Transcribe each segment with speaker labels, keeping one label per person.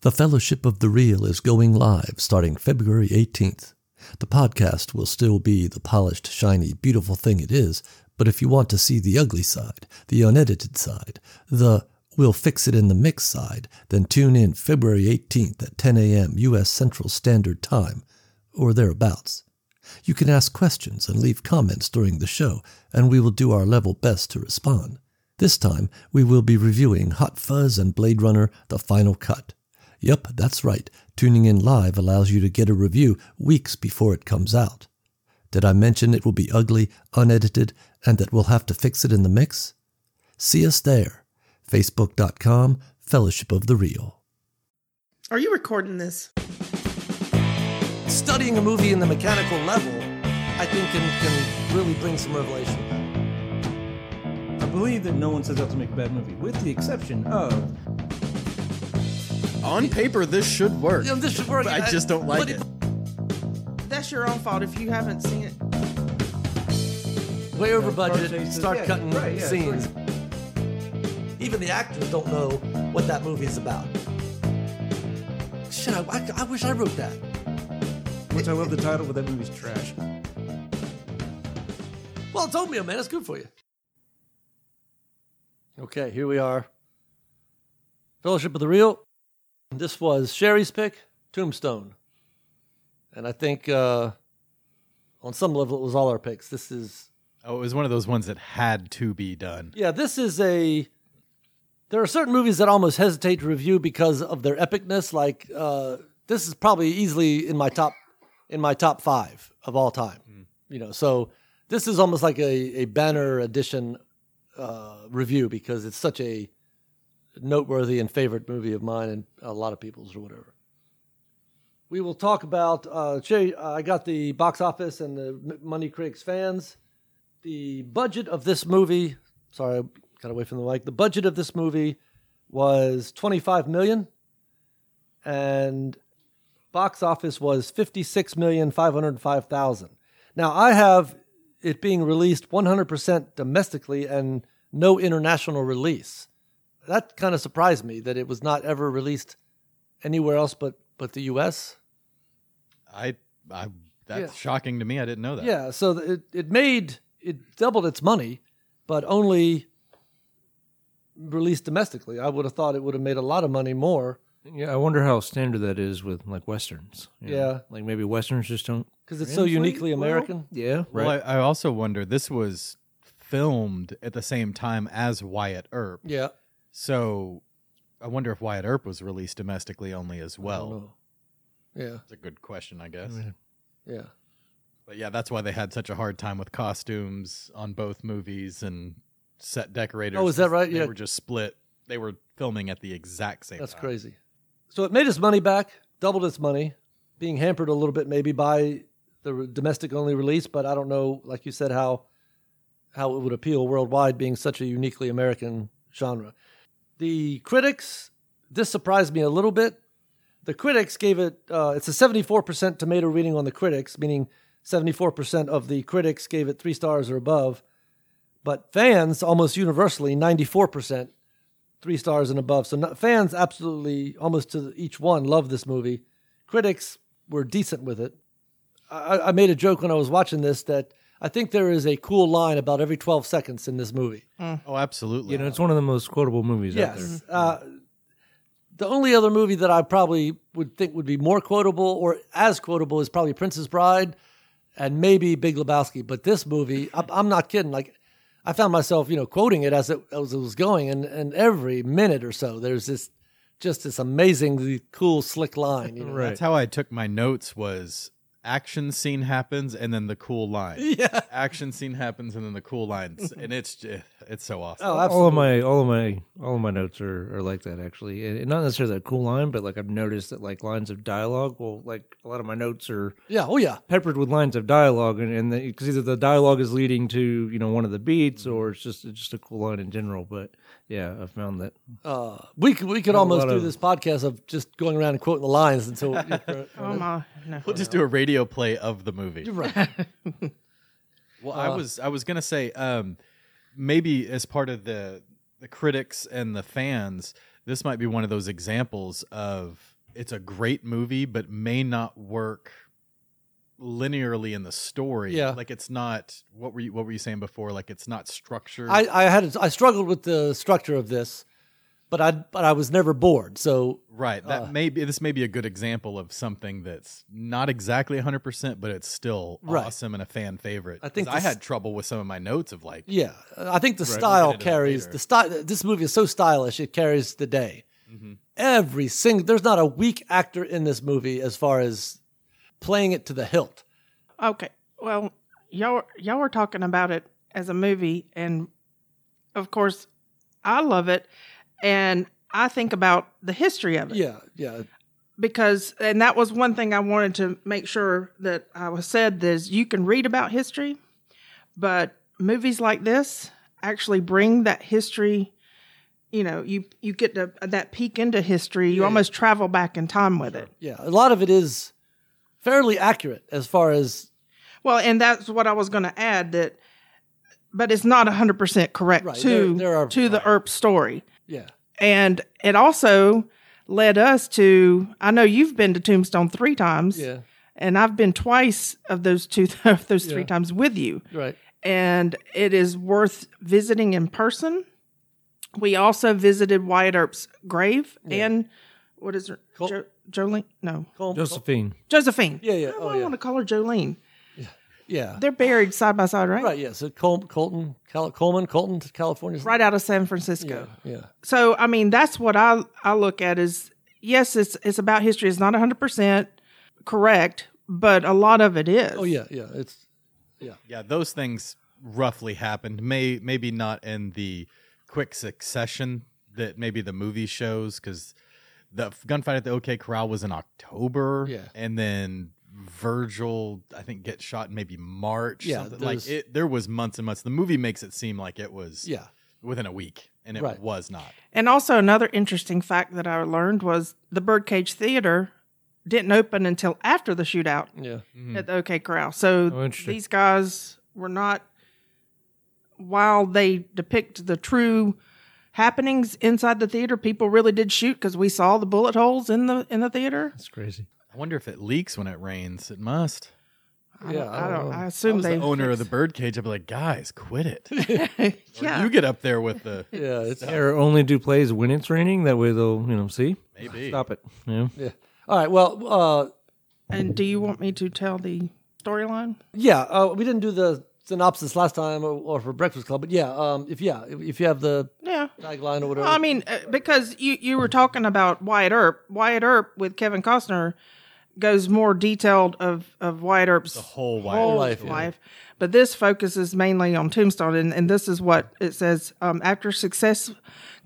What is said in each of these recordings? Speaker 1: The Fellowship of the Real is going live starting February 18th. The podcast will still be the polished, shiny, beautiful thing it is, but if you want to see the ugly side, the unedited side, the we'll fix it in the mix side, then tune in February 18th at 10 a.m. U.S. Central Standard Time, or thereabouts. You can ask questions and leave comments during the show, and we will do our level best to respond. This time, we will be reviewing Hot Fuzz and Blade Runner The Final Cut. Yep, that's right. Tuning in live allows you to get a review weeks before it comes out. Did I mention it will be ugly, unedited, and that we'll have to fix it in the mix? See us there. Facebook.com, Fellowship of the Real.
Speaker 2: Are you recording this?
Speaker 1: Studying a movie in the mechanical level, I think, can, can really bring some revelation.
Speaker 3: I believe that no one sets out to make a bad movie, with the exception of.
Speaker 4: On paper, this should work.
Speaker 1: Yeah, this should work.
Speaker 4: But I just don't like
Speaker 1: But
Speaker 4: it.
Speaker 2: That's your own fault if you haven't seen it.
Speaker 1: Way over
Speaker 3: car
Speaker 1: budget,
Speaker 3: chases.
Speaker 1: start
Speaker 3: Yeah,
Speaker 1: cutting
Speaker 3: right, yeah,
Speaker 1: scenes. Even the actors don't know what that movie's about. Shit, I, I, I wish I wrote that.
Speaker 3: Which I love the title, but that movie's trash.
Speaker 1: Well, it's oatmeal, man. It's good for you. Okay, here we are. Fellowship of the Real. This was Sherry's pick, Tombstone. And I think uh, on some level it was all our picks. This is
Speaker 4: Oh, it was one of those ones that had to be done.
Speaker 1: Yeah, this is a. There are certain movies that I almost hesitate to review because of their epicness. Like uh, this is probably easily in my top, in my top five of all time. You know, so this is almost like a, a banner edition uh, review because it's such a noteworthy and favorite movie of mine and a lot of people's or whatever. We will talk about. Uh, Jay, I got the box office and the M- Money Critics fans. The budget of this movie. Sorry, I got away from the mic. The budget of this movie was twenty-five million, and box office was fifty-six million five hundred five thousand. Now I have it being released one hundred percent domestically and no international release. That kind of surprised me that it was not ever released anywhere else but but the U.S.
Speaker 4: I, I
Speaker 1: Yeah.
Speaker 4: that's shocking to me. I didn't know that.
Speaker 1: Yeah, so th- it, it made it doubled its money, but only released domestically. I would have thought it would have made a lot of money more
Speaker 5: Yeah, I wonder how standard that is with like westerns. you know?
Speaker 1: Yeah.
Speaker 5: like maybe westerns just don't.
Speaker 1: because it's so uniquely American.
Speaker 5: Yeah,
Speaker 4: Well,
Speaker 5: right.
Speaker 4: I, I also wonder. This was filmed at the same time as Wyatt Earp,
Speaker 1: Yeah.
Speaker 4: so I wonder if Wyatt Earp was released domestically only as
Speaker 1: I don't
Speaker 4: well.
Speaker 1: know. Yeah.
Speaker 4: It's a good question, I guess.
Speaker 1: Yeah.
Speaker 4: But yeah, that's why they had such a hard time with costumes on both movies and set decorators.
Speaker 1: Oh, is that right?
Speaker 4: They
Speaker 1: Yeah.
Speaker 4: were just split. They were filming at the exact same.
Speaker 1: That's
Speaker 4: time.
Speaker 1: crazy. So it made its money back, doubled its money, being hampered a little bit maybe by the re- domestic only release, but I don't know, like you said, how how it would appeal worldwide, being such a uniquely American genre. The critics, this surprised me a little bit. The critics gave it uh, it's a seventy four percent tomato reading on the critics, meaning seventy four percent of the critics gave it three stars or above, but fans almost universally ninety four percent three stars and above. So not, fans absolutely, almost to each one, love this movie. Critics were decent with it. I, I made a joke when I was watching this that I think there is a cool line about every 12 seconds in this movie.
Speaker 4: Oh, absolutely.
Speaker 5: You know, it's one of the most quotable movies out there.
Speaker 1: Yes. Uh, the only other movie that I probably would think would be more quotable or as quotable is probably Princess Bride and maybe Big Lebowski. But this movie, I'm, I'm not kidding. Like, I found myself, you know, quoting it as it, as it was going, and, and every minute or so, there's this just this amazingly cool, slick line. You know?
Speaker 5: Right.
Speaker 4: That's how I took my notes was action scene happens and then the cool line.
Speaker 1: Yeah.
Speaker 4: Action scene happens and then the cool lines. and it's j- it's so awesome.
Speaker 1: Oh,
Speaker 5: All
Speaker 1: absolutely.
Speaker 5: of my, all of my, all of my notes are, are like that actually, and, and not necessarily a cool line, but like I've noticed that like lines of dialogue. Well, like a lot of my notes are
Speaker 1: yeah. Oh, yeah.
Speaker 5: peppered with lines of dialogue, and and because either the dialogue is leading to you know one of the beats, or it's just it's just a cool line in general. But yeah, I found that
Speaker 1: Uh, we could, we could
Speaker 5: A
Speaker 1: almost
Speaker 5: lot
Speaker 1: do
Speaker 5: of-
Speaker 1: this podcast of just going around and quoting the lines until.
Speaker 2: Oh my! No.
Speaker 4: We'll just do a radio play of the movie.
Speaker 1: You're right. Uh,
Speaker 4: Well, I was I was gonna say um, maybe as part of the the critics and the fans, this might be one of those examples of it's a great movie, but may not work linearly in the story.
Speaker 1: Yeah.
Speaker 4: like it's not. What were you What were you saying before? Like it's not structured.
Speaker 1: I, I had I struggled with the structure of this, but I but I was never bored. So
Speaker 4: right. That
Speaker 1: uh,
Speaker 4: may be. This may be a good example of something that's not exactly hundred percent, but it's still
Speaker 1: Right.
Speaker 4: awesome and a fan favorite.
Speaker 1: I think
Speaker 4: 'Cause I
Speaker 1: this-
Speaker 4: had trouble with some of my notes of like,
Speaker 1: yeah, I think the
Speaker 4: Right, we'll
Speaker 1: style
Speaker 4: get into that
Speaker 1: carries
Speaker 4: later.
Speaker 1: the style. This movie is so stylish; it carries the day.
Speaker 4: mhm,
Speaker 1: every single there's not a weak actor in this movie as far as playing it to the hilt
Speaker 2: Okay. Well, y'all y'all were talking about it as a movie, and of course, I love it, and I think about the history of it
Speaker 1: yeah yeah
Speaker 2: because, and that was one thing I wanted to make sure that I was said is you can read about history, but movies like this actually bring that history. You know, you you get to, that peek into history. You almost travel back in time with it.
Speaker 1: yeah a lot of it is fairly accurate as far as
Speaker 2: Well, and that's what I was going to add that, but it's not 100% correct
Speaker 1: Right,
Speaker 2: to,
Speaker 1: there- there are-
Speaker 2: to the ERP story.
Speaker 1: yeah
Speaker 2: And it also led us to, I know you've been to Tombstone three times,
Speaker 1: yeah
Speaker 2: and I've been twice of those two, of those three
Speaker 1: Yeah.
Speaker 2: times with you.
Speaker 1: right
Speaker 2: And it is worth visiting in person. We also visited Wyatt Earp's grave
Speaker 1: Yeah.
Speaker 2: and what is her?
Speaker 1: Col-
Speaker 2: jo- Jolene? No,
Speaker 1: Col-
Speaker 5: Josephine.
Speaker 2: Josephine.
Speaker 1: yeah yeah
Speaker 2: I
Speaker 1: oh
Speaker 2: want
Speaker 1: yeah
Speaker 2: to call her Jolene.
Speaker 1: yeah
Speaker 2: They're buried side by side,
Speaker 1: right yeah so Col- colton Cal- coleman colton california
Speaker 2: right out of San Francisco.
Speaker 1: yeah yeah
Speaker 2: So I mean, that's what I I look at is yes, it's it's about history. It's not hundred percent correct, but a lot of it is.
Speaker 1: oh yeah yeah it's
Speaker 4: yeah, those things roughly happened. May maybe not in the quick succession that maybe the movie shows because the f- gunfight at the OK Corral was in October,
Speaker 1: Yeah.
Speaker 4: and then Virgil I think gets shot in maybe March.
Speaker 1: Yeah,
Speaker 4: something.
Speaker 1: there's-
Speaker 4: like it, there was months and months. The movie makes it seem like it was
Speaker 1: yeah
Speaker 4: within a week, and it
Speaker 1: Right.
Speaker 4: was not.
Speaker 2: And also another interesting fact that I learned was the Birdcage Theater didn't open until after the shootout
Speaker 1: yeah
Speaker 4: Mm.
Speaker 2: at the OK Corral. So
Speaker 5: Oh, interesting.
Speaker 2: these guys were not while they depict the true happenings inside the theater people really did shoot because we saw the bullet holes in the in the theater
Speaker 5: That's crazy.
Speaker 4: I wonder if it leaks when it rains. It must.
Speaker 2: I
Speaker 1: Yeah,
Speaker 2: don't, I,
Speaker 1: I don't
Speaker 2: don't,
Speaker 1: know.
Speaker 2: I
Speaker 4: I
Speaker 2: assume
Speaker 4: was
Speaker 2: they
Speaker 4: the owner of the birdcage. I'd be like, guys, quit it. Or
Speaker 2: the. yeah,
Speaker 4: You get up there with the
Speaker 1: yeah it's
Speaker 5: Or only do plays when it's raining. That way they'll, you know, see.
Speaker 4: maybe.
Speaker 5: Stop it. Yeah.
Speaker 1: yeah all right well uh
Speaker 2: and do you want me to tell the storyline?
Speaker 1: Yeah, uh, we didn't do the synopsis last time or, or for Breakfast Club, but yeah, um, if yeah, if, if you have the
Speaker 2: Yeah,
Speaker 1: tagline or whatever,
Speaker 2: I mean uh, because you you were talking about Wyatt Earp. Wyatt Earp with Kevin Costner goes more detailed of of Wyatt Earp's
Speaker 4: Whole wide
Speaker 2: whole
Speaker 1: Life,
Speaker 2: life,
Speaker 1: yeah.
Speaker 2: but this focuses mainly on Tombstone, and, and this is what it says. Um, after success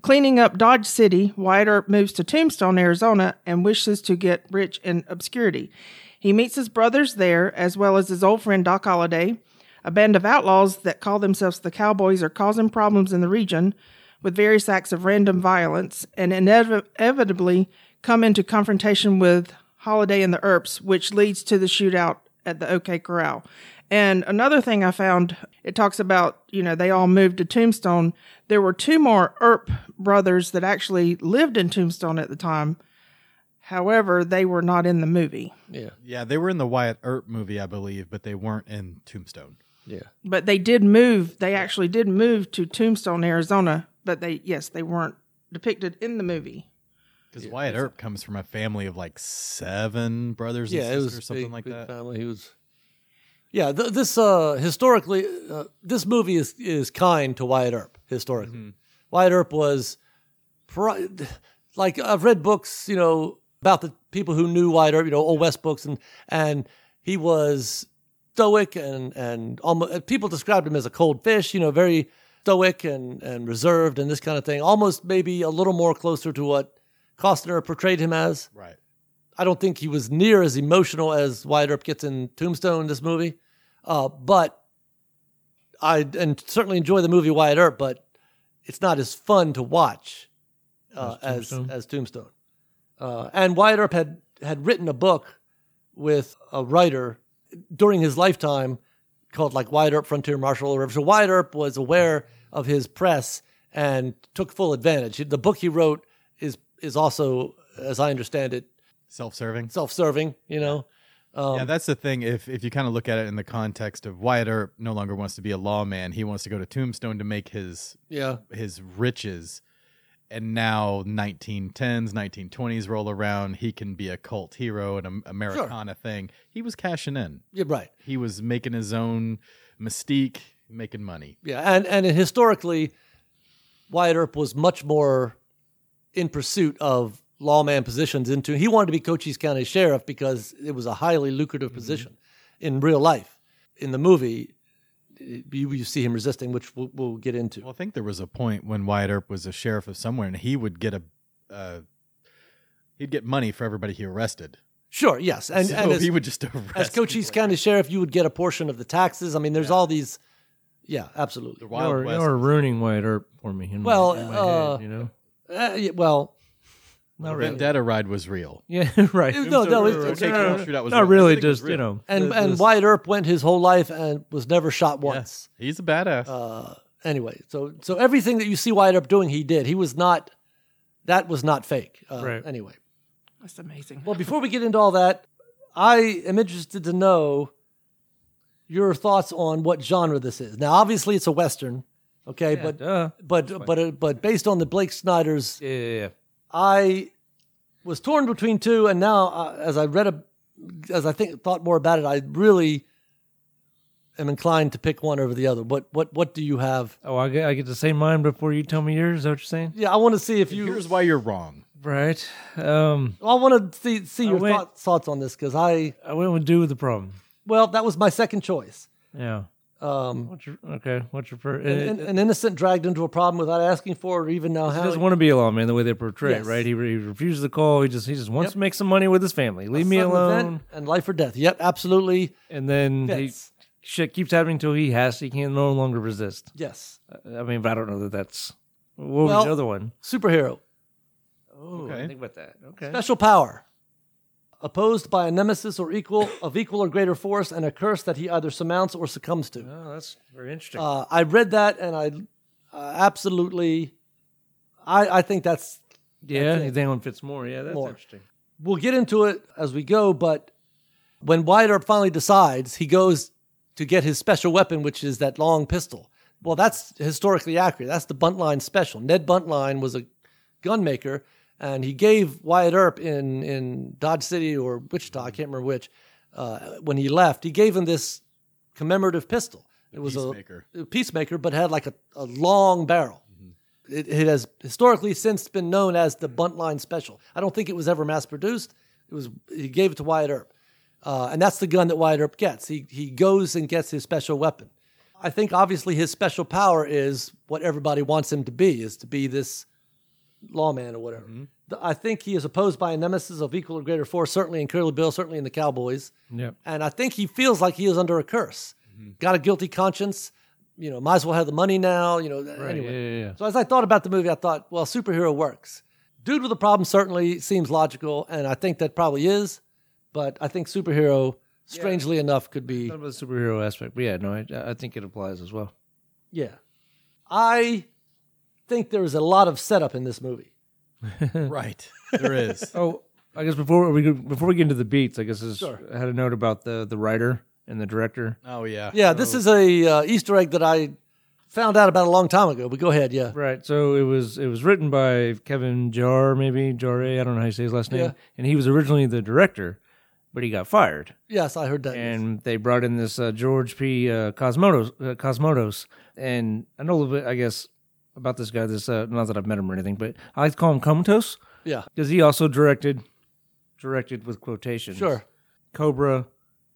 Speaker 2: cleaning up Dodge City, Wyatt Earp moves to Tombstone, Arizona, and wishes to get rich in obscurity. He meets his brothers there, as well as his old friend Doc Holliday. A band of outlaws that call themselves the Cowboys are causing problems in the region with various acts of random violence and inev- inevitably come into confrontation with Holiday and the Earps, which leads to the shootout at the OK Corral. And another thing I found, it talks about, you know, they all moved to Tombstone. There were two more Earp brothers that actually lived in Tombstone at the time. However, they were not in the movie,
Speaker 1: yeah,
Speaker 4: Yeah, they were in the Wyatt Earp movie, I believe, but they weren't in Tombstone.
Speaker 1: yeah,
Speaker 2: but they did move. They actually did move to Tombstone, Arizona, but they, yes, they weren't depicted in the movie.
Speaker 4: Because Wyatt Earp comes from a family of like seven brothers and
Speaker 1: yeah, it
Speaker 4: sisters,
Speaker 1: was
Speaker 4: or something
Speaker 1: big-
Speaker 4: like
Speaker 1: big
Speaker 4: that.
Speaker 1: Family, he was. Yeah, th- this uh, historically, uh, this movie is is kind to Wyatt Earp historically. Wyatt Earp was, pri- like I've read books, you know, about the people who knew Wyatt Earp, you know, old West books, and and he was stoic and and almost people described him as a cold fish, you know, very stoic and and reserved and this kind of thing. Almost maybe a little more closer to what Costner portrayed him as.
Speaker 4: Right.
Speaker 1: I don't think he was near as emotional as Wyatt Earp gets in Tombstone in this movie. Uh, but I and certainly enjoy the movie Wyatt Earp, but it's not as fun to watch uh, as
Speaker 5: As
Speaker 1: as,
Speaker 5: Tombstone?
Speaker 1: Tombstone. Uh, and Wyatt Earp had had written a book with a writer during his lifetime called like Wyatt Earp Frontier Martial Law Review. So Wyatt Earp was aware of his press and took full advantage. The book he wrote is is also, as I understand it,
Speaker 4: self-serving.
Speaker 1: self-serving. You know, um,
Speaker 4: yeah, that's the thing. If if you kind of look at it in the context of Wyatt Earp no longer wants to be a lawman, he wants to go to Tombstone to make his
Speaker 1: yeah.
Speaker 4: his riches. And now 1910s, 1920s roll around. He can be a cult hero and an Americana thing. He was cashing in.
Speaker 1: Yeah, right.
Speaker 4: He was making his own mystique, making money.
Speaker 1: Yeah, and and historically, Wyatt Earp was much more in pursuit of lawman positions. Into he wanted to be Cochise County Sheriff because it was a highly
Speaker 4: Mm-hmm.
Speaker 1: lucrative position in real life. In the movie, you, you see him resisting, which we'll, we'll get into.
Speaker 4: Well, I think there was a point when Wyatt Earp was a sheriff of somewhere, and he would get a uh, he'd get money for everybody he arrested.
Speaker 1: sure, yes, and
Speaker 4: so
Speaker 1: and as,
Speaker 4: he would just
Speaker 1: as
Speaker 4: arrest
Speaker 1: Cochise
Speaker 4: people.
Speaker 1: County Sheriff, you would get a portion of the taxes. I mean, there's all these. Yeah, absolutely.
Speaker 4: The
Speaker 5: Y'all
Speaker 4: Wild
Speaker 5: are,
Speaker 4: West.
Speaker 5: y'all are ruining Wyatt Earp for me. In
Speaker 1: Well,
Speaker 5: my, in my
Speaker 1: uh,
Speaker 5: head, you know,
Speaker 1: Uh, yeah, well,
Speaker 5: not
Speaker 4: the
Speaker 5: really.
Speaker 4: Vendetta ride was real.
Speaker 5: yeah, right.
Speaker 1: No, no, it's-
Speaker 4: Okay,
Speaker 5: no, no,
Speaker 4: Wall Street, that was
Speaker 5: not
Speaker 4: real.
Speaker 5: really.
Speaker 4: Everything was
Speaker 5: Just you
Speaker 4: real.
Speaker 5: know,
Speaker 1: and
Speaker 5: the-
Speaker 1: and
Speaker 5: the-
Speaker 1: Wyatt Earp went his whole life and was never shot once.
Speaker 4: Yes, he's a badass.
Speaker 1: Uh, anyway, so so everything that you see Wyatt Earp doing, he did. He was not. That was not fake. Uh,
Speaker 5: Right.
Speaker 1: Anyway,
Speaker 2: That's amazing.
Speaker 1: well, before we get into all that, I am interested to know your thoughts on what genre this is. Now, obviously, it's a western, okay,
Speaker 5: yeah,
Speaker 1: but
Speaker 5: duh.
Speaker 1: but but uh, but based on the Blake Snyder's
Speaker 5: yeah, yeah, yeah.
Speaker 1: I was torn between two, and now uh, as I read a, as I think thought more about it, I really am inclined to pick one over the other. What what what do you have?
Speaker 5: Oh, I get I get to say mine before you tell me yours. Is that what you're saying?
Speaker 1: Yeah, I want to see if you.
Speaker 4: Here's why you're wrong.
Speaker 5: Right. Um,
Speaker 1: I want to see see
Speaker 5: I
Speaker 1: your
Speaker 5: went-
Speaker 1: thoughts thoughts on this because I
Speaker 5: I went with do with the problem.
Speaker 1: well that was my second choice.
Speaker 5: Yeah.
Speaker 1: Um,
Speaker 5: What's your okay? What's your uh, first?
Speaker 1: an, an- an innocent dragged into a problem without asking for it, or even now
Speaker 5: He
Speaker 1: how
Speaker 5: doesn't want to be a lawman the way they portray
Speaker 1: Yes.
Speaker 5: it, right? He, re- he refuses the call. He just he just wants to make some money with his family. Leave me alone.
Speaker 1: and life or death. Yep, absolutely.
Speaker 5: And then he,
Speaker 1: Fits.
Speaker 5: shit keeps happening until he has to. He can no longer resist.
Speaker 1: Yes,
Speaker 5: I mean, but I don't know that that's what
Speaker 1: Well-
Speaker 5: was the other one.
Speaker 1: superhero.
Speaker 5: Oh,
Speaker 4: Okay.
Speaker 5: think about that. Okay.
Speaker 1: Special power. Opposed by a nemesis or equal of equal or greater force and a curse that he either surmounts or succumbs to.
Speaker 5: Oh, that's very interesting.
Speaker 1: Uh, I read that and I uh, absolutely, I, I think that's,
Speaker 5: yeah,
Speaker 1: that's it.
Speaker 5: that one fits more. Yeah, that's
Speaker 1: More.
Speaker 5: interesting.
Speaker 1: we'll get into it as we go, but when Wyatt Earp finally decides, he goes to get his special weapon, which is that long pistol. Well, that's historically accurate. That's the Buntline special. Ned Buntline was a gunmaker, and he gave Wyatt Earp in in Dodge City or Wichita, I can't remember which, uh, when he left, he gave him this commemorative pistol. It was
Speaker 4: Peacemaker.
Speaker 1: a, a peacemaker, but had like a, a long barrel. It, it has historically since been known as the Buntline Special. I don't think it was ever mass produced. It was he gave it to Wyatt Earp, uh, and that's the gun that Wyatt Earp gets. He he goes and gets his special weapon. I think obviously his special power is what everybody wants him to be is to be this lawman or whatever. Th- I think he is opposed by a nemesis of equal or greater force, certainly in Curly Bill, certainly in the Cowboys.
Speaker 5: Yep.
Speaker 1: And I think he feels like he is under a curse. Got a guilty conscience. You know, might as well have the money now. You know,
Speaker 5: Right.
Speaker 1: anyway.
Speaker 5: Yeah, yeah, yeah.
Speaker 1: So as I thought about the movie, I thought, well, superhero works. Dude with a problem certainly seems logical, and I think that probably is. But I think superhero, strangely enough, could be
Speaker 5: Not about the superhero aspect, but yeah, no, I, I think it applies as well.
Speaker 1: yeah. I think there is a lot of setup in this movie.
Speaker 4: Right. There is.
Speaker 5: Oh, I guess before we go- before we get into the beats, I guess this,
Speaker 1: Sure.
Speaker 5: I had a note about the the writer and the director.
Speaker 4: Oh yeah.
Speaker 1: Yeah, this is a uh, Easter egg that I found out about a long time ago. But go ahead, yeah.
Speaker 5: Right. So it was it was written by Kevin Jar, maybe Jarre. I don't know how you say his last name.
Speaker 1: Yeah.
Speaker 5: And he was originally the director, but he got fired,
Speaker 1: Yes, I heard that.
Speaker 5: and they brought in this uh, George P. Uh, Cosmodos. Uh, Cosmodos, and I know a little bit, I guess, about this guy. This uh, not that I've met him or anything, but I like to call him Comatose
Speaker 1: yeah,
Speaker 5: because he also directed, directed with quotations.
Speaker 1: sure.
Speaker 5: Cobra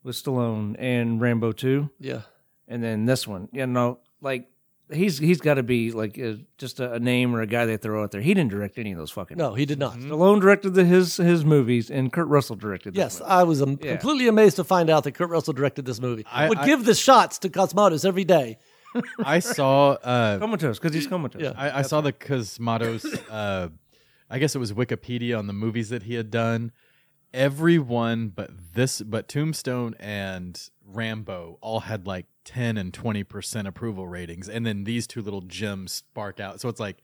Speaker 5: with Stallone and Rambo Two
Speaker 1: Yeah,
Speaker 5: and then this one. You know, like he's he's got to be like uh, just a, a name or a guy they throw out there. He didn't direct any of those fucking.
Speaker 1: no, he did not.
Speaker 5: Stallone directed the, his his movies, and Kurt Russell directed.
Speaker 1: Yes,
Speaker 5: this
Speaker 1: I was um,
Speaker 5: Yeah.
Speaker 1: completely amazed to find out that Kurt Russell directed this movie. I
Speaker 4: I-
Speaker 1: would
Speaker 4: I-
Speaker 1: give the shots to Cosmatos every day.
Speaker 4: I saw uh,
Speaker 5: one. comatose because he's comatose.
Speaker 1: Yeah.
Speaker 4: I, I saw the Cosmatos. Uh, I guess it was Wikipedia on the movies that he had done. Everyone but this, but Tombstone and Rambo all had like ten and twenty percent approval ratings, and then these two little gems spark out. So it's like,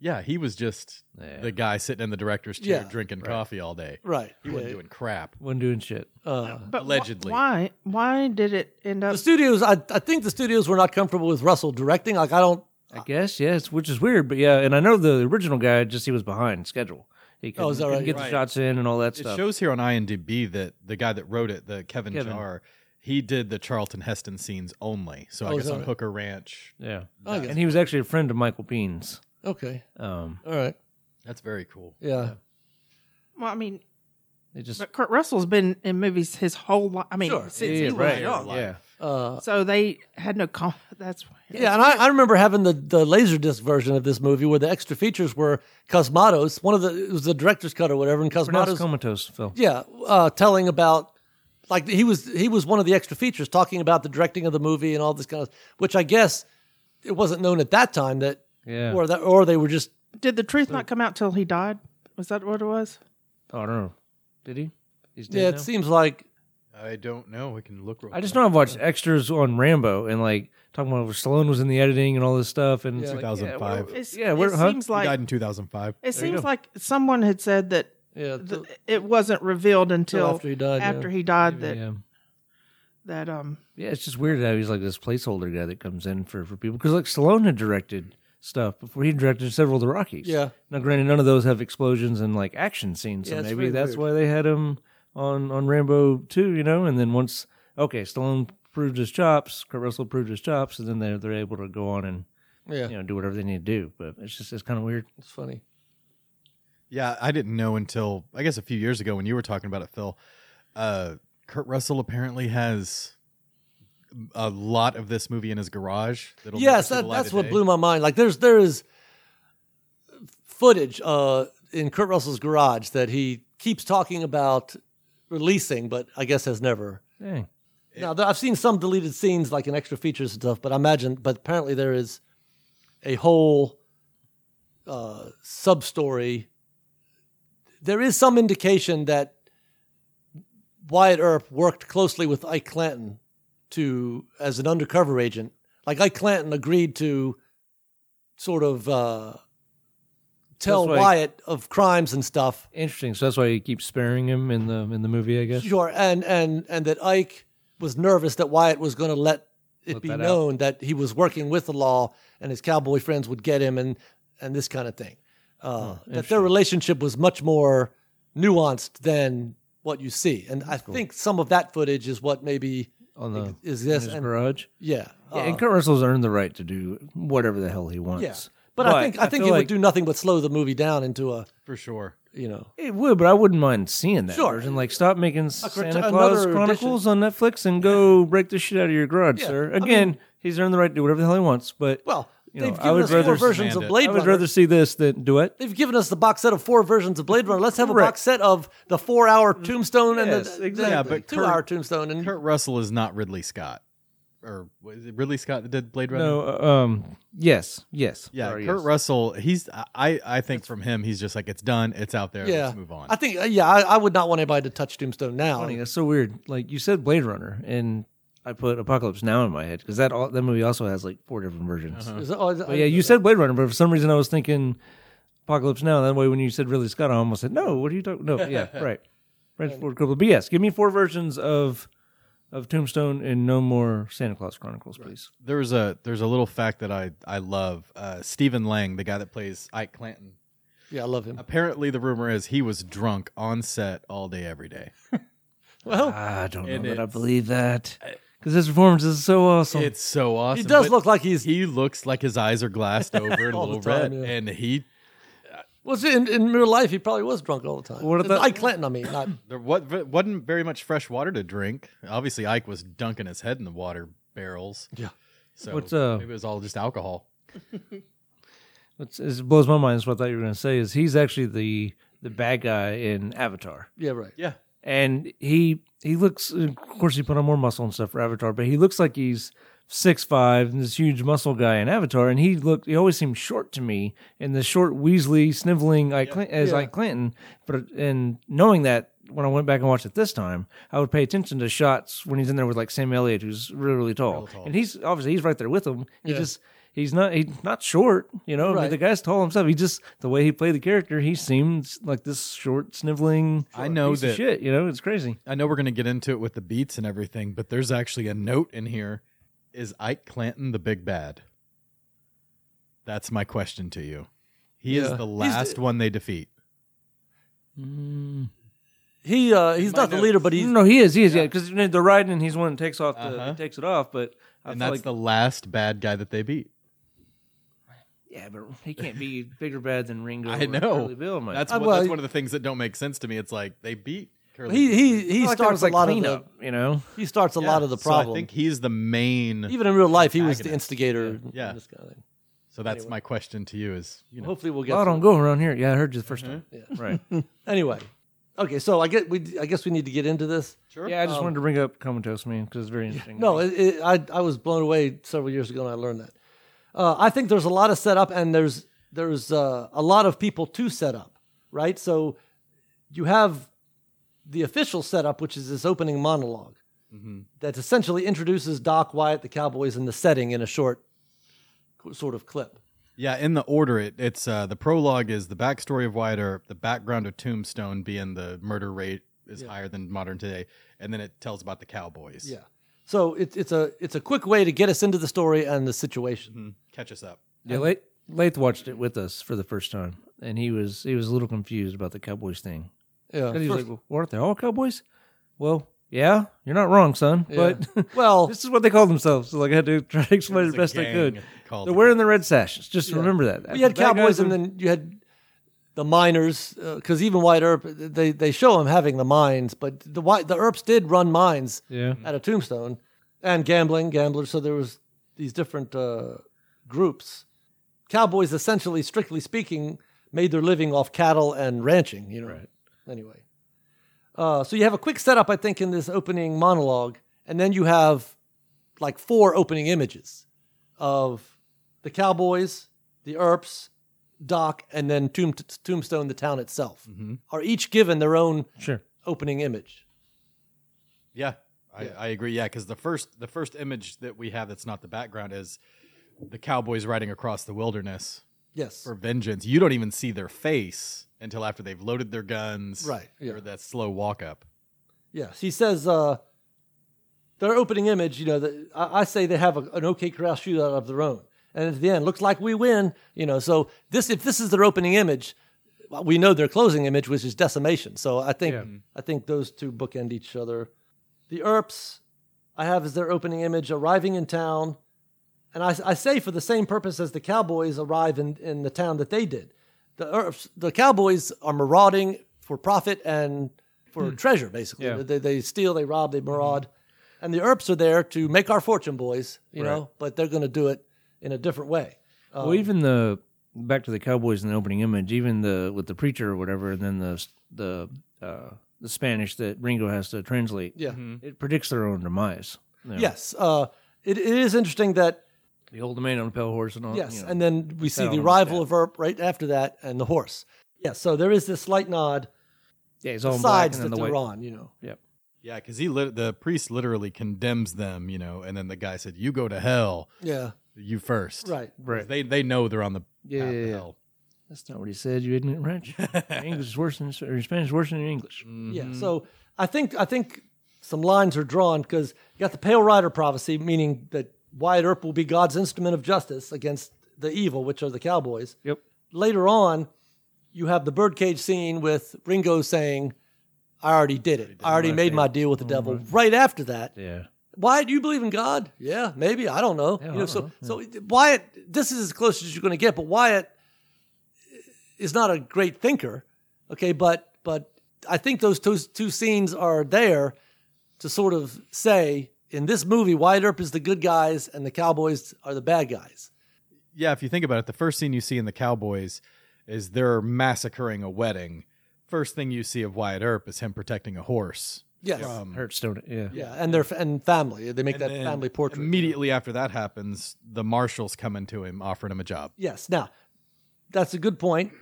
Speaker 4: Yeah, he was just
Speaker 5: Yeah.
Speaker 4: the guy sitting in the director's chair
Speaker 1: Yeah.
Speaker 4: drinking coffee all day.
Speaker 1: Right.
Speaker 4: He wasn't
Speaker 1: Yeah.
Speaker 4: doing crap.
Speaker 5: Wasn't doing shit.
Speaker 1: Uh,
Speaker 2: But wh-
Speaker 4: Allegedly.
Speaker 2: why? Why did it end up?
Speaker 1: the studios, I, I think the studios were not comfortable with Russell directing. Like, I don't.
Speaker 5: I guess yes, which is weird, but yeah. And I know the original guy just he was behind schedule. He couldn't,
Speaker 1: Oh, is that
Speaker 5: couldn't
Speaker 1: right?
Speaker 5: get the
Speaker 4: Right.
Speaker 5: shots in and all that
Speaker 4: It
Speaker 5: stuff.
Speaker 4: shows here on IMDb that the guy that wrote it, the Kevin,
Speaker 5: Kevin.
Speaker 4: Jar, he did the Charlton Heston scenes only. So
Speaker 1: Oh,
Speaker 4: I
Speaker 1: is
Speaker 4: guess
Speaker 1: that
Speaker 4: on
Speaker 1: right?
Speaker 4: Hooker Ranch,
Speaker 5: yeah,
Speaker 1: I guess.
Speaker 5: and he was actually a friend of Michael Bean's.
Speaker 1: Okay.
Speaker 5: Um,
Speaker 1: All right.
Speaker 4: that's very cool.
Speaker 1: Yeah.
Speaker 2: Well, I mean,
Speaker 5: they just
Speaker 2: but Kurt Russell's been in movies his whole life. I mean,
Speaker 1: Sure.
Speaker 2: since
Speaker 5: yeah,
Speaker 2: he was
Speaker 5: right,
Speaker 2: young.
Speaker 5: yeah.
Speaker 1: Uh,
Speaker 2: So they had no. Con- that's why.
Speaker 1: yeah, and I, I remember having the the laserdisc version of this movie where the extra features were Cosmatos, one of the it was the director's cut or whatever, and
Speaker 5: Pronounced
Speaker 1: Cosmatos,
Speaker 5: comatose, Phil.
Speaker 1: yeah, uh, telling about like he was he was one of the extra features talking about the directing of the movie and all this kind of which I guess it wasn't known at that time that
Speaker 5: Yeah.
Speaker 1: or that or they were just
Speaker 2: Did the truth not come out till he died? Was that what it was?
Speaker 5: Oh, I don't know. Did he? He's dead
Speaker 1: yeah.
Speaker 5: now?
Speaker 1: It seems like
Speaker 4: I don't know. I can look. Real
Speaker 5: I just
Speaker 4: quick.
Speaker 5: know I've watched extras on Rambo and like talking about where Stallone was in the editing and all this stuff. And it's
Speaker 1: Yeah.
Speaker 5: like,
Speaker 4: 2005.
Speaker 5: yeah,
Speaker 2: It's,
Speaker 5: Yeah,
Speaker 2: it
Speaker 5: we're- huh?
Speaker 2: seems
Speaker 4: He died
Speaker 2: like
Speaker 4: in 2005.
Speaker 2: it
Speaker 5: There you
Speaker 2: seems
Speaker 5: go.
Speaker 2: like someone had said that
Speaker 1: yeah
Speaker 2: th- it wasn't revealed until
Speaker 1: after he died, yeah.
Speaker 2: after he died
Speaker 5: we're-
Speaker 2: that
Speaker 5: yeah.
Speaker 2: that um
Speaker 5: Yeah, it's just weird how he's like this placeholder guy that comes in for, for people because like Stallone had directed stuff before. He directed several of the Rockies.
Speaker 1: Yeah.
Speaker 5: Now, granted, none of those have explosions and like action scenes, so
Speaker 1: Yeah, it's very
Speaker 5: maybe that's
Speaker 1: weird.
Speaker 5: why they had him on on Rambo too. You know, and then once okay, Stallone proved his chops, Kurt Russell proved his chops, and then they're they're able to go on and
Speaker 1: yeah
Speaker 5: you know do whatever they need to do. But it's just it's kind of weird.
Speaker 1: it's funny
Speaker 4: Yeah, I didn't know until I guess a few years ago when you were talking about it, Phil. Uh, Kurt Russell apparently has a lot of this movie in his garage. That'll never
Speaker 1: yes
Speaker 4: see the
Speaker 1: that,
Speaker 4: light
Speaker 1: that's
Speaker 4: of
Speaker 1: what
Speaker 4: day.
Speaker 1: blew my mind like there's there is footage uh in kurt russell's garage that he keeps talking about releasing but i guess has never
Speaker 5: Dang.
Speaker 1: now th- i've seen some deleted scenes like in extra features and stuff but i imagine but apparently there is a whole uh sub story there is some indication that Wyatt Earp worked closely with Ike Clanton to as an undercover agent. Like Ike Clanton agreed to sort of uh, tell
Speaker 5: That's why-
Speaker 1: Wyatt of crimes and stuff.
Speaker 5: Interesting. So that's why he keeps sparing him in the in the movie, I guess.
Speaker 1: Sure, and and and that Ike was nervous that Wyatt was going to let it
Speaker 5: Let
Speaker 1: be
Speaker 5: that out.
Speaker 1: known that he was working with the law, and his cowboy friends would get him, and and this kind of thing. Uh, that their
Speaker 5: Oh, interesting.
Speaker 1: relationship was much more nuanced than what you see, and I think some of that footage is what maybe
Speaker 5: On the
Speaker 1: ex- is
Speaker 5: in
Speaker 1: this
Speaker 5: his
Speaker 1: and-
Speaker 5: garage.
Speaker 1: yeah,
Speaker 5: Yeah,
Speaker 1: uh,
Speaker 5: and Kurt Russell's earned the right to do whatever the hell he wants.
Speaker 1: yeah. But, I think I think it
Speaker 5: feel like
Speaker 1: would do nothing but slow the movie down into a
Speaker 4: for sure.
Speaker 1: you know
Speaker 5: It would, but I wouldn't mind seeing that
Speaker 1: Sure.
Speaker 5: version. Like, stop making
Speaker 1: crit-
Speaker 5: Santa Claus
Speaker 1: another
Speaker 5: Chronicles on Netflix and go break the shit out of your garage,
Speaker 1: Yeah,
Speaker 5: sir.
Speaker 1: I mean-
Speaker 5: Again, he's earned the right to do whatever the hell he wants. But
Speaker 1: well
Speaker 5: You
Speaker 1: they've
Speaker 5: know, I
Speaker 1: given
Speaker 5: would
Speaker 1: us four
Speaker 5: rather
Speaker 1: versions
Speaker 4: demand
Speaker 1: of
Speaker 4: it.
Speaker 1: Blade
Speaker 5: I would
Speaker 1: Runner.
Speaker 5: rather see this than do it.
Speaker 1: They've given us the box set of four versions of Blade Runner. Let's have a
Speaker 5: Right.
Speaker 1: box set of the four-hour Tombstone
Speaker 5: Yes,
Speaker 1: and the,
Speaker 5: exactly.
Speaker 4: Yeah, but Kurt-
Speaker 1: two-hour Tombstone and
Speaker 4: Kurt Russell is not Ridley Scott, or was it Ridley Scott that did Blade Runner?
Speaker 5: No, uh, um, yes, yes.
Speaker 4: Yeah,
Speaker 5: Sorry,
Speaker 4: Kurt
Speaker 5: yes.
Speaker 4: Russell. He's I I think from him, he's just like it's done, it's out there.
Speaker 1: yeah.
Speaker 4: Let's move on.
Speaker 1: I think uh, yeah, I, I would not want anybody to touch Tombstone now.
Speaker 5: Funny, that's so weird. Like you said, Blade Runner, and I put Apocalypse Now in my head because that all, that movie also has like four different versions.
Speaker 1: Is that- oh, is that-
Speaker 5: But yeah, you said Blade Runner, but for some reason I was thinking Apocalypse Now. That way, when you said Ridley Scott, I almost said, "No, what are you talking? No, yeah, right." Francis Ford Coppola. But yes, give me four versions of of Tombstone and no more Santa Claus Chronicles, please.
Speaker 4: there was a there's a little fact that I I love. Uh, Stephen Lang, the guy that plays Ike Clanton.
Speaker 1: yeah, I love him.
Speaker 4: Apparently, the rumor is he was drunk on set all day every day.
Speaker 1: Well,
Speaker 5: I don't know
Speaker 4: And
Speaker 5: that I
Speaker 4: it's-
Speaker 5: believe that because his performance is so awesome.
Speaker 4: It's so awesome.
Speaker 1: he does
Speaker 4: but
Speaker 1: look like he's
Speaker 4: He looks like his eyes are glassed over and a
Speaker 1: All the
Speaker 4: little
Speaker 1: time,
Speaker 4: red,
Speaker 1: yeah.
Speaker 4: and he
Speaker 1: well, see, in, in real life. He probably was drunk all the time.
Speaker 5: What about-
Speaker 1: Ike Clanton? I mean, not,
Speaker 4: there wa- wasn't very much fresh water to drink. Obviously, Ike was dunking his head in the water barrels.
Speaker 1: Yeah.
Speaker 4: So
Speaker 5: What's, uh,
Speaker 4: maybe it was all just alcohol.
Speaker 5: It's- it blows my mind. That's what I thought you were going to say. Is he's actually the the bad guy in Avatar,
Speaker 1: yeah, right.
Speaker 4: Yeah.
Speaker 5: and he he looks. Of course, he put on more muscle and stuff for Avatar, but he looks like he's six five and this huge muscle guy in Avatar, and he looked. He always seemed short to me, and the short, Weasley, sniveling Ike Clin- as
Speaker 1: Yeah.
Speaker 5: Ike Clinton. But and knowing that. When I went back and watched it this time, I would pay attention to shots when he's in there with like Sam Elliott, who's really, really tall. and he's obviously he's right there with him. He
Speaker 1: Yeah.
Speaker 5: just he's not he's not short. You know, I mean,
Speaker 1: Right.
Speaker 5: the guy's tall himself. He just the way he played the character, he seemed like this short, sniveling.
Speaker 4: I know
Speaker 5: piece of
Speaker 4: that-
Speaker 5: shit. You know, it's crazy.
Speaker 4: I know we're going to get into it with the beats and everything, but there's actually a note in here. Is Ike Clanton the big bad? That's my question to you.
Speaker 1: Yeah.
Speaker 4: He is
Speaker 1: He's the-
Speaker 4: the last one they defeat.
Speaker 1: He uh, he's not the leader, but he's
Speaker 5: no, he is. He is. Yeah, because they're riding, and he's one that takes off. The,
Speaker 4: Uh-huh.
Speaker 5: Takes it off, but I
Speaker 4: and
Speaker 5: feel
Speaker 4: that's
Speaker 5: like
Speaker 4: the last bad guy that they beat.
Speaker 5: yeah, but he can't be bigger bad than Ringo.
Speaker 4: I
Speaker 5: or
Speaker 4: know.
Speaker 5: Curly Bill, man.
Speaker 4: That's,
Speaker 1: Uh,
Speaker 4: what,
Speaker 1: well,
Speaker 4: that's one of the things that don't make sense to me. It's like they beat Curly.
Speaker 1: he
Speaker 4: Bill.
Speaker 1: he he
Speaker 5: I feel like that
Speaker 1: starts
Speaker 5: was, like,
Speaker 1: a lot of the,
Speaker 5: cleanup, you know.
Speaker 1: he starts a
Speaker 4: Yeah,
Speaker 1: lot of the
Speaker 4: so
Speaker 1: problem.
Speaker 4: I think he's the main.
Speaker 1: Even in real life, he was the
Speaker 4: Antagonist.
Speaker 1: instigator.
Speaker 4: Yeah.
Speaker 1: This kind of thing.
Speaker 4: so that's my question to you is, you know,
Speaker 1: Hopefully, we'll get.
Speaker 5: Oh, I
Speaker 1: to
Speaker 5: don't go around here. Yeah, I heard you the 1st time.
Speaker 1: Yeah.
Speaker 5: Right.
Speaker 1: it. Anyway, okay. So I get we I guess we need to get into this.
Speaker 4: sure.
Speaker 5: Yeah, I just wanted to bring up Comatose Man because it's very interesting.
Speaker 1: Um, No, it, it, I I was blown away several years ago when I learned that. Uh, I think there's a lot of setup and there's there's uh, a lot of people to set up, right? So you have the official setup, which is this opening monolog
Speaker 4: Mm-hmm.
Speaker 1: that essentially introduces Doc Wyatt, the Cowboys, and the setting in a short sort of clip.
Speaker 4: Yeah, in the order, it, it's uh, the prologue is the backstory of Wyatt Earp, the background of Tombstone being the murder rate is higher than modern today, and then it tells about the Cowboys.
Speaker 1: Yeah. So it's it's a it's a quick way to get us into the story and the situation.
Speaker 4: Mhm. catch us up.
Speaker 5: Yeah, Lath, Lath watched it with us for the first time, and he was he was a little confused about the Cowboys thing.
Speaker 1: Yeah.
Speaker 5: 'Cause he was
Speaker 1: First-
Speaker 5: like, well, "Weren't they all Cowboys?" Well, yeah, you're not wrong, son. But
Speaker 1: well,
Speaker 5: this is what they call themselves. So like, I had to try to explain it
Speaker 4: There's
Speaker 5: the
Speaker 4: a
Speaker 5: best I
Speaker 4: gang
Speaker 5: could.
Speaker 4: called
Speaker 5: They're
Speaker 4: the
Speaker 5: wearing the red sashes. Just remember that.
Speaker 1: we had
Speaker 5: Bad guys
Speaker 1: cowboys, and
Speaker 5: are-
Speaker 1: then you had the miners because even White Earp, they they show him having the mines, but the White the Earps did run mines
Speaker 5: yeah.
Speaker 1: at a tombstone and gambling gamblers. So there was these different uh, groups. Cowboys, essentially, strictly speaking, made their living off cattle and ranching.
Speaker 4: Mm.
Speaker 1: You know,
Speaker 5: Right.
Speaker 1: anyway. Uh, so you have a quick setup, I think, in this opening monologue, and then you have like four opening images of the Cowboys, the Earps, Doc, and then Tomb- Tombstone, the town
Speaker 4: Hmm.
Speaker 1: itself,
Speaker 4: Mm-hmm.
Speaker 1: are each given their own
Speaker 5: Sure.
Speaker 1: opening image.
Speaker 4: Yeah, I, I agree. Yeah, because the first the first image that we have that's not the background is the Cowboys riding across the wilderness
Speaker 1: Yes,
Speaker 4: for vengeance. You don't even see their face until after they've loaded their guns,
Speaker 1: Right, yeah.
Speaker 4: Or that slow walk up.
Speaker 1: Yes, he says uh, their opening image. You know, the, I, I say they have a, an OK Corral shootout of their own, and at the end, looks like we win. You know, so this if this is their opening image, well, we know their closing image, which is decimation. So I think
Speaker 5: Yeah.
Speaker 1: I think those two bookend each other. The Earps I have as their opening image arriving in town, and I, I say for the same purpose as the Cowboys arrive in, in the town that they did. The Earps, the Cowboys are marauding for profit and for treasure, basically.
Speaker 5: Hmm. Yeah.
Speaker 1: They, they steal, they rob, they maraud, and the Earps are there to make our fortune, boys. You know, but they're going to do it in a different way.
Speaker 4: Oh.
Speaker 1: Um,
Speaker 5: well, even the back to the Cowboys in the opening image, even the with the preacher or whatever, and then the the uh, the Spanish that Ringo has to translate.
Speaker 1: Yeah.
Speaker 4: Mm-hmm.
Speaker 5: it predicts their own demise. You know,
Speaker 1: Yes, uh, it, it is interesting that
Speaker 5: the old man on a pale horse and all.
Speaker 1: Yes,
Speaker 5: you know.
Speaker 1: and then we see
Speaker 5: that
Speaker 1: the
Speaker 5: almost
Speaker 1: arrival of Erp right after that, and the horse. Yes, so there is this slight nod
Speaker 5: yeah, he's all in black
Speaker 1: sides
Speaker 5: and then
Speaker 1: that
Speaker 5: the
Speaker 1: they're
Speaker 5: white.
Speaker 1: on. You know,
Speaker 5: Yep.
Speaker 4: Yeah, because he lit the priest literally condemns them, you know, and then the guy said, "You go to hell,
Speaker 1: yeah,
Speaker 4: you first.
Speaker 1: right.
Speaker 5: Right.
Speaker 4: They they know they're on the
Speaker 5: Yeah,
Speaker 4: path
Speaker 5: yeah,
Speaker 4: to
Speaker 5: yeah.
Speaker 4: hell.
Speaker 5: That's not what he said. You ignorant wretch. Your English is worse than or your Spanish is worse than your English.
Speaker 4: Mm.
Speaker 1: Yeah. So I think I think some lines are drawn because you got the Pale Rider prophecy, meaning that Wyatt Earp will be God's instrument of justice against the evil, which are the Cowboys.
Speaker 5: Yep.
Speaker 1: Later on, you have the birdcage scene with Ringo saying, "I already did it. I already made my Mm-hmm. deal with the devil." Right after that,
Speaker 5: Yeah.
Speaker 1: Wyatt, you believe in God? Yeah, maybe. I don't know.
Speaker 5: Yeah,
Speaker 1: you
Speaker 5: I
Speaker 1: know, so
Speaker 5: don't know.
Speaker 1: so Wyatt, this is as close as you're going to get. But Wyatt is not a great thinker. Okay, but but I think those two, two scenes are there to sort of say in this movie, Wyatt Earp is the good guys and the Cowboys are the bad guys.
Speaker 4: yeah, if you think about it, the first scene you see in the Cowboys is they're massacring a wedding. First thing you see of Wyatt Earp is him protecting a horse. Um,
Speaker 1: Yes.
Speaker 5: Hurt stone. Yeah.
Speaker 1: yeah, and their and family. They make
Speaker 4: And
Speaker 1: that
Speaker 4: then
Speaker 1: family portrait.
Speaker 4: Immediately after that happens, the marshal's coming to him offering him a job.
Speaker 1: Yes. Now, that's a good point.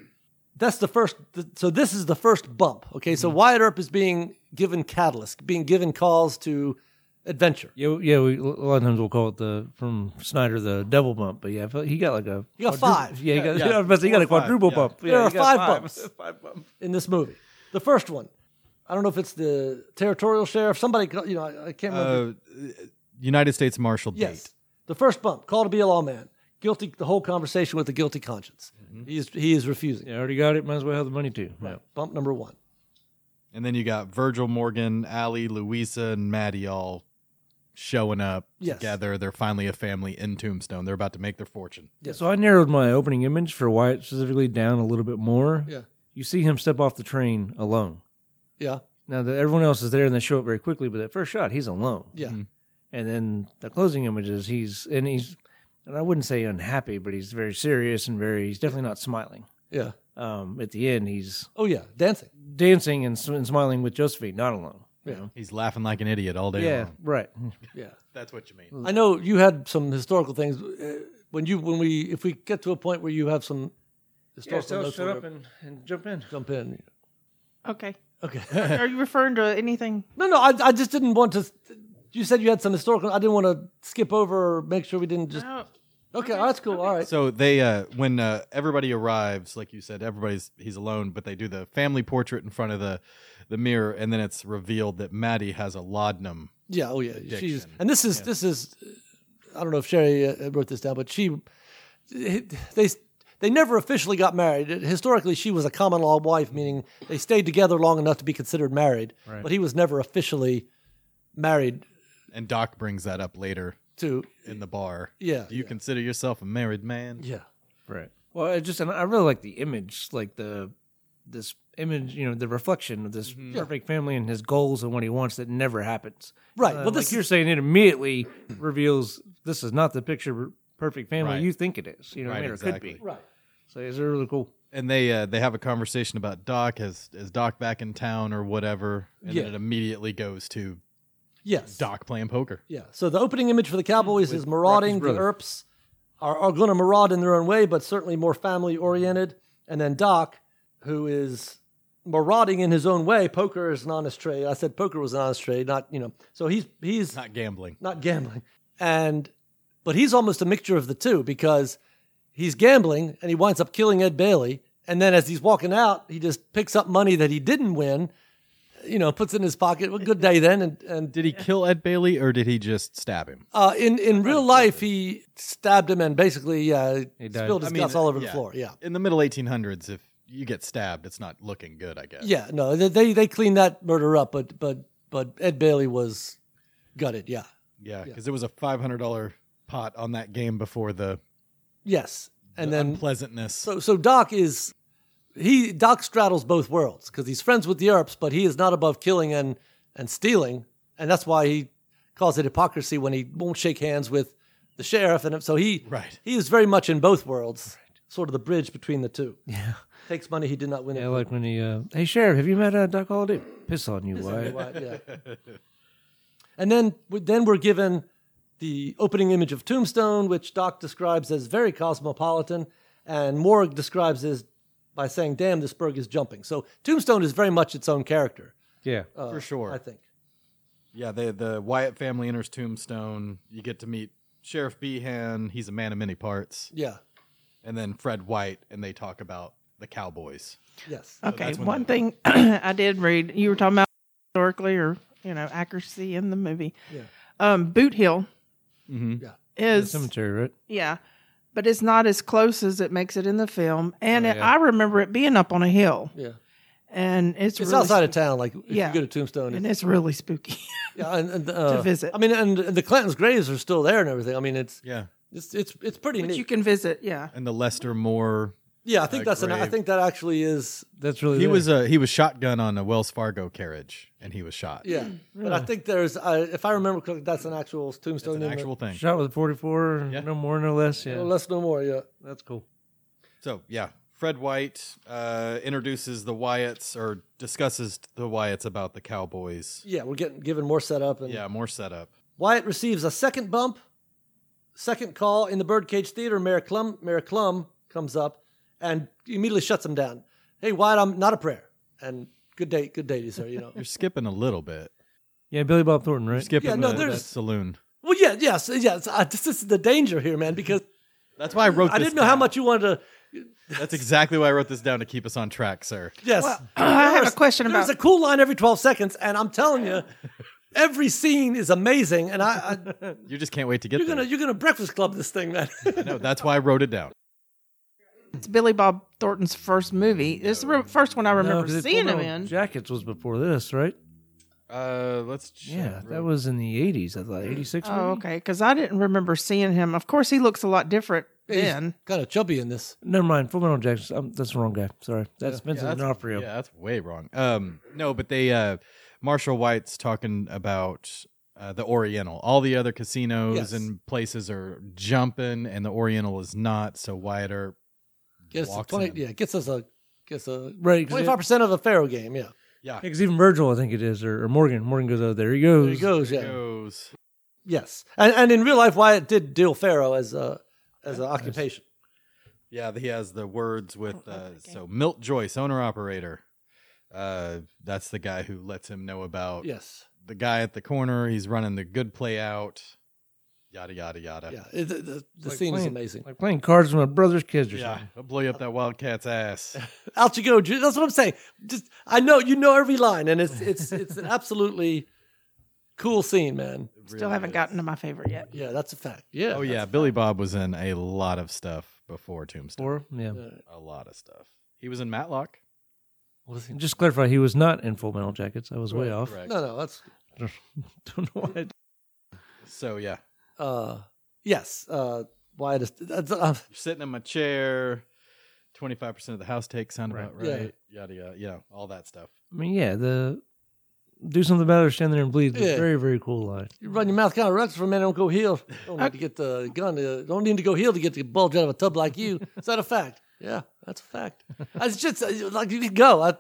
Speaker 1: That's the first. th- so this
Speaker 5: Mm-hmm.
Speaker 1: is the first bump. Okay. So Wyatt Earp is being given catalyst, being given calls to adventure.
Speaker 5: Yeah, yeah. We, a lot of times we'll call it the from Snyder the devil bump, but yeah, he got like a
Speaker 1: You got
Speaker 5: quadru-
Speaker 1: five.
Speaker 5: Yeah, he got,
Speaker 4: Yeah, yeah.
Speaker 5: I was about to say, he got
Speaker 4: Four
Speaker 5: a
Speaker 4: or five,
Speaker 5: quadruple
Speaker 4: yeah.
Speaker 5: bump. Yeah,
Speaker 1: There
Speaker 5: he
Speaker 1: are
Speaker 5: got
Speaker 1: five bumps.
Speaker 5: five bumps.
Speaker 1: in this movie. The first one. I don't know if it's the territorial sheriff. Somebody, ca- you know, I, I can't remember.
Speaker 4: Uh, United States Marshal
Speaker 1: yes,
Speaker 4: date.
Speaker 1: the first bump. Call to be a lawman. Guilty. The whole conversation with the guilty conscience. He is he is refusing.
Speaker 5: Yeah, already got it. Might as well have the money too. Mm-hmm. Yeah.
Speaker 1: Bump number one.
Speaker 4: And then you got Virgil Morgan, Allie, Louisa, and Maddie all showing up
Speaker 1: Yes.
Speaker 4: together. They're finally a family in Tombstone. They're about to make their fortune.
Speaker 1: Yes.
Speaker 5: So I narrowed my opening image for Wyatt specifically down a little bit more.
Speaker 1: Yeah.
Speaker 5: You see him step off the train alone.
Speaker 1: Yeah,
Speaker 5: Now that everyone else is there and they show up very quickly, but that first shot, he's alone.
Speaker 1: yeah.
Speaker 5: And then the closing images, he's and he's and I wouldn't say unhappy, but he's very serious and very he's definitely not smiling.
Speaker 1: Yeah.
Speaker 5: Um, at the end, he's
Speaker 1: Oh yeah, dancing.
Speaker 5: dancing and, s- and smiling with Josephine, not alone. you
Speaker 1: Yeah.
Speaker 5: know?
Speaker 4: He's laughing like an idiot all day
Speaker 5: yeah,
Speaker 4: long.
Speaker 5: right.
Speaker 1: Yeah.
Speaker 4: That's what you mean.
Speaker 1: I know you had some historical things uh, when you when we if we get to a point where you have some historical notes, we're gonna
Speaker 5: and, and jump in.
Speaker 1: jump in.
Speaker 2: Okay.
Speaker 1: Okay.
Speaker 2: Are you referring to anything?
Speaker 1: no, no, I I just didn't want to. You said you had some historical. I didn't want to skip over or make sure we didn't just.
Speaker 2: No.
Speaker 1: Okay, oh, that's cool. All right.
Speaker 4: So they, uh, when uh, everybody arrives, like you said, everybody's he's alone, but they do the family portrait in front of the the mirror, and then it's revealed that Maddie has a laudanum.
Speaker 1: Yeah. Oh, yeah. She's
Speaker 4: Addiction.
Speaker 1: and this is this is. I don't know if Sherry uh, wrote this down, but she they they never officially got married. Historically, she was a common law wife, meaning they stayed together long enough to be considered married. But he was never officially married
Speaker 4: And Doc brings that up later
Speaker 1: to.
Speaker 4: in the bar.
Speaker 1: Yeah,
Speaker 4: Do you
Speaker 1: yeah.
Speaker 4: consider yourself a married man?
Speaker 1: Yeah.
Speaker 5: Right. Well, I just and I really like the image, like the this image, you know, the reflection of this perfect family and his goals and what he wants that never happens.
Speaker 1: Right.
Speaker 5: Uh,
Speaker 1: well, this
Speaker 5: like you're saying, it immediately reveals this is not the picture of perfect family
Speaker 4: Right.
Speaker 5: you think it is. You know, what I
Speaker 4: Right,
Speaker 5: mean, or
Speaker 4: exactly.
Speaker 5: could be.
Speaker 1: right.
Speaker 5: So it's really cool.
Speaker 4: and they uh, they have a conversation about Doc as is Doc back in town or whatever, and
Speaker 1: Yeah.
Speaker 4: then it immediately goes to
Speaker 1: Yes.
Speaker 4: Doc playing poker.
Speaker 1: Yeah. So the opening image for the Cowboys is marauding. The
Speaker 5: brother.
Speaker 1: Erps are, are going to maraud in their own way, but certainly more family oriented. And then Doc, who is marauding in his own way. Poker is an honest trade. I said poker was an honest trade, not you know. So he's he's
Speaker 4: Not gambling.
Speaker 1: not gambling, and but he's almost a mixture of the two because he's gambling and he winds up killing Ed Bailey. And then as he's walking out, he just picks up money that he didn't win, you know, puts it in his pocket. Well, good day then, and and
Speaker 4: Did he kill Ed Bailey or did he just stab him?
Speaker 1: uh, in in real life, he stabbed him and basically uh,
Speaker 5: died.
Speaker 1: spilled his guts all over the
Speaker 4: yeah.
Speaker 1: floor. Yeah,
Speaker 4: In the middle 1800s, if you get stabbed, it's not looking good, I guess.
Speaker 1: yeah. No, they- they they cleaned that murder up, but but but Ed Bailey was gutted. Yeah.
Speaker 4: yeah, because it was a $500 pot on that game before the,
Speaker 1: Yes. And
Speaker 4: the
Speaker 1: then
Speaker 4: unpleasantness.
Speaker 1: so so Doc is he Doc straddles both worlds because he's friends with the Earps, but he is not above killing and and stealing, and that's why he calls it hypocrisy when he won't shake hands with the sheriff. And so he
Speaker 4: Right.
Speaker 1: he is very much in both worlds, sort of the bridge between the two. Yeah. Takes money he did not win.
Speaker 5: Yeah,
Speaker 1: in
Speaker 5: like when he, uh, hey sheriff, have you met uh, Doc Holliday? Piss on you,
Speaker 1: Something
Speaker 5: Wyatt.
Speaker 1: like that, yeah. And then we- then we're given the opening image of Tombstone, which Doc describes as very cosmopolitan, and Morg describes as by saying, "Damn, this berg is jumping." So Tombstone is very much its own character, uh,
Speaker 5: Yeah,
Speaker 4: for sure.
Speaker 1: I think.
Speaker 4: Yeah, the the Wyatt family enters Tombstone. You get to meet Sheriff Behan. He's a man of many parts.
Speaker 1: Yeah.
Speaker 4: And then Fred White, and they talk about the Cowboys.
Speaker 1: Yes.
Speaker 2: Okay.
Speaker 4: that's when
Speaker 2: One thing I did read, you were talking about historically or, you know, accuracy in the movie.
Speaker 1: Yeah.
Speaker 2: Um, Boot Hill
Speaker 4: Mm-hmm.
Speaker 5: the
Speaker 2: is,
Speaker 5: cemetery, right?
Speaker 2: yeah, but it's not as close as it makes it in the film. And
Speaker 5: Oh,
Speaker 2: it,
Speaker 5: yeah.
Speaker 2: I remember it being up on a hill.
Speaker 1: Yeah.
Speaker 2: And it's,
Speaker 1: It's
Speaker 2: really
Speaker 1: outside of town. Like if
Speaker 2: Yeah.
Speaker 1: you go to Tombstone,
Speaker 2: And
Speaker 1: it's,
Speaker 2: it's really spooky.
Speaker 1: yeah, and, and, uh,
Speaker 2: visit.
Speaker 1: I mean, and, and the Clanton's graves are still there and everything. I mean, it's
Speaker 4: Yeah.
Speaker 1: it's it's it's pretty
Speaker 2: but
Speaker 1: neat.
Speaker 2: you can visit. Yeah.
Speaker 4: And the Lester Moore
Speaker 1: yeah, I think
Speaker 4: uh,
Speaker 1: that's an. I
Speaker 4: grave.
Speaker 1: think that actually is.
Speaker 5: That's really
Speaker 4: He
Speaker 5: there.
Speaker 4: was uh, he was shotgun on a Wells Fargo carriage, and he was shot.
Speaker 1: Yeah, but I think there's. Uh, if I remember correctly, that's an actual
Speaker 4: it's
Speaker 1: Tombstone.
Speaker 4: an
Speaker 1: in the-
Speaker 4: actual thing.
Speaker 5: shot with a 44,
Speaker 4: Yeah.
Speaker 5: no more, no less. Yeah,
Speaker 1: No less, no more. Yeah.
Speaker 5: that's cool.
Speaker 4: So yeah, Fred White uh, introduces the Wyatts or discusses the Wyatts about the Cowboys.
Speaker 1: Yeah, we're getting given more setup. And
Speaker 4: Yeah, more setup.
Speaker 1: Wyatt receives a second bump, second call in the Birdcage Theater. Mayor Clum, Mayor Clum comes up and immediately shuts him down. Hey, Wyatt, I'm not a prayer. And good day, good day to you, sir. You know,
Speaker 4: You're skipping a little bit.
Speaker 5: Yeah, Billy Bob Thornton, right?
Speaker 4: Skipping
Speaker 1: Yeah, no,
Speaker 4: the,
Speaker 1: there's-
Speaker 4: that saloon.
Speaker 1: Well, yeah, yes, yes. Uh, this is the danger here, man, because
Speaker 4: That's why I wrote.
Speaker 1: I
Speaker 4: this
Speaker 1: didn't know how
Speaker 4: down.
Speaker 1: much you wanted to.
Speaker 4: That's exactly why I wrote this down to keep us on track, sir.
Speaker 1: Yes,
Speaker 2: I have a question
Speaker 1: there's
Speaker 2: about.
Speaker 1: a cool line every 12 seconds, and I'm telling you, every scene is amazing. And I, I
Speaker 4: You just can't wait to get
Speaker 1: you're
Speaker 4: there.
Speaker 1: gonna you're gonna Breakfast Club this thing, man.
Speaker 4: No, that's why I wrote it down.
Speaker 2: it's Billy Bob Thornton's first movie. It's the re- first one I
Speaker 5: No,
Speaker 2: remember
Speaker 5: 'cause it-
Speaker 2: seeing
Speaker 5: Full
Speaker 2: him
Speaker 5: Metal
Speaker 2: in.
Speaker 5: Jackets was before this, right?
Speaker 4: Uh, let's.
Speaker 5: Yeah, that was in the eighties. I thought eighty six.
Speaker 2: Oh, okay. Because I didn't remember seeing him. Of course, he looks a lot different then.
Speaker 1: kind of chubby in this.
Speaker 5: Never mind. Full Metal Jackets. Um, that's the wrong guy. Sorry, that's Vincent
Speaker 4: that's-
Speaker 5: D'Onofrio.
Speaker 4: Yeah, that's way wrong. Um, no, but they uh, Marshall White's talking about uh, the Oriental. All the other casinos
Speaker 1: Yes.
Speaker 4: and places are jumping, and the Oriental is not. So Wyatt Earp
Speaker 1: Gets
Speaker 4: walks
Speaker 1: twenty,
Speaker 4: in.
Speaker 1: yeah, gets us a gets a
Speaker 5: Right, 'cause
Speaker 1: twenty
Speaker 5: it-
Speaker 1: five percent of a Pharaoh game. Yeah,
Speaker 4: Yeah.
Speaker 5: Because even Virgil, I think it is, or, or Morgan. Morgan goes, "Oh, there he goes."
Speaker 1: there he goes. Yeah,
Speaker 4: goes.
Speaker 1: yes, and and in real life, Wyatt did deal Pharaoh as a as an occupation.
Speaker 4: Yeah, he has the words with
Speaker 2: Oh,
Speaker 4: uh, so Milt Joyce, owner operator. Uh, that's the guy who lets him know about
Speaker 1: Yes,
Speaker 4: the guy at the corner. He's running the good play out. Yada yada yada.
Speaker 1: yeah, It- the, the, the
Speaker 5: Like
Speaker 1: scene is
Speaker 5: playing-
Speaker 1: amazing.
Speaker 5: Like playing cards with my brother's kids or
Speaker 4: Yeah,
Speaker 5: something.
Speaker 4: I'll blow you up that wildcat's ass.
Speaker 1: Out you go, Ju- that's what I'm saying. Just I know you know every line, and it's it's it's an absolutely cool scene, man.
Speaker 2: Still haven't gotten to my favorite yet.
Speaker 1: Yeah, that's a fact. Yeah.
Speaker 4: Oh yeah, Billy Bob was in a lot of stuff before Tombstone.
Speaker 5: Four, yeah.
Speaker 1: Yeah.
Speaker 4: A lot of stuff. He was in Matlock.
Speaker 5: And Just to clarify, he was not in Full Metal Jackets. I was way off.
Speaker 4: Correct.
Speaker 1: Oh, No, no, that's
Speaker 5: Don't know why. I-
Speaker 4: So yeah,
Speaker 1: uh yes, uh why does that's uh,
Speaker 4: you're sitting in my chair. Twenty five percent of the house takes sound about
Speaker 1: Right. Yeah.
Speaker 4: right. Yada yada. Yeah, all that stuff.
Speaker 5: I mean, yeah, the do something about it or stand there and bleed. was
Speaker 1: Yeah.
Speaker 5: Very, very cool line.
Speaker 1: you run your mouth kind of rucks for a minute, don't go heel. Don't need to get the gun to, don't need to go heel to get the bulge out of a tub like you. Is that a fact? Yeah, that's a fact. I was just uh, like you could go. I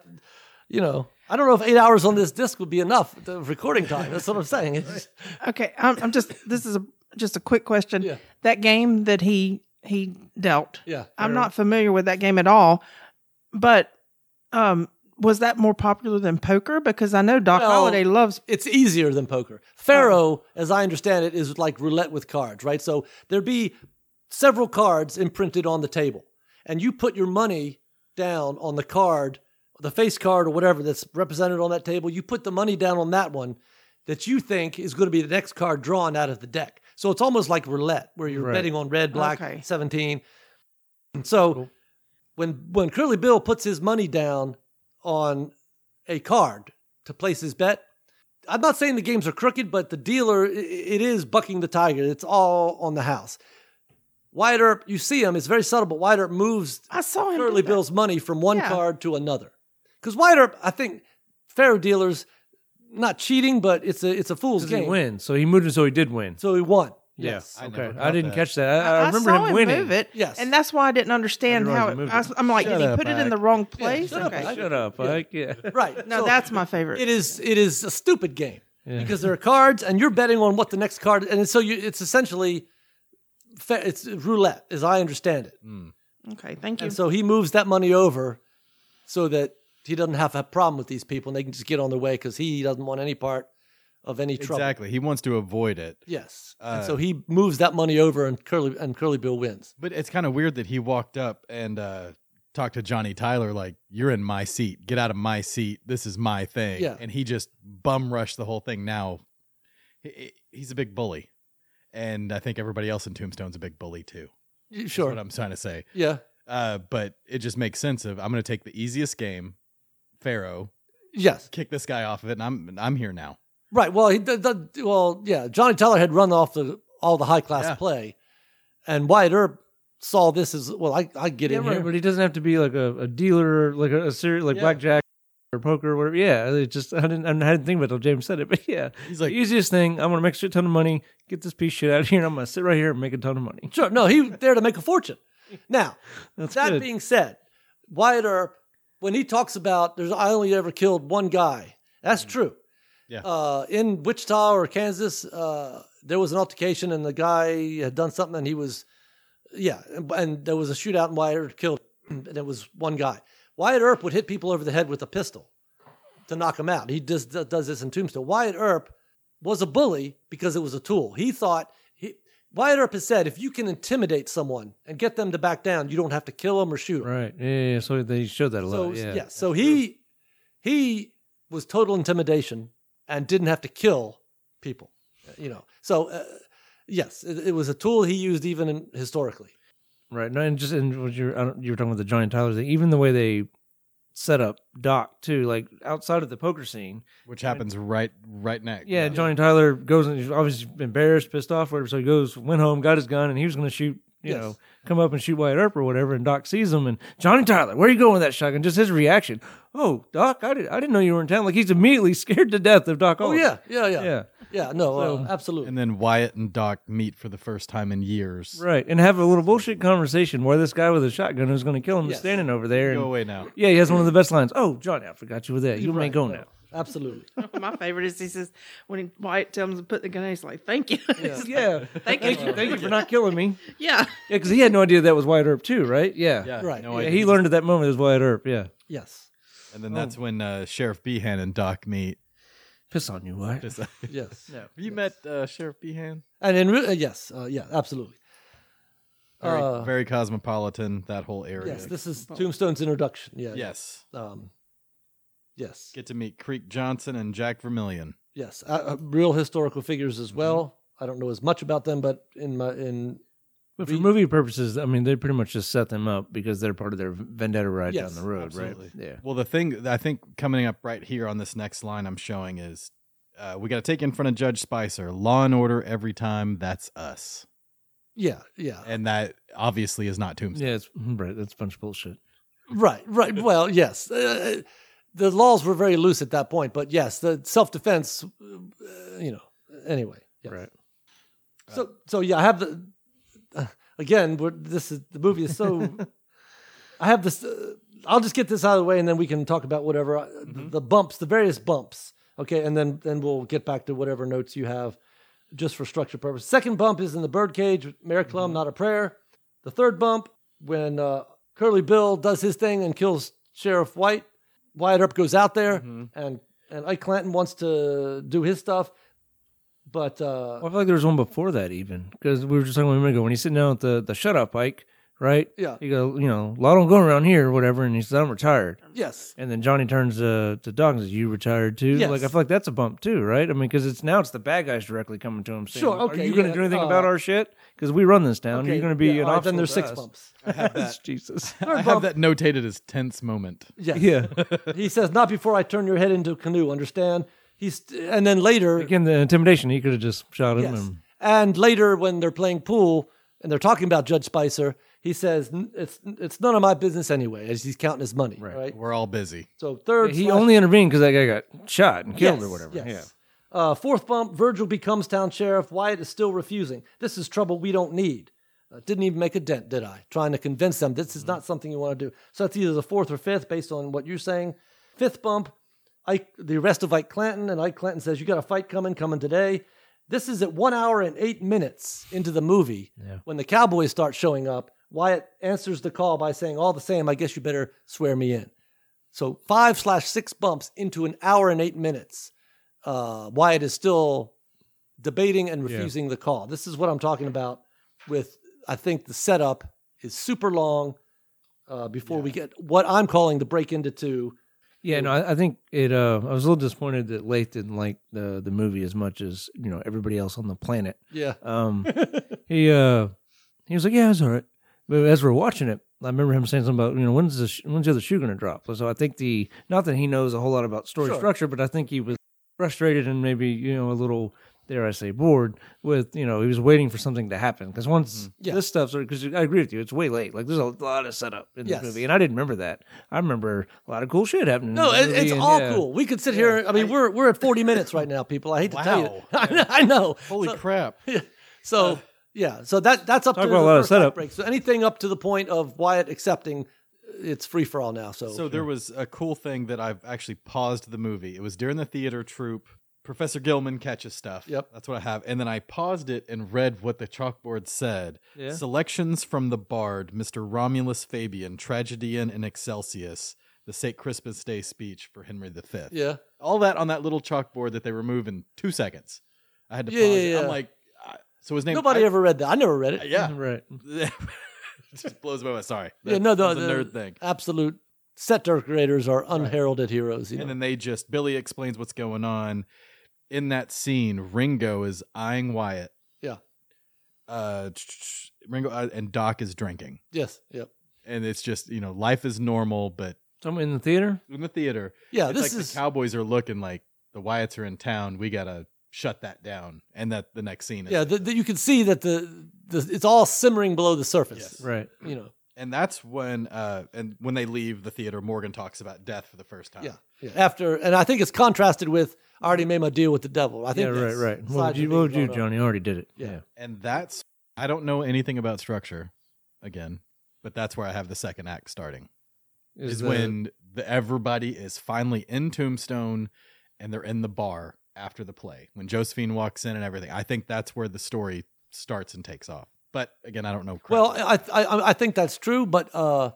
Speaker 1: you know, I don't know if eight hours on this disc would be enough the recording time. That's what I'm saying. It's-
Speaker 2: Okay, I'm, I'm just. This is a just a quick question.
Speaker 1: Yeah.
Speaker 2: That game that he he dealt.
Speaker 1: yeah.
Speaker 2: I'm not familiar with that game at all. But um, was that more popular than poker? Because I know Doc
Speaker 1: Well-
Speaker 2: Holliday loves.
Speaker 1: it's easier than poker. Pharaoh, as I understand it, is like roulette with cards, right? So there'd be several cards imprinted on the table, and you put your money down on the card, the face card or whatever that's represented on that table. You put the money down on that one that you think is going to be the next card drawn out of the deck. So it's almost like roulette, where you're
Speaker 5: Right.
Speaker 1: betting on red, black,
Speaker 2: Okay.
Speaker 1: seventeen. And so when when Curly Bill puts his money down on a card to place his bet, I'm not saying the games are crooked, but the dealer i- i- it is bucking the tiger. It's all on the house. Wyatt Earp, you see him. It's very subtle, but Wyatt Earp moves
Speaker 2: I saw him. do
Speaker 1: Curly
Speaker 2: that.
Speaker 1: Bill's money from one
Speaker 2: Yeah.
Speaker 1: card to another. Because Wyatt Earp, I think, fair dealers, not cheating, but it's a it's a fool's
Speaker 5: 'Cause He
Speaker 1: game.
Speaker 5: win. So he moved it, so he did win.
Speaker 1: So he won.
Speaker 5: yes.
Speaker 4: I never
Speaker 5: okay.
Speaker 4: caught
Speaker 5: I didn't
Speaker 4: that.
Speaker 5: catch that. I, I remember
Speaker 2: saw
Speaker 5: him, winning.
Speaker 2: move it.
Speaker 1: Yes.
Speaker 2: and that's why I didn't understand
Speaker 5: realize
Speaker 2: how
Speaker 5: he
Speaker 2: it.
Speaker 5: moved
Speaker 2: I,
Speaker 5: it.
Speaker 2: am like,
Speaker 4: Shut
Speaker 2: did he
Speaker 4: up,
Speaker 2: put it in the
Speaker 4: Ike.
Speaker 2: wrong place?
Speaker 1: shut up,
Speaker 2: okay.
Speaker 1: Ike.
Speaker 5: Shut up, Ike. Yeah.
Speaker 1: Right.
Speaker 2: No,
Speaker 1: So
Speaker 2: that's my favorite.
Speaker 1: it is it is a stupid game. because there are cards and you're betting on what the next card and so you it's essentially fa- it's roulette as i understand it
Speaker 2: Okay, thank you.
Speaker 1: and so he moves that money over so that he doesn't have a problem with these people and they can just get on their way because he doesn't want any part of any trouble
Speaker 4: Exactly. He wants to avoid it.
Speaker 1: yes
Speaker 4: Uh,
Speaker 1: and so he moves that money over and curly and curly bill wins
Speaker 4: But it's kind of weird that he walked up and uh, talked to Johnny Tyler like, "You're in my seat. Get out of my seat. This is my thing."
Speaker 1: Yeah.
Speaker 4: And he just bum rushed the whole thing. Now he- he, he's a big bully, and I think everybody else in Tombstone's a big bully too.
Speaker 1: You-
Speaker 4: is
Speaker 1: sure
Speaker 4: what I'm trying to say.
Speaker 1: yeah
Speaker 4: Uh, but it just makes sense of I'm going to take the easiest game, Pharaoh,
Speaker 1: yes
Speaker 4: kick this guy off of it, and I'm I'm here now.
Speaker 1: Right. Well, he the, the, well, yeah. Johnny Teller had run off the all the high class
Speaker 4: Yeah.
Speaker 1: play, and Wyatt Earp saw this as well. I I get
Speaker 5: Yeah,
Speaker 1: in
Speaker 5: right,
Speaker 1: here.
Speaker 5: but he doesn't have to be like a, a dealer, like a, a serious, like
Speaker 4: Yeah.
Speaker 5: blackjack or poker or whatever. Yeah, it just I didn't, I didn't think about it till James said it, but yeah,
Speaker 4: He's like-
Speaker 5: the easiest thing. I'm gonna make a shit ton of money, get this piece of shit out of here, and I'm gonna sit right here and make a ton of money.
Speaker 1: Sure. No, he was there to make a fortune. Now,
Speaker 5: That's
Speaker 1: that
Speaker 5: good.
Speaker 1: being said, Wyatt Earp, when he talks about there's I only ever killed one guy,
Speaker 5: Mm.
Speaker 1: that's true.
Speaker 4: Yeah.
Speaker 1: Uh, in Wichita or Kansas, uh, there was an altercation and the guy had done something and he was, yeah, and, and there was a shootout and Wyatt Earp killed, him, and it was one guy. Wyatt Earp would hit people over the head with a pistol to knock them out. He does does this in Tombstone. Wyatt Earp was a bully because it was a tool. He thought he, Wyatt Earp has said if you can intimidate someone and get them to back down, you don't have to kill them or shoot them.
Speaker 5: Right. Yeah, yeah, yeah. So they showed that a lot.
Speaker 1: So
Speaker 5: yeah.
Speaker 1: yeah, so he he was total intimidation and didn't have to kill people. You know. So uh, yes, it, it was a tool he used even in, historically.
Speaker 5: Right. No, and just and what you're I don't- you were talking about the Johnny Tyler thing. Even the way they set up Doc too, like outside of the poker scene.
Speaker 4: which happens right right next.
Speaker 5: Yeah, Johnny Tyler goes and he's obviously embarrassed, pissed off, whatever. So he goes, went home, got his gun, and he was going to shoot. You
Speaker 1: Yes.
Speaker 5: know, come up and shoot Wyatt Earp or whatever. And Doc sees him and Johnny Tyler, where are you going with that shotgun? Just his reaction. Oh, Doc, I did I didn't know you were in town. Like he's immediately scared to death of Doc.
Speaker 1: Oh
Speaker 5: Owen.
Speaker 1: yeah, yeah, yeah, yeah.
Speaker 5: yeah.
Speaker 1: no, uh,
Speaker 5: So-
Speaker 1: absolutely.
Speaker 4: And then Wyatt and Doc meet for the first time in years.
Speaker 5: Right, and have a little bullshit conversation where this guy with a shotgun who's going to kill him
Speaker 1: Yes.
Speaker 5: is standing over there.
Speaker 4: Go
Speaker 5: And,
Speaker 4: away now.
Speaker 5: yeah, he has one of the best lines. Oh, Johnny, I forgot you were there. You may
Speaker 1: Right,
Speaker 5: go
Speaker 1: yeah,
Speaker 5: now.
Speaker 1: Absolutely.
Speaker 2: My favorite is he says when he, Wyatt tells him to put the gun, in, he's like, "Thank you, yeah."
Speaker 5: Yeah,
Speaker 2: Thank you.
Speaker 5: Thank you for not killing me.
Speaker 2: yeah.
Speaker 5: Yeah, because he had no idea that was Wyatt Earp too, right? Yeah,
Speaker 1: Right.
Speaker 4: No
Speaker 5: Yeah,
Speaker 4: idea.
Speaker 5: he learned at that moment it was Wyatt Earp. Yeah,
Speaker 1: Yes.
Speaker 4: And then that's when uh, Sheriff Behan and Doc meet.
Speaker 5: piss on you, Wyatt.
Speaker 4: Just- uh, Have
Speaker 1: Yes. Yeah.
Speaker 4: you met uh, Sheriff Behan?
Speaker 1: And in re- uh, yes, uh, yeah, absolutely.
Speaker 4: Very,
Speaker 1: Uh,
Speaker 4: very cosmopolitan. That whole area.
Speaker 1: Yes, this is Tombstone's introduction. Yeah.
Speaker 4: Yes.
Speaker 1: Um, yes.
Speaker 4: Get to meet Creek Johnson and Jack Vermillion.
Speaker 1: Yes, uh, uh, real historical figures as well. I don't know as much about them, but in my in
Speaker 5: But for movie purposes, I mean, they pretty much just set them up because they're part of their vendetta ride
Speaker 1: Yes,
Speaker 5: down the road,
Speaker 4: absolutely.
Speaker 5: right? Yeah.
Speaker 4: Well, the thing that I think coming up right here on this next line I'm showing is uh, we got to take in front of Judge Spicer. Law and order every time. That's us.
Speaker 1: yeah yeah
Speaker 4: And that obviously is not Tombstone.
Speaker 5: Yeah, it's hmm, right. That's a bunch of bullshit.
Speaker 1: right right well yes uh, the laws were very loose at that point, but yes, the self defense, uh, you know. Anyway, yes.
Speaker 5: Right.
Speaker 1: So so yeah, I have the uh, again. We're, this is the movie is so. I have this. Uh, I'll just get this out of the way, and then we can talk about whatever I, the bumps, the various bumps. Okay, and then then we'll get back to whatever notes you have, just for structure purpose. Second bump is in the birdcage, with Mayor Clum, not a prayer. The third bump when uh, Curly Bill does his thing and kills Sheriff White. Wyatt Earp goes out there, and and Ike Clanton wants to do his stuff, but uh,
Speaker 5: Well, I feel like there was one before that even because we were just talking about a minute ago when he's sitting down at the the shut up Ike, right?
Speaker 1: Yeah.
Speaker 5: He go, you know, law don't go around here or whatever, and he said, I'm retired.
Speaker 1: yes,
Speaker 5: And then Johnny turns to to Doc and says, "You retired too."
Speaker 1: Yes.
Speaker 5: Like I feel like that's a bump too, right? I mean, because it's now it's the bad guys directly coming to him. Saying,
Speaker 1: Sure,
Speaker 5: Are
Speaker 1: okay,
Speaker 5: you going to
Speaker 1: yeah,
Speaker 5: do anything
Speaker 1: uh,
Speaker 5: about our shit? Because we run this town.
Speaker 1: Okay,
Speaker 5: You're going to be
Speaker 1: yeah,
Speaker 5: an
Speaker 1: all right,
Speaker 5: obstacle.
Speaker 1: Then there's
Speaker 5: to
Speaker 1: six
Speaker 5: us.
Speaker 1: bumps.
Speaker 5: Jesus.
Speaker 1: Third
Speaker 4: I have
Speaker 1: bump,
Speaker 4: that notated as tense moment.
Speaker 1: yes.
Speaker 5: yeah.
Speaker 1: he says, "Not before I turn your head into a canoe." Understand? He's and then later,
Speaker 5: Again, mm. the intimidation. He could have just shot him.
Speaker 1: yes.
Speaker 5: And,
Speaker 1: And later, when they're playing pool and they're talking about Judge Spicer, he says, "N- "It's it's none of my business anyway." As he's counting his money, right?
Speaker 4: We're all busy.
Speaker 1: So third,
Speaker 5: he
Speaker 1: slash-
Speaker 5: only intervened because that guy got shot and killed
Speaker 1: Yes,
Speaker 5: or whatever.
Speaker 1: yes.
Speaker 5: Yeah.
Speaker 1: Uh, fourth bump: Virgil becomes town sheriff. Wyatt is still refusing. This is trouble we don't need. Uh, didn't even make a dent, did I? Trying to convince them this is
Speaker 5: Mm-hmm.
Speaker 1: not something you want to do. So that's either the fourth or fifth, based on what you're saying. Fifth bump: Ike, the arrest of Ike Clanton, and Ike Clanton says, "You got a fight coming, coming today." This is at one hour and eight minutes into the movie when the Cowboys start showing up. Wyatt answers the call by saying, "All the same, I guess you better swear me in." So five slash six bumps into an hour and eight minutes uh, Wyatt is still debating and refusing the call. This is what I'm talking about. With I think the setup is super long uh, before we get what I'm calling the break into two.
Speaker 5: Yeah, no, I, I think it. Uh, I was a little disappointed that Lath didn't like the the movie as much as you know everybody else on the planet.
Speaker 1: Yeah,
Speaker 5: Um, he uh, he was like, "Yeah, it's all right." But as we're watching it, I remember him saying something about you know when's the sh- when's the other shoe going to drop. So I think the not that he knows a whole lot about story
Speaker 1: Sure.
Speaker 5: structure, but I think he was frustrated and maybe you know a little dare I say bored with you know he was waiting for something to happen because once
Speaker 1: Yeah.
Speaker 5: this stuff's because I agree with you, it's way late. Like there's a lot of setup in
Speaker 1: Yes.
Speaker 5: this movie, and I didn't remember that. I remember a lot of cool shit happening.
Speaker 1: no,
Speaker 5: in the
Speaker 1: it,
Speaker 5: movie
Speaker 1: it's
Speaker 5: and,
Speaker 1: all
Speaker 5: yeah.
Speaker 1: cool. We could sit here. I mean, we're we're at 40 minutes right now, people. I hate to tell you,
Speaker 4: Wow.
Speaker 1: I know. I know.
Speaker 4: Holy
Speaker 1: so,
Speaker 4: crap.
Speaker 1: So yeah, so that that's up
Speaker 5: Talk
Speaker 1: to
Speaker 5: about a
Speaker 1: the
Speaker 5: lot of
Speaker 1: first act
Speaker 5: setup.
Speaker 1: break. So anything up to the point of Wyatt accepting, uh, it's free for all now. So,
Speaker 4: So there was a cool thing that I've actually paused the movie. It was during the theater troupe. Professor Gilman catches stuff.
Speaker 1: Yep.
Speaker 4: That's what I have. And then I paused it and read what the chalkboard said.
Speaker 5: Yeah.
Speaker 4: Selections from the Bard, Mr. Romulus Fabian, Tragedian and Excelsius, the St. Crispin's Day speech for Henry V.
Speaker 1: yeah,
Speaker 4: All that on that little chalkboard that they remove in two seconds. I had to
Speaker 1: Yeah,
Speaker 4: pause.
Speaker 1: yeah,
Speaker 4: I'm
Speaker 1: yeah.
Speaker 4: like, I, so his name.
Speaker 1: Nobody
Speaker 4: I-
Speaker 1: ever read that. I never read it.
Speaker 4: Yeah.
Speaker 5: Right.
Speaker 4: it just blows my mind. Sorry.
Speaker 1: Yeah, no, no,
Speaker 4: that's a
Speaker 1: the-
Speaker 4: nerd thing.
Speaker 1: Absolute set decorators are unheralded heroes. You know?
Speaker 4: And then they just Billy explains what's going on in that scene. Ringo is eyeing Wyatt.
Speaker 1: Yeah.
Speaker 4: Uh, tch, tch, Ringo uh, and Doc is drinking,
Speaker 1: yes. Yep.
Speaker 4: and it's just you know life is normal, but
Speaker 5: Someone in the theater.
Speaker 4: in the theater,
Speaker 1: Yeah.
Speaker 4: it's
Speaker 1: this
Speaker 4: like
Speaker 1: is
Speaker 4: the Cowboys are looking like the Wyatts are in town. We gotta shut that down, and that the next scene is
Speaker 1: yeah. The, the, you can see that the, the it's all simmering below the surface.
Speaker 4: Yes.
Speaker 5: Right.
Speaker 1: You know.
Speaker 4: and that's when uh and when they leave the theater morgan talks about death for the first time
Speaker 1: Yeah. yeah. After and I think it's contrasted with I already made my deal with the devil. I
Speaker 5: Yeah.
Speaker 1: think
Speaker 5: Right.
Speaker 1: that's
Speaker 5: Right. What
Speaker 1: slides
Speaker 5: would you,
Speaker 1: are
Speaker 5: what would
Speaker 1: being
Speaker 5: you
Speaker 1: brought up.
Speaker 5: Johnny? Already did it.
Speaker 1: Yeah.
Speaker 4: and that's i don't know anything about structure again but that's where i have the second act starting is,
Speaker 5: the-
Speaker 4: when the, everybody is finally in tombstone and they're in the bar after the play when josephine walks in and everything i think that's where the story starts and takes off but again i don't know crap.
Speaker 1: Well, I, I- I I think that's true, but uh,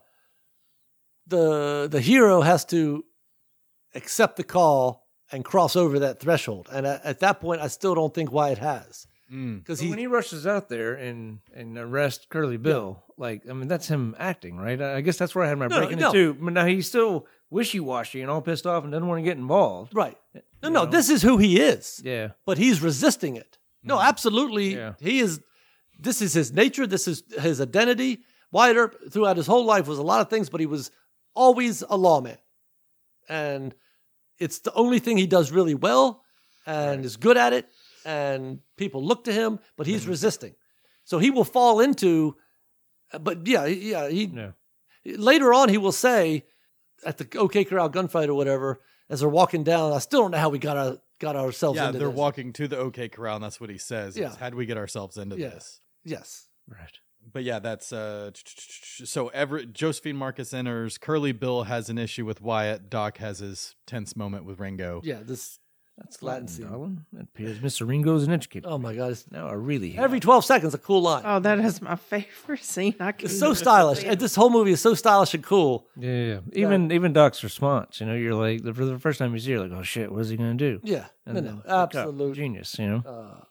Speaker 1: the the hero has to accept the call and cross over that threshold, and at, at that point, I still don't think Wyatt has
Speaker 4: Mm,
Speaker 1: because
Speaker 5: So
Speaker 1: he,
Speaker 5: when he rushes out there and and arrests Curly Bill, like I mean, that's him acting, right? I I guess that's where I had my
Speaker 1: No,
Speaker 5: breaking
Speaker 1: no.
Speaker 5: it too. But now he's still wishy washy and all pissed off and doesn't want to get involved.
Speaker 1: right. No, no,
Speaker 5: You know?
Speaker 1: this is who he is,
Speaker 5: Yeah,
Speaker 1: but he's resisting it.
Speaker 4: mm.
Speaker 1: No,
Speaker 4: Mm-hmm.
Speaker 1: absolutely,
Speaker 5: Yeah.
Speaker 1: he is. This is his nature. This is his identity. Wyatt Earp throughout his whole life was a lot of things, but he was always a lawman, and it's the only thing he does really well, and is good at it, and people look to him. But
Speaker 4: Mm-hmm.
Speaker 1: he's resisting, so he will fall into. But yeah, yeah, he
Speaker 5: no,
Speaker 1: later on he will say at the OK Corral gunfight or whatever as they're walking down. I still don't know how we got our, got ourselves
Speaker 4: yeah
Speaker 1: into
Speaker 4: they're
Speaker 1: this.
Speaker 4: walking to the okay corral and that's what he says is,
Speaker 1: Yeah.
Speaker 4: how do we get ourselves into
Speaker 1: Yeah.
Speaker 4: this
Speaker 1: Yes,
Speaker 5: right,
Speaker 4: but yeah, that's uh ch- ch- ch- so every Josephine Marcus enters, Curly Bill has an issue with Wyatt, Doc has his tense moment with Ringo.
Speaker 1: yeah. This
Speaker 5: that's
Speaker 1: Latin
Speaker 5: Latin,
Speaker 1: scene.
Speaker 5: darling. It appears Mr. Ringo's an educator.
Speaker 1: oh my god, it's
Speaker 5: Now I really hate
Speaker 1: Every 12 seconds, a cool line.
Speaker 2: Oh, that is my favorite scene. I can
Speaker 1: it's so stylish. And this whole movie is so stylish and cool.
Speaker 5: it. Yeah, yeah, yeah. even even Doc's response. You know, you're like the, for the first time you see, it, you're like, oh shit, what is he gonna do?
Speaker 1: Yeah. No,
Speaker 5: then
Speaker 1: no.
Speaker 5: look up.
Speaker 1: Absolute.
Speaker 5: uh, genius. You know,
Speaker 1: Uh,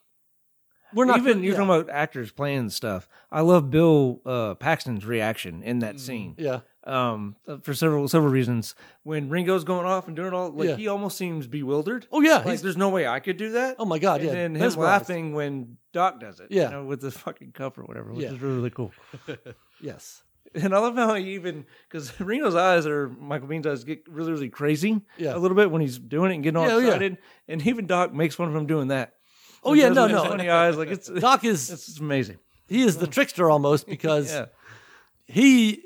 Speaker 1: we're not
Speaker 5: even you're
Speaker 1: yeah,
Speaker 5: talking about actors playing stuff. I love Bill uh, Paxton's reaction in
Speaker 1: Mm.
Speaker 5: that scene.
Speaker 1: Yeah.
Speaker 5: um, for several several reasons. When Ringo's going off and doing all, like
Speaker 1: Yeah.
Speaker 5: he almost seems bewildered.
Speaker 1: Oh, yeah.
Speaker 5: Like
Speaker 1: he's-
Speaker 5: there's no way I could do that.
Speaker 1: oh, my God.
Speaker 5: and
Speaker 1: Yeah.
Speaker 5: then him
Speaker 1: mesmerized.
Speaker 5: laughing when Doc does it.
Speaker 1: Yeah.
Speaker 5: you know, with the fucking cup or whatever, which
Speaker 1: Yeah.
Speaker 5: is really, really cool.
Speaker 1: Yes.
Speaker 5: And I love how he even because Ringo's eyes or Michael Bean's eyes get really, really crazy.
Speaker 1: Yeah.
Speaker 5: a little bit when he's doing it and getting all
Speaker 1: Yeah, oh, yeah.
Speaker 5: excited. And even Doc makes fun of him doing that.
Speaker 1: Oh,
Speaker 5: Like,
Speaker 1: yeah.
Speaker 5: those
Speaker 1: No,
Speaker 5: little
Speaker 1: no.
Speaker 5: funny eyes. Like it's
Speaker 1: Doc is,
Speaker 5: it's amazing.
Speaker 1: he is the trickster almost because
Speaker 5: Yeah,
Speaker 1: he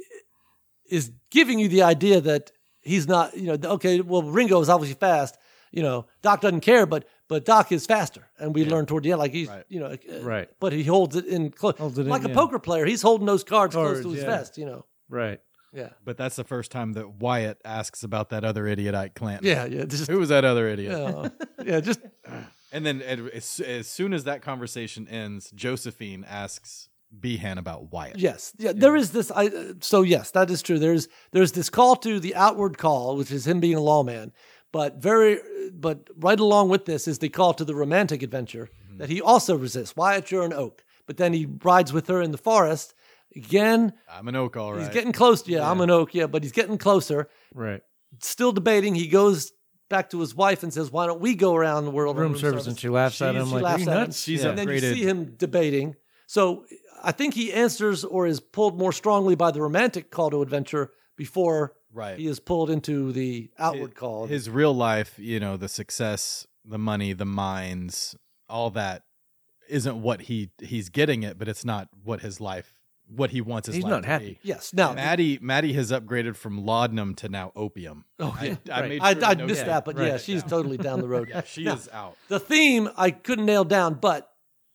Speaker 1: is giving you the idea that he's not, you know, okay, well, Ringo is obviously fast. You know, Doc doesn't care, but but Doc is faster, and we learn toward the end, like he's,
Speaker 4: Right.
Speaker 1: you know, like, uh,
Speaker 5: Right.
Speaker 1: But he holds it in close,
Speaker 5: Holds it in,
Speaker 1: like a
Speaker 5: yeah.
Speaker 1: poker player. He's holding those cards, close to
Speaker 5: Cards,
Speaker 1: his
Speaker 5: yeah.
Speaker 1: vest, you know.
Speaker 5: right.
Speaker 1: Yeah,
Speaker 4: But that's the first time that Wyatt asks about that other idiot Ike Clanton.
Speaker 1: yeah, yeah. Just,
Speaker 4: Who was that other idiot?
Speaker 1: uh, yeah, just
Speaker 4: And then and as, as soon as that conversation ends, Josephine asks Behan about Wyatt.
Speaker 1: yes, yeah. There is this. I uh, so yes, that is true. There's there's this call to the outward call, which is him being a lawman, but very but right along with this is the call to the romantic adventure that he also resists. Wyatt, you're an oak, but then he rides with her in the forest again.
Speaker 4: I'm an oak, all right.
Speaker 1: He's getting close. Yeah, I'm an oak. Yeah, but he's getting closer.
Speaker 5: Right.
Speaker 1: Still debating. He goes back to his wife and says, "Why don't we go around the world on
Speaker 5: Room service, and she laughs at
Speaker 1: She's-
Speaker 5: him
Speaker 1: she
Speaker 5: like,
Speaker 1: laughs
Speaker 5: "Are you
Speaker 1: at him.
Speaker 5: nuts?"
Speaker 4: She's
Speaker 5: yeah.
Speaker 1: and then you
Speaker 4: upgraded.
Speaker 1: see him debating. So I think he answers or is pulled more strongly by the romantic call to adventure before
Speaker 4: right.
Speaker 1: he is pulled into the outward call.
Speaker 4: His real life, you know, the success, the money, the mines, all that isn't what he he's getting it, but it's not what his life what he wants his
Speaker 5: He's
Speaker 4: life
Speaker 5: not
Speaker 4: to
Speaker 5: happy.
Speaker 4: be.
Speaker 1: yes. Now,
Speaker 4: Maddie Maddie has upgraded from laudenum to now opium.
Speaker 1: oh, yeah.
Speaker 4: I,
Speaker 5: Right.
Speaker 4: made
Speaker 1: I,
Speaker 4: sure to
Speaker 1: I
Speaker 4: note
Speaker 1: missed that, but
Speaker 5: Right.
Speaker 1: yeah, she's totally down the road.
Speaker 4: Yeah, she
Speaker 1: Now,
Speaker 4: is out.
Speaker 1: The theme I couldn't nail down, but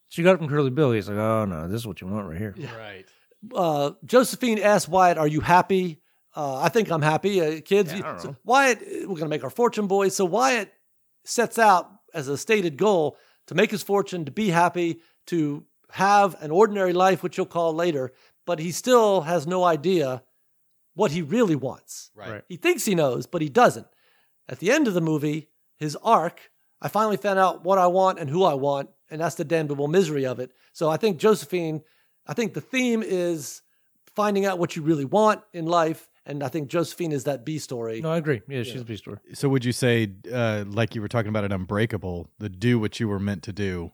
Speaker 5: She got it from Curly Bill. He's like, "Oh no, this is what you want right here."
Speaker 4: Right.
Speaker 1: uh, Josephine asked Wyatt, "Are you happy?" Uh, I think I'm happy, uh, kids.
Speaker 5: Yeah, I don't
Speaker 1: So
Speaker 5: know.
Speaker 1: Wyatt, uh, we're going to make our fortune, boys. So Wyatt sets out as a stated goal to make his fortune, to be happy, to have an ordinary life, which you'll call later. But he still has no idea what he really wants.
Speaker 4: Right.
Speaker 5: Right.
Speaker 1: He thinks he knows, but he doesn't. At the end of the movie, his arc, I finally found out what I want and who I want, and that's the damnable misery of it. So I think Josephine, I think the theme is finding out what you really want in life, and I think Josephine is that B story.
Speaker 5: No, I agree. Yeah, she's a B story.
Speaker 4: So would you say, uh, like you were talking about at Unbreakable, the do what you were meant to do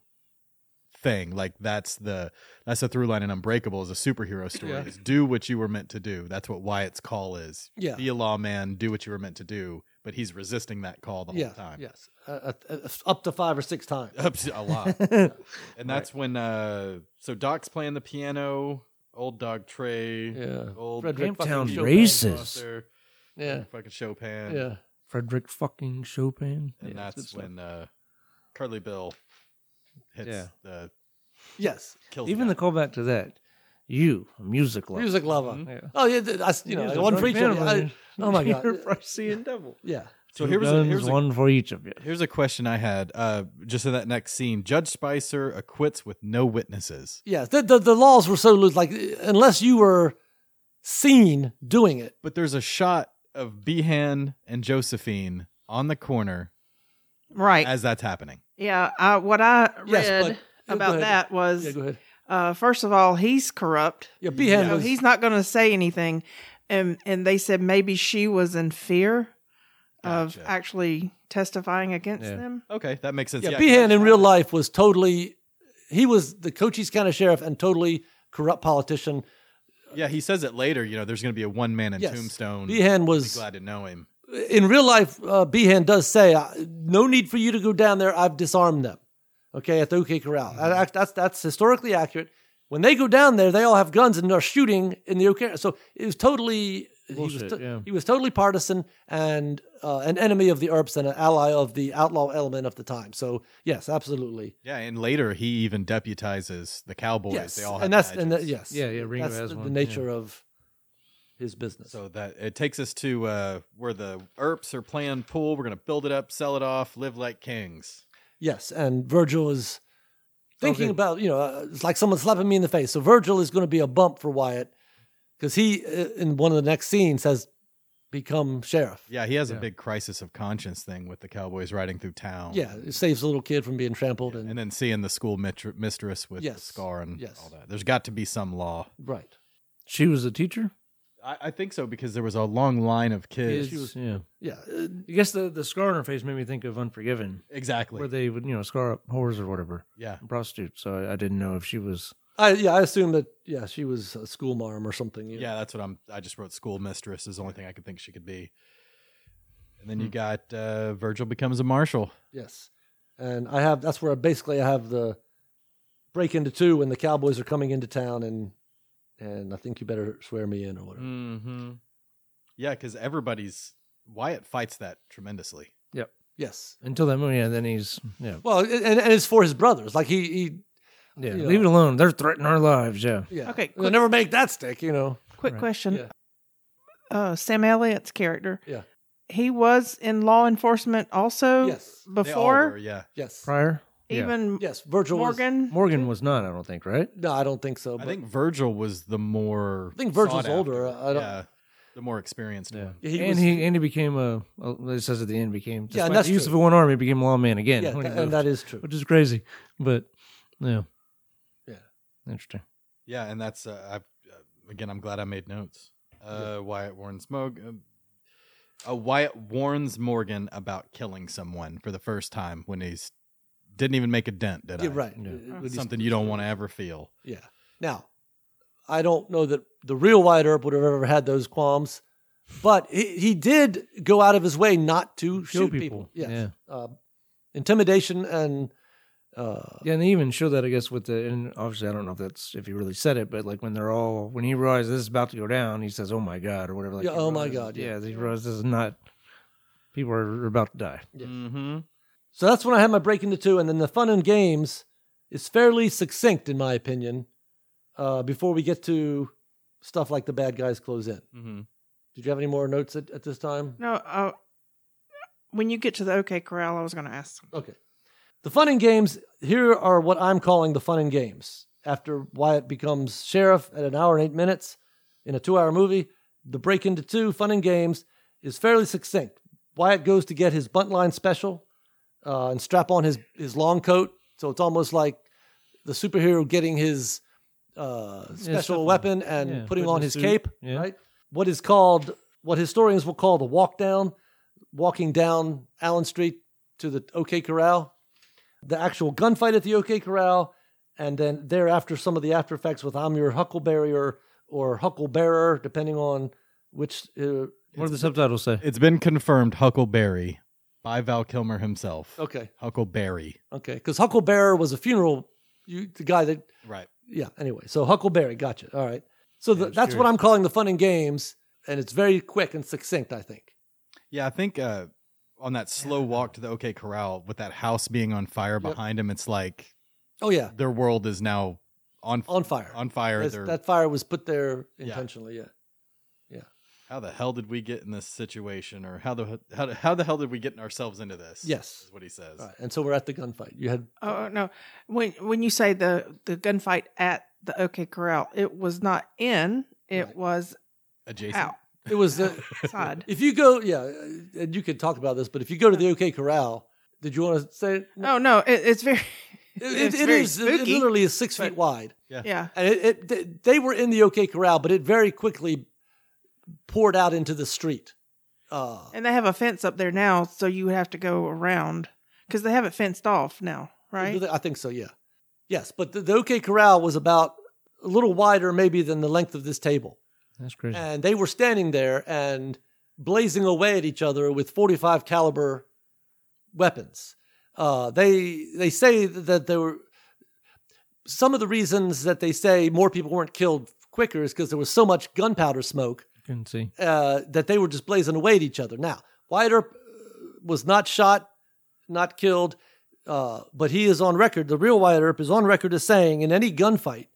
Speaker 4: thing? Like that's the that's the through line in Unbreakable is a superhero story.
Speaker 5: Yeah.
Speaker 4: Is do what you were meant to do. That's what Wyatt's call is.
Speaker 1: Yeah.
Speaker 4: Be a lawman, do what you were meant to do. But he's resisting that call the
Speaker 1: yeah,
Speaker 4: whole time.
Speaker 1: yes, uh, uh, uh, up to five or six times.
Speaker 4: Up to- a lot. and that's when uh so Doc's playing the piano, old dog Trey,
Speaker 1: Yeah.
Speaker 4: old
Speaker 1: Frederick
Speaker 4: fucking
Speaker 5: Town
Speaker 4: Chopin
Speaker 5: races.
Speaker 4: across there,
Speaker 1: Yeah,
Speaker 4: fucking Chopin.
Speaker 1: yeah.
Speaker 5: Frederick fucking Chopin.
Speaker 4: and
Speaker 5: Yeah, it's good
Speaker 4: that's
Speaker 5: stuff.
Speaker 4: when uh, Curly Bill hits
Speaker 5: Yeah.
Speaker 4: the
Speaker 1: Yes,
Speaker 4: kills.
Speaker 5: even the
Speaker 4: guy.
Speaker 5: callback to that, you a music lover.
Speaker 1: music lover.
Speaker 5: Yeah.
Speaker 1: Oh yeah, th- I, you know,
Speaker 5: Music
Speaker 1: one
Speaker 5: lover.
Speaker 1: for each of you. I-
Speaker 5: Man,
Speaker 1: Oh my god.
Speaker 5: You're probably seeing double.
Speaker 1: Yeah.
Speaker 4: so
Speaker 5: Two
Speaker 4: here was a,
Speaker 5: guns,
Speaker 4: here's a,
Speaker 5: one for each of you.
Speaker 4: here's a question I had uh, just in that next scene. Judge Spicer acquits with no witnesses,
Speaker 1: Yes, the, the the laws were so loose. Like unless you were seen doing it,
Speaker 4: but there's a shot of Behan and Josephine on the corner
Speaker 2: Right.
Speaker 4: as that's happening.
Speaker 2: yeah. I, what I read
Speaker 1: Yes, but- Oh, go
Speaker 2: about
Speaker 1: ahead.
Speaker 2: that was
Speaker 1: yeah, go ahead.
Speaker 2: uh, first of all, he's corrupt.
Speaker 1: Yeah, Behan
Speaker 2: So
Speaker 1: was
Speaker 2: he's not going to say anything. And and they said maybe she was in fear of
Speaker 4: Gotcha.
Speaker 2: actually testifying against
Speaker 5: Yeah.
Speaker 2: them.
Speaker 4: Okay, that makes sense.
Speaker 1: yeah,
Speaker 4: Yeah,
Speaker 1: Behan in real life was totally. He was the Cochise County sheriff and totally corrupt politician.
Speaker 4: yeah, he says it later. You know, there's going to be a one man in
Speaker 1: Yes.
Speaker 4: Tombstone.
Speaker 1: Behan
Speaker 4: Be
Speaker 1: was
Speaker 4: glad to know him.
Speaker 1: in real life. Uh, Behan does say, "I- "No need for you to go down there. I've disarmed them." Okay, at the OK
Speaker 5: Mm-hmm.
Speaker 1: Corral. I- I- That's that's historically accurate. When they go down there, they all have guns and they're shooting in the OK. So it was totally he was
Speaker 5: Bullshit, yeah.
Speaker 1: he was totally partisan and uh, an enemy of the ERPs and an ally of the outlaw element of the time. So yes, absolutely.
Speaker 4: Yeah, and later he even deputizes the Cowboys.
Speaker 1: yes,
Speaker 4: They all have
Speaker 1: and that's and
Speaker 4: badges.
Speaker 1: that, yes,
Speaker 5: Yeah, yeah, Ringo
Speaker 1: that's
Speaker 5: has
Speaker 1: the, the
Speaker 5: one,
Speaker 1: nature of his business.
Speaker 4: So that it takes us to uh, where the ERPs are playing pool. We're gonna build it up, sell it off, live like kings.
Speaker 1: yes, and Virgil is thinking
Speaker 5: Okay.
Speaker 1: about you know uh, it's like someone slapping me in the face. So Virgil is going to be a bump for Wyatt because he uh, in one of the next scenes has become sheriff.
Speaker 4: Yeah, he has a
Speaker 5: Yeah.
Speaker 4: big crisis of conscience thing with the Cowboys riding through town.
Speaker 1: Yeah, it saves a little kid from being trampled and,
Speaker 4: and then seeing the school mitr- mistress with the
Speaker 1: Yes.
Speaker 4: scar and
Speaker 1: Yes.
Speaker 4: all that. There's got to be some law.
Speaker 1: right.
Speaker 5: She was a teacher.
Speaker 4: I, I think so because there was a long line of kids.
Speaker 1: she was-
Speaker 5: yeah.
Speaker 1: Yeah, uh,
Speaker 5: I guess the, the scar on her face made me think of Unforgiven,
Speaker 4: exactly.
Speaker 5: where they would you know scar up whores or whatever,
Speaker 4: yeah,
Speaker 5: and prostitutes. So I, I didn't know if she was.
Speaker 1: I yeah I assume that yeah she was a school marm or something. you know.
Speaker 4: yeah, that's what I'm. I just wrote school mistress is the only thing I could think she could be. And then you
Speaker 1: Hmm.
Speaker 4: got uh, Virgil becomes a marshal.
Speaker 1: Yes. And I have that's where basically I have the break into two when the Cowboys are coming into town and and I think you better swear me in or whatever.
Speaker 4: Mm-hmm. Yeah, because everybody's Wyatt fights that tremendously.
Speaker 1: Yes.
Speaker 5: Until that moment, yeah. Then he's yeah,
Speaker 1: Well, and, and it's for his brothers. Like he, he
Speaker 5: yeah.
Speaker 1: You
Speaker 5: Leave
Speaker 1: know.
Speaker 5: it alone. They're threatening our lives. Yeah,
Speaker 1: yeah.
Speaker 2: Okay,
Speaker 1: They'll
Speaker 2: quick-
Speaker 1: never make that stick, you know.
Speaker 2: Quick
Speaker 5: Right.
Speaker 2: question.
Speaker 1: Yeah.
Speaker 2: Uh, Sam Elliott's character.
Speaker 1: Yeah.
Speaker 2: He was in law enforcement also
Speaker 1: Yes.
Speaker 4: They all
Speaker 2: before,
Speaker 4: were, yeah.
Speaker 1: Yes.
Speaker 5: prior. Yeah.
Speaker 2: even
Speaker 1: Yes. Virgil was-
Speaker 2: Morgan.
Speaker 5: Morgan was not. I don't think right.
Speaker 1: no, I don't think so.
Speaker 4: I
Speaker 1: But
Speaker 4: think Virgil was the more.
Speaker 1: I think Virgil's
Speaker 4: sought
Speaker 1: older.
Speaker 4: after.
Speaker 1: I don't-
Speaker 4: Yeah, the more experienced.
Speaker 5: Yeah.
Speaker 4: one.
Speaker 1: Yeah, he
Speaker 5: and
Speaker 1: was-
Speaker 5: he and he became a. oh, It says at the end became.
Speaker 1: Yeah,
Speaker 5: Yeah,
Speaker 1: and
Speaker 5: and
Speaker 1: that's
Speaker 5: the use
Speaker 1: true.
Speaker 5: of a one arm, he became a lawman again.
Speaker 1: yeah,
Speaker 5: when he
Speaker 1: tha- and
Speaker 5: moved,
Speaker 1: that is true.
Speaker 5: which is crazy, but yeah,
Speaker 1: Yeah.
Speaker 5: interesting.
Speaker 4: Yeah, and that's uh, I, uh, again. I'm glad I made notes. Uh, Wyatt warns Morgan. Uh, Wyatt warns Morgan about killing someone for the first time when he's didn't even make a dent. Did
Speaker 1: Yeah,
Speaker 4: I?
Speaker 1: right.
Speaker 5: Yeah.
Speaker 1: Uh, when he's-
Speaker 4: Something you don't want to ever feel.
Speaker 1: Yeah. Now, I don't know that the real Wyatt Earp would have ever had those qualms, but he, he did go out of his way not to
Speaker 5: Kill
Speaker 1: shoot people.
Speaker 5: people.
Speaker 1: Yes. Uh, intimidation and uh,
Speaker 5: Yeah, and they even show that I guess with the and obviously I don't know if that's if he really said it, but like when they're all when he realizes this is about to go down, he says, "Oh my god" or whatever. Like
Speaker 1: Yeah,
Speaker 5: he
Speaker 1: "Oh my
Speaker 5: realizes-
Speaker 1: God," yeah.
Speaker 5: he realizes this is not people are about to die.
Speaker 1: Yes.
Speaker 4: Mm-hmm.
Speaker 1: so that's when I had my break into two, and then the fun and games is fairly succinct in my opinion. Uh, before we get to stuff like the bad guys close in,
Speaker 4: Mm-hmm.
Speaker 1: did you have any more notes at, at this time?
Speaker 2: No, uh, when you get to the OK Corral, I was going to ask.
Speaker 1: Okay. The fun and games here are what I'm calling the fun and games. After Wyatt becomes sheriff at an hour and eight minutes in a two hour movie, the break into two fun and games is fairly succinct. Wyatt goes to get his buntline special. uh, and strap on his his long coat. So it's almost like the superhero getting his uh, special
Speaker 5: stuff
Speaker 1: weapon and
Speaker 5: Yeah,
Speaker 1: putting
Speaker 5: putting
Speaker 1: on
Speaker 5: the
Speaker 1: his
Speaker 5: suit.
Speaker 1: cape.
Speaker 5: Yeah.
Speaker 1: Right. What is called what historians will call the walk down, walking down Allen Street to the OK Corral, the actual gunfight at the OK Corral, and then thereafter some of the after effects with I'm your Huckleberry or, or Hucklebearer, depending on which uh,
Speaker 5: What do the subtitles say?
Speaker 4: It's been confirmed Huckleberry by Val Kilmer himself.
Speaker 1: Okay,
Speaker 4: Huckleberry.
Speaker 1: okay, because Hucklebearer was a funeral. You, the guy that,
Speaker 4: Right.
Speaker 1: yeah. Anyway, so Huckleberry, gotcha. All right, so the,
Speaker 5: I was
Speaker 1: that's what I'm calling the fun and games, and it's very quick and succinct. I think.
Speaker 4: Yeah, I think uh, on that slow walk to the OK Corral with that house being on fire behind him, it's like
Speaker 1: Oh yeah,
Speaker 4: their world is now on
Speaker 1: on fire.
Speaker 4: on fire.
Speaker 1: Oh, That's-
Speaker 4: They're-
Speaker 1: that fire was put there intentionally. Yeah.
Speaker 4: how the hell did we get in this situation, or how the how, the- how the hell did we get ourselves into this?
Speaker 1: Yes.
Speaker 4: is what he says.
Speaker 1: All right, and so we're at the gunfight. You had
Speaker 2: Oh no! When when you say the the gunfight at the OK Corral, it was not in; it
Speaker 1: Right.
Speaker 2: was
Speaker 4: Adjacent.
Speaker 2: out
Speaker 1: it was the,
Speaker 2: outside.
Speaker 1: if you go yeah, uh, and you could talk about this, but if you go to the OK Corral, did you want to say it?
Speaker 2: oh no! It, it's very
Speaker 1: It-
Speaker 2: it's
Speaker 1: it, it
Speaker 2: very
Speaker 1: is it
Speaker 2: spooky,
Speaker 1: literally is six
Speaker 2: but-
Speaker 1: feet wide.
Speaker 2: yeah.
Speaker 1: And it, it they- they were in the OK Corral, but it very quickly poured out into the street. Uh,
Speaker 2: And they have a fence up there now, so you have to go around because they have it fenced off now, right?
Speaker 1: I think so. Yeah, yes. But the, the OK Corral was about a little wider, maybe than the length of this table,
Speaker 5: That's crazy.
Speaker 1: and they were standing there and blazing away at each other with 45 caliber weapons. Uh, they they say that there were some of the reasons that they say more people weren't killed quicker is because there was so much gunpowder smoke
Speaker 5: Couldn't see.
Speaker 1: uh, that they were just blazing away at each other. Now, Wyatt Earp uh, was not shot, not killed, uh, but he is on record. The real Wyatt Earp is on record as saying, in any gunfight,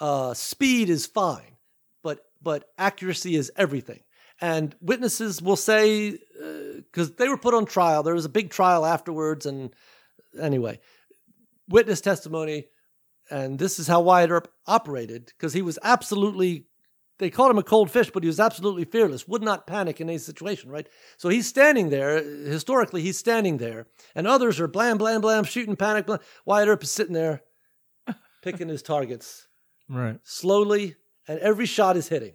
Speaker 1: uh, speed is fine, but but accuracy is everything. And witnesses will say because they were put on trial. There was a big trial afterwards, and anyway, witness testimony. And this is how Wyatt Earp operated because he was absolutely they called him a cold fish, but he was absolutely fearless, would not panic in any situation, right? So he's standing there. Historically, he's standing there, and others are blam, blam, blam, shooting, panic. Blam. Wyatt Earp is sitting there picking his targets
Speaker 5: Right.
Speaker 1: slowly, and every shot is hitting.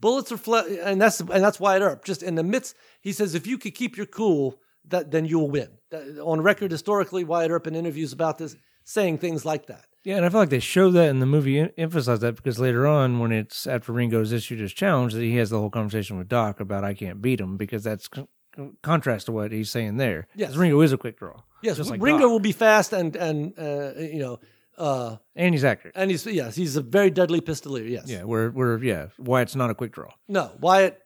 Speaker 1: Bullets are flat, and that's and that's Wyatt Earp. Just in the midst, he says, if you could keep your cool, that then you'll win. That- on record, historically, Wyatt Earp in interviews about this saying things like that.
Speaker 5: Yeah, and I feel like they show that in the movie, em- emphasize that because later on, when it's after Ringo's issued his challenge, that he has the whole conversation with Doc about I can't beat him because that's con- con- contrast to what he's saying there. 'Cause
Speaker 1: Yes.
Speaker 5: Ringo is a quick draw.
Speaker 1: Yes,
Speaker 5: Just like
Speaker 1: Ringo
Speaker 5: Doc.
Speaker 1: will be fast and and uh, you know. Uh,
Speaker 5: and he's accurate.
Speaker 1: And he's yes, he's a very deadly pistolier. Yes.
Speaker 5: yeah, where where yeah, Wyatt's not a quick draw,
Speaker 1: No, Wyatt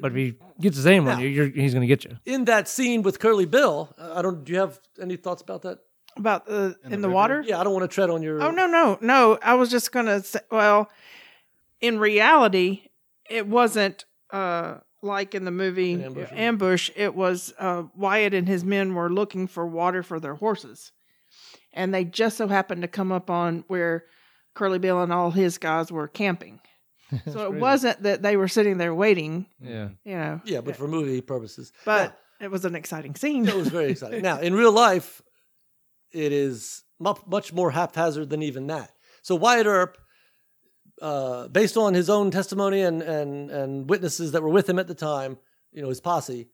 Speaker 5: but if he gets his aim on
Speaker 1: Now-
Speaker 5: you, you're, he's going to get you.
Speaker 1: in that scene with Curly Bill. uh, I don't. Do you have any thoughts about that?
Speaker 2: About the in,
Speaker 4: the
Speaker 2: the,
Speaker 4: river?
Speaker 2: water.
Speaker 1: Yeah, I don't want to tread on your.
Speaker 2: Oh no, no, no! I was just gonna say. Well, in reality, it wasn't uh, like in the movie
Speaker 1: An
Speaker 2: ambush.
Speaker 1: ambush.
Speaker 2: It was uh, Wyatt and his men were looking for water for their horses, and they just so happened to come up on where Curly Bill and all his guys were camping. so it
Speaker 5: crazy.
Speaker 2: wasn't that they were sitting there waiting,
Speaker 5: Yeah,
Speaker 2: you know.
Speaker 1: Yeah, but for movie purposes,
Speaker 2: but it was an exciting scene.
Speaker 1: it was very exciting. Now, in real life, it is mu- much more haphazard than even that. So Wyatt Earp, uh, based on his own testimony and and and witnesses that were with him at the time, you know his posse,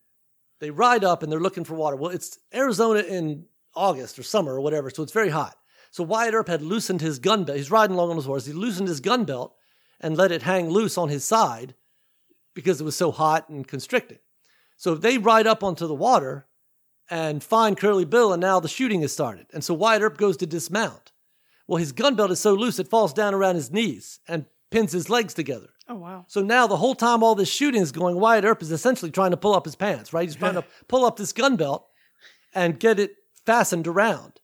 Speaker 1: they ride up and they're looking for water. Well, it's Arizona in August or summer or whatever, so it's very hot. So Wyatt Earp had loosened his gun belt. He's riding along on his horse. He loosened his gun belt and let it hang loose on his side because it was so hot and constricting. So they ride up onto the water and find Curly Bill, and now the shooting has started. And so Wyatt Earp goes to dismount. Well, his gun belt is so loose it falls down around his knees and pins his legs together.
Speaker 2: oh wow!
Speaker 1: So now the whole time all this shooting is going, Wyatt Earp is essentially trying to pull up his pants, right? He's trying to pull up this gun belt and get it fastened around.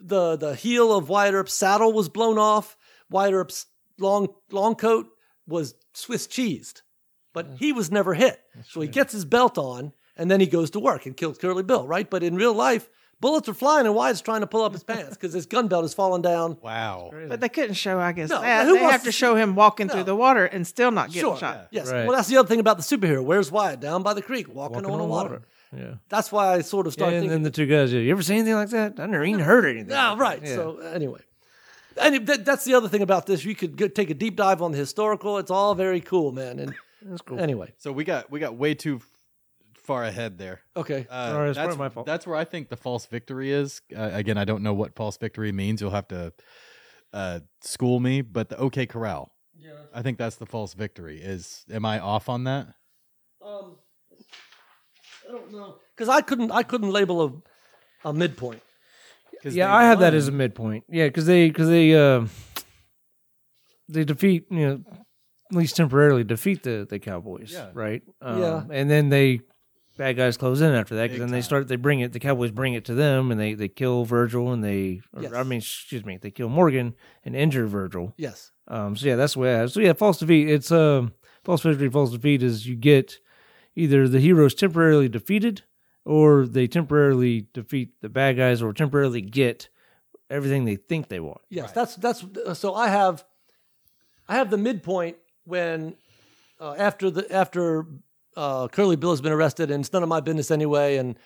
Speaker 1: The the heel of Wyatt Earp's saddle was blown off. Wyatt Earp's long long coat was Swiss cheesed. But he was never hit. So he gets his belt on and then he goes to work and kills Curly Bill, right? But in real life, bullets are flying and Wyatt's trying to pull up his pants because his gun belt is falling down.
Speaker 4: Wow.
Speaker 2: But they couldn't show, I guess,
Speaker 1: No,
Speaker 2: that.
Speaker 1: who
Speaker 2: they
Speaker 1: wants
Speaker 2: have
Speaker 1: to
Speaker 2: to show him walking
Speaker 1: No.
Speaker 2: through the water and still not getting
Speaker 1: Sure.
Speaker 2: shot.
Speaker 1: Yes.
Speaker 5: Right.
Speaker 1: Well, that's the other thing about the superhero. Where's Wyatt? Down by the creek, walking, on, the water.
Speaker 5: Yeah.
Speaker 1: That's why I sort of started
Speaker 5: and
Speaker 1: thinking.
Speaker 5: then the two guys, you ever seen anything like that? I never even heard anything.
Speaker 1: Ah, right. So anyway, and that, that's the other thing about this. You could go, take a deep dive on the historical. It's all very cool, man. And
Speaker 5: that's cool.
Speaker 1: anyway,
Speaker 4: So we got we got way too f- far ahead there.
Speaker 1: okay.
Speaker 4: Uh,
Speaker 5: Sorry, it's
Speaker 4: that's
Speaker 5: probably my fault.
Speaker 4: That's where I think the false victory is. Uh, again, I don't know what false victory means. You'll have to uh, school me. But the OK Corral. Yeah. I think that's the false victory. Is am I off on that?
Speaker 1: Um, I don't know because I couldn't. I couldn't label a a midpoint.
Speaker 4: 'Cause
Speaker 5: yeah,
Speaker 4: they
Speaker 5: I have that
Speaker 4: won.
Speaker 5: as a midpoint. Yeah, because they because they uh, they defeat you know at least temporarily defeat the the Cowboys,
Speaker 4: Yeah.
Speaker 5: right? Um,
Speaker 1: Yeah.
Speaker 5: and then they bad guys close in after that
Speaker 4: Big
Speaker 5: because then they
Speaker 4: time.
Speaker 5: start they bring it the Cowboys bring it to them and they they kill Virgil and they or,
Speaker 1: Yes.
Speaker 5: I mean excuse me they kill Morgan and injure Virgil.
Speaker 1: Yes.
Speaker 5: Um, so yeah, that's the way. I have. So yeah, false defeat. It's um false victory, false defeat is you get either the heroes temporarily defeated, or they temporarily defeat the bad guys, or temporarily get everything they think they want.
Speaker 1: Yes. That's that's. So I have, I have the midpoint when uh, after the after uh, Curly Bill has been arrested and it's none of my business anyway. And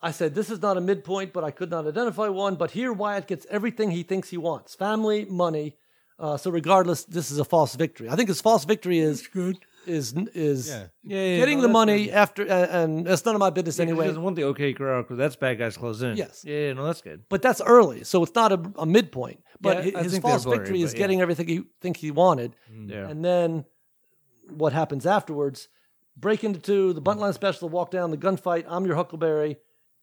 Speaker 1: I said this is not a midpoint, but I could not identify one. But here Wyatt gets everything he thinks he wants: family, money. Uh, so regardless, this is a false victory. I think his false victory is good. Is is
Speaker 4: Yeah.
Speaker 1: getting the money after, uh, and it's none of my business
Speaker 5: Anyway,
Speaker 1: anyway.
Speaker 5: doesn't want the okay corral because that's bad guys close in.
Speaker 1: Yes.
Speaker 5: Yeah, no, that's good.
Speaker 1: but that's early, so it's not a, a midpoint. But
Speaker 5: Yeah,
Speaker 1: hi-
Speaker 5: I
Speaker 1: his
Speaker 5: think they're
Speaker 1: false
Speaker 5: blurry,
Speaker 1: victory is
Speaker 5: but yeah.
Speaker 1: getting everything he thinks he wanted,
Speaker 4: Mm.
Speaker 5: Yeah.
Speaker 1: and then what happens afterwards? Break into two, the buntline special, walk down, the gunfight. I'm your Huckleberry,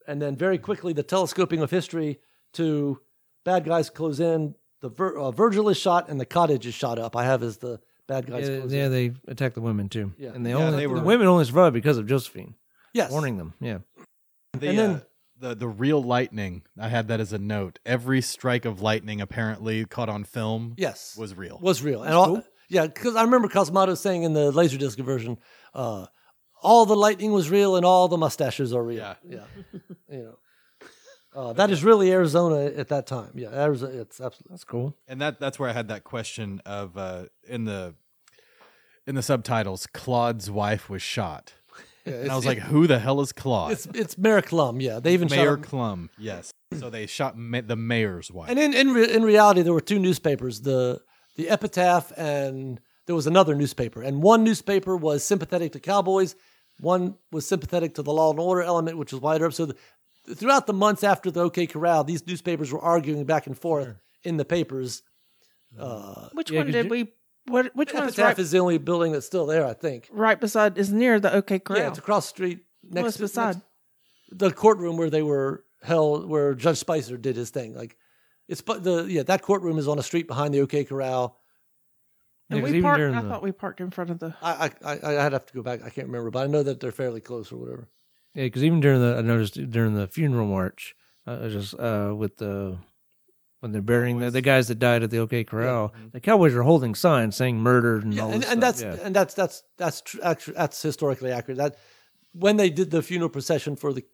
Speaker 1: and then very quickly the telescoping of history to bad guys close in. The Vir- uh, Virgil is shot and the cottage is shot up. I have as the bad guys
Speaker 5: yeah,
Speaker 1: close
Speaker 5: yeah,
Speaker 1: in.
Speaker 5: they attack the women too.
Speaker 1: Yeah.
Speaker 5: and they
Speaker 4: Yeah,
Speaker 5: only
Speaker 4: they
Speaker 5: the
Speaker 4: were-
Speaker 5: women only survive because of Josephine
Speaker 1: Yes,
Speaker 5: warning them. Yeah,
Speaker 4: The,
Speaker 1: And then-
Speaker 4: uh, the the real lightning. I had that as a note. Every strike of lightning apparently caught on film
Speaker 1: Yes,
Speaker 4: was real.
Speaker 1: was real. And all, yeah, because I remember Cosmato saying in the Laserdisc version, uh, all the lightning was real and all the mustaches are real.
Speaker 4: Yeah.
Speaker 1: yeah. you know, uh, that is really Arizona at that time. Yeah, Arizona. It's absolutely
Speaker 5: that's cool.
Speaker 4: and that that's where I had that question of uh, in the in the subtitles, Claude's wife was shot, and I was like, who the hell is Claude?
Speaker 1: it's it's Mayor Clum. Yeah, they even
Speaker 4: Mayor
Speaker 1: shot.
Speaker 4: Clum, yes. So they shot ma- the mayor's wife.
Speaker 1: And in in re- in reality, there were two newspapers: the the Epitaph and there was another newspaper. And one newspaper was sympathetic to cowboys, one was sympathetic to the law and order element, which was wider up. So the, throughout the months after the OK Corral, these newspapers were arguing back and forth in the papers. Uh,
Speaker 2: Which
Speaker 5: Yeah,
Speaker 2: one
Speaker 5: 'cause
Speaker 2: did
Speaker 5: you-
Speaker 2: we? What? Which one is
Speaker 1: Epitaph
Speaker 2: right,
Speaker 1: is the only building that's still there, I think.
Speaker 2: right beside? Is near the OK
Speaker 1: Yeah,
Speaker 2: Corral.
Speaker 1: it's across the street next
Speaker 2: What's
Speaker 1: to
Speaker 2: beside?
Speaker 1: next- the courtroom where they were held, where Judge Spicer did his thing. Like it's but the yeah that courtroom is on a street behind the OK Corral.
Speaker 5: Yeah,
Speaker 2: And
Speaker 5: 'cause
Speaker 2: we
Speaker 5: even
Speaker 2: parked.
Speaker 5: during
Speaker 2: I
Speaker 5: the-
Speaker 2: thought we parked in front of the.
Speaker 1: I I I I'd have to go back. I can't remember, but I know that they're fairly close or whatever.
Speaker 5: Yeah, because even during the I noticed during the funeral march, uh, it was just uh, with the when they're burying the, the guys that died at the OK Corral, the Cowboys are holding signs saying murdered and
Speaker 1: mm-hmm. Yeah,
Speaker 5: all
Speaker 1: and,
Speaker 5: this
Speaker 1: and
Speaker 5: stuff.
Speaker 1: that's and that's that's that's tr- actu- that's historically accurate. That when they did the funeral procession for the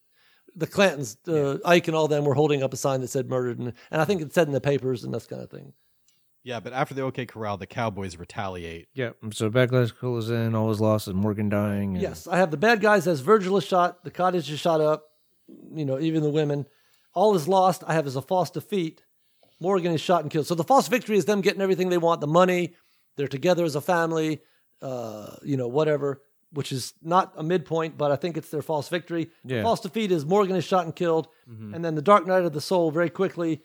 Speaker 1: the Clantons, uh, Ike and all them were holding up a sign that said "murdered," and, and I think it said in the papers and this kind of thing.
Speaker 4: yeah, but after the OK Corral, the Cowboys retaliate.
Speaker 5: yeah. yeah. So backlash cools in, all was lost, and Morgan dying. And,
Speaker 1: Yes, I have the bad guys as Virgil is shot, the cottage is shot up, you know, even the women. All is lost. I have as a false defeat. Morgan is shot and killed. So the false victory is them getting everything they want, the money, they're together as a family, uh, you know, whatever, which is not a midpoint, but I think it's their false victory.
Speaker 5: Yeah. Mm-hmm.
Speaker 1: False defeat is Morgan is shot and killed. And then the dark night of the soul very quickly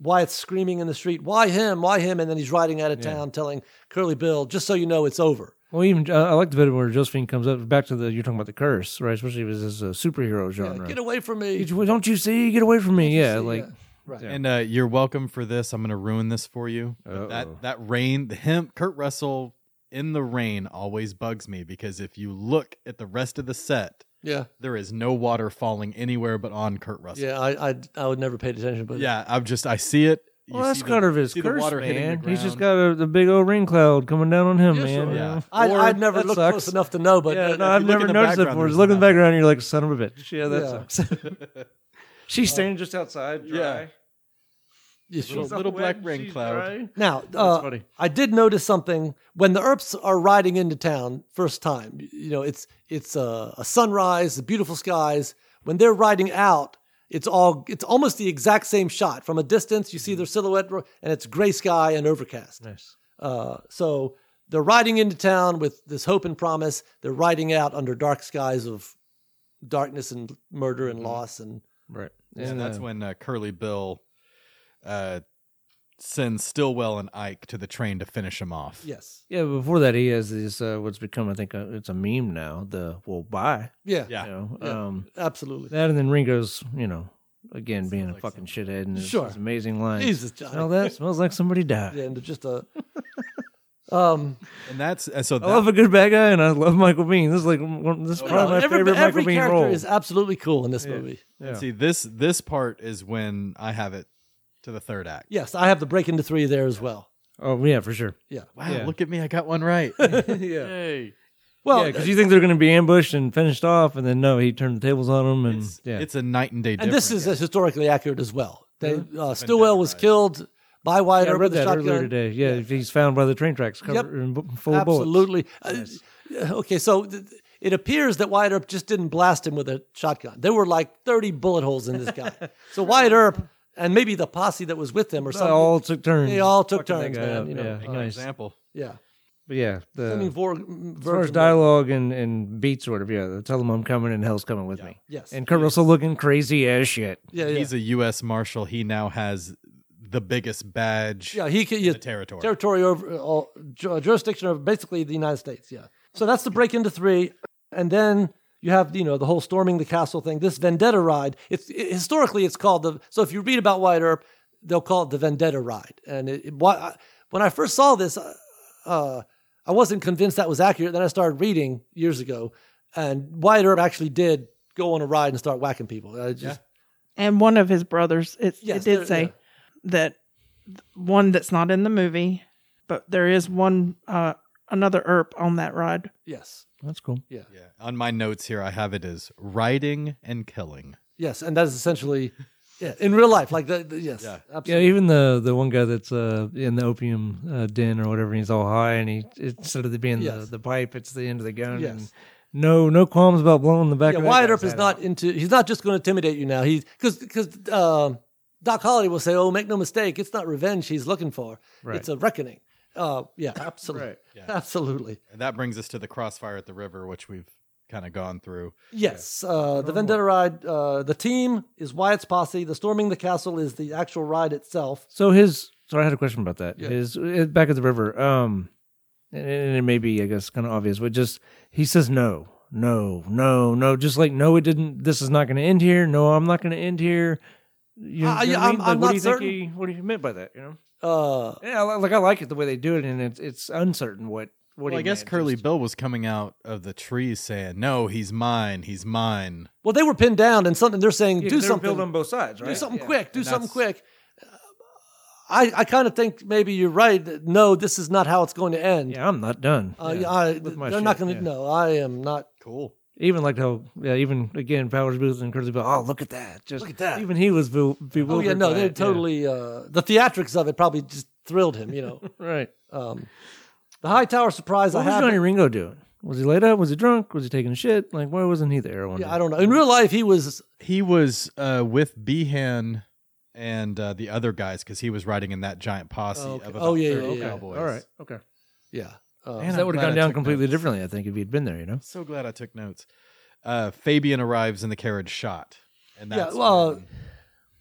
Speaker 1: Wyatt's screaming in the street, why him? Why him? And then he's riding out of town telling Curly Bill, just so you know, it's over.
Speaker 5: Well, even uh, I like the bit where Josephine comes up back to the you're talking about the curse, right? Especially if it's this uh, superhero genre.
Speaker 1: Get away from me.
Speaker 5: Did you- don't you see? Get away from me! Yeah,
Speaker 1: see?
Speaker 5: like
Speaker 1: Yeah. Right.
Speaker 5: Yeah.
Speaker 4: And uh, you're welcome for this. I'm going to ruin this for you. But
Speaker 5: Uh-oh.
Speaker 4: that that rain, him, Kurt Russell in the rain always bugs me because if you look at the rest of the set,
Speaker 1: Yeah,
Speaker 4: there is no water falling anywhere but on Kurt Russell.
Speaker 1: yeah. I, I, I would never paid attention, but
Speaker 4: Yeah, I'm just I see it. You
Speaker 5: well, that's
Speaker 4: see the-
Speaker 5: kind of his
Speaker 4: see
Speaker 5: curse,
Speaker 4: hitting the
Speaker 5: man. He's just
Speaker 4: ground.
Speaker 5: got a, the big old rain cloud coming down on him,
Speaker 1: Yeah,
Speaker 5: man.
Speaker 1: sure.
Speaker 5: you
Speaker 4: Yeah.
Speaker 5: know?
Speaker 1: I,
Speaker 5: Or-
Speaker 1: I'd never
Speaker 5: that
Speaker 1: looked
Speaker 5: sucks.
Speaker 1: close enough to know. But
Speaker 5: yeah,
Speaker 1: uh,
Speaker 5: no,
Speaker 4: if
Speaker 5: I've
Speaker 4: you look in
Speaker 5: never
Speaker 4: the
Speaker 5: noticed that
Speaker 4: background,
Speaker 5: before.
Speaker 4: there's
Speaker 5: Just look in the
Speaker 4: nothing.
Speaker 5: background, and you're like, son of a bitch. Yeah, that
Speaker 1: Yeah.
Speaker 5: sucks. She's standing just outside, dry.
Speaker 4: Oh. Yeah.
Speaker 1: yeah,
Speaker 4: Little-
Speaker 1: sure.
Speaker 5: She's all
Speaker 4: black
Speaker 5: wet,
Speaker 4: rain
Speaker 5: she's
Speaker 4: cloud.
Speaker 5: dry.
Speaker 1: now uh,
Speaker 5: funny.
Speaker 1: I did notice something when the Earps are riding into town first time. You know, it's it's a, a sunrise, the beautiful skies. When they're riding out, it's all it's almost the exact same shot from a distance. You see
Speaker 5: Mm-hmm.
Speaker 1: their silhouette, ro- and it's gray sky and overcast.
Speaker 5: Nice.
Speaker 1: Uh, so they're riding into town with this hope and promise. They're riding out under dark skies of darkness and murder
Speaker 5: Mm-hmm.
Speaker 1: and loss and
Speaker 5: Right.
Speaker 4: Yeah, that's when uh, Curly Bill uh, sends Stillwell and Ike to the train to finish him off.
Speaker 1: yes,
Speaker 5: Yeah, but before that, he has this uh, what's become, I think, uh it's a meme now. The well, bye.
Speaker 1: yeah,
Speaker 4: Yeah.
Speaker 5: You know,
Speaker 1: Yeah.
Speaker 5: um,
Speaker 1: absolutely.
Speaker 5: that and then Ringo's, you know, again being a
Speaker 4: like
Speaker 5: fucking shithead and his,
Speaker 1: Sure.
Speaker 5: his amazing line.
Speaker 1: Jesus, Johnny.
Speaker 5: Smell that? Smells like somebody died.
Speaker 1: Yeah, and just uh, a um,
Speaker 4: And that's and so that,
Speaker 5: I love a good bad guy, and I love Michael Bean. This is like one, this is
Speaker 4: Oh,
Speaker 5: probably
Speaker 4: yeah.
Speaker 5: my
Speaker 1: every,
Speaker 5: favorite
Speaker 1: every
Speaker 5: Michael Bean
Speaker 1: character
Speaker 5: role.
Speaker 1: is absolutely cool in this movie.
Speaker 5: yeah.
Speaker 4: see this this part is when I have it to the third act.
Speaker 1: Yes, I have the break into three there as well.
Speaker 5: Oh yeah, for sure.
Speaker 1: Yeah.
Speaker 4: Wow,
Speaker 5: Yeah.
Speaker 4: look at me, I got one right.
Speaker 5: yeah,
Speaker 4: Hey.
Speaker 1: Well, uh,
Speaker 5: because you think they're going to be ambushed and finished off, and then no, he turned the tables on them, and
Speaker 4: It's,
Speaker 5: yeah,
Speaker 4: it's a night and day
Speaker 1: and
Speaker 4: difference.
Speaker 1: this is uh, historically accurate as well. They, uh, Stillwell
Speaker 4: Vendetta
Speaker 1: was
Speaker 4: Rise.
Speaker 1: killed by Wyatt
Speaker 5: Uh-huh. Yeah, I
Speaker 1: Earp
Speaker 5: read
Speaker 1: with a
Speaker 5: that earlier
Speaker 1: shotgun.
Speaker 5: today. Yeah, if he's found by the train tracks covered in bu- full of bullets.
Speaker 1: Absolutely. Uh, okay, so th- it appears that Wyatt Earp just didn't blast him with a shotgun. There were like 30 bullet holes in this guy. so Wyatt Earp and maybe the posse that was with him or
Speaker 5: They
Speaker 1: something.
Speaker 5: all took turns.
Speaker 1: they all took
Speaker 5: fucking
Speaker 1: turns,
Speaker 5: that guy
Speaker 1: man.
Speaker 5: up,
Speaker 1: you know.
Speaker 5: yeah.
Speaker 4: Make an
Speaker 5: nice.
Speaker 4: example.
Speaker 1: Yeah.
Speaker 5: But yeah, the,
Speaker 1: I mean,
Speaker 5: as
Speaker 1: Vor-
Speaker 5: far as
Speaker 1: Virgin-
Speaker 5: dialogue and, and beats or whatever, yeah, tell them I'm coming and hell's coming with me.
Speaker 1: Yes.
Speaker 5: And Kurt Russell looking crazy as shit.
Speaker 1: yeah, yeah.
Speaker 4: He's a U.S. Marshal. He now has the biggest badge
Speaker 1: yeah, he can.
Speaker 4: in
Speaker 1: Yeah,
Speaker 4: the territory.
Speaker 1: territory over uh, all, ju- jurisdiction over basically the United States. Yeah. So that's the break into three, and then you have you know the whole storming the castle thing. This vendetta ride. It's it, historically it's called the. So if you read about White Earp, they'll call it the vendetta ride. And it, it, why, I, when I first saw this, uh, uh, I wasn't convinced that was accurate. Then I started reading years ago, and White Earp actually did go on a ride and start whacking people. I just
Speaker 2: And one of his brothers, it,
Speaker 1: Yes,
Speaker 2: it did
Speaker 1: there-
Speaker 2: say
Speaker 1: yeah.
Speaker 2: that th- one that's not in the movie, but there is one, uh, another ERP on that ride.
Speaker 1: yes.
Speaker 5: That's cool.
Speaker 4: Yeah. On my notes here, I have it as riding and killing.
Speaker 1: Yes, and that's essentially yeah, in real life, like the, the- yes,
Speaker 4: Yeah.
Speaker 5: Yeah,
Speaker 1: absolutely.
Speaker 5: even the the one guy that's uh, in the opium uh, den or whatever, he's all high, and he instead of it being
Speaker 1: Yes.
Speaker 5: the, the pipe, it's the end of the gun.
Speaker 1: Yes.
Speaker 5: And no, no qualms about blowing the back.
Speaker 1: Yeah,
Speaker 5: of that
Speaker 1: Wyatt
Speaker 5: guy's
Speaker 1: Earp is
Speaker 5: head
Speaker 1: not
Speaker 5: off.
Speaker 1: into. He's not just going to intimidate you now. He's because because um, Doc Holliday will say, "Oh, make no mistake, it's not revenge he's looking for.
Speaker 5: Right.
Speaker 1: It's a reckoning." Uh, yeah, absolutely,
Speaker 5: Right.
Speaker 4: Yeah.
Speaker 1: absolutely.
Speaker 4: And that brings us to the crossfire at the river, which we've kind of gone through.
Speaker 1: Yes, uh, the Vendetta ride. Uh, the team is Wyatt's posse. The storming the castle is the actual ride itself.
Speaker 5: So his. So I had a question about that.
Speaker 1: Yeah.
Speaker 5: His uh, back at the river. Um, and, and it may be, I guess, kind of obvious, but just he says no, no, no, no. Just like no, it didn't. This is not going to end here. No, I'm not going to end here. You
Speaker 1: I-
Speaker 5: you
Speaker 1: I-
Speaker 5: what I
Speaker 1: I'm-
Speaker 5: mean?
Speaker 1: I'm
Speaker 5: what
Speaker 1: not
Speaker 5: do you
Speaker 1: certain.
Speaker 5: think he, what do you meant by that? You know,
Speaker 1: Uh,
Speaker 5: yeah, I li- like I like it the way they do it, and it's it's uncertain what what.
Speaker 4: Well,
Speaker 5: he
Speaker 4: I guess
Speaker 5: meant,
Speaker 4: Curly
Speaker 5: just-
Speaker 4: Bill was coming out of the trees saying, "No, he's mine. He's mine."
Speaker 1: well, they were pinned down, and something they're saying,
Speaker 5: Yeah,
Speaker 1: "Do
Speaker 5: 'cause they were
Speaker 1: something."
Speaker 5: built on both sides, right?
Speaker 1: do something
Speaker 5: Yeah.
Speaker 1: quick do
Speaker 4: And
Speaker 1: something
Speaker 4: that's-
Speaker 1: quick i i kind of think maybe you're right that no this is not how it's going to end
Speaker 5: Yeah, I'm not done.
Speaker 1: uh,
Speaker 5: yeah.
Speaker 1: yeah, I,
Speaker 5: with my
Speaker 1: they're not
Speaker 5: shit,
Speaker 1: going to
Speaker 5: yeah.
Speaker 1: no i am not
Speaker 4: Cool.
Speaker 5: Even like how, yeah, even again, Powers Booth and Curly Bill. Oh, look at that! Just
Speaker 1: Look at that.
Speaker 5: Even he was be-
Speaker 1: oh
Speaker 5: bewildered.
Speaker 1: yeah no
Speaker 5: by
Speaker 1: they're
Speaker 5: it, yeah.
Speaker 1: totally uh the theatrics of it probably just thrilled him you know
Speaker 5: right.
Speaker 1: um the high tower surprise
Speaker 5: What
Speaker 1: i
Speaker 5: was
Speaker 1: have
Speaker 5: Johnny Ringo doing? Was he laid up? Was he drunk? Was he taking a shit? Like, why wasn't he there? wonder.
Speaker 1: yeah, i don't know in real life he was
Speaker 4: He was uh, with Behan and uh, the other guys because he was riding in that giant posse
Speaker 1: Oh, okay.
Speaker 4: of about
Speaker 1: Oh, yeah,
Speaker 4: 30
Speaker 1: yeah, yeah.
Speaker 4: cowboys.
Speaker 5: All right. Okay.
Speaker 1: yeah uh,
Speaker 4: Man,
Speaker 5: that
Speaker 4: I'm
Speaker 5: would have
Speaker 4: glad I
Speaker 5: gone down
Speaker 4: took
Speaker 5: completely
Speaker 4: notes.
Speaker 5: differently, I think, if he'd been there. You know.
Speaker 4: So glad I took notes. Uh, Fabian arrives in the carriage shot, and
Speaker 1: Yeah,
Speaker 4: that's
Speaker 1: well,
Speaker 4: when-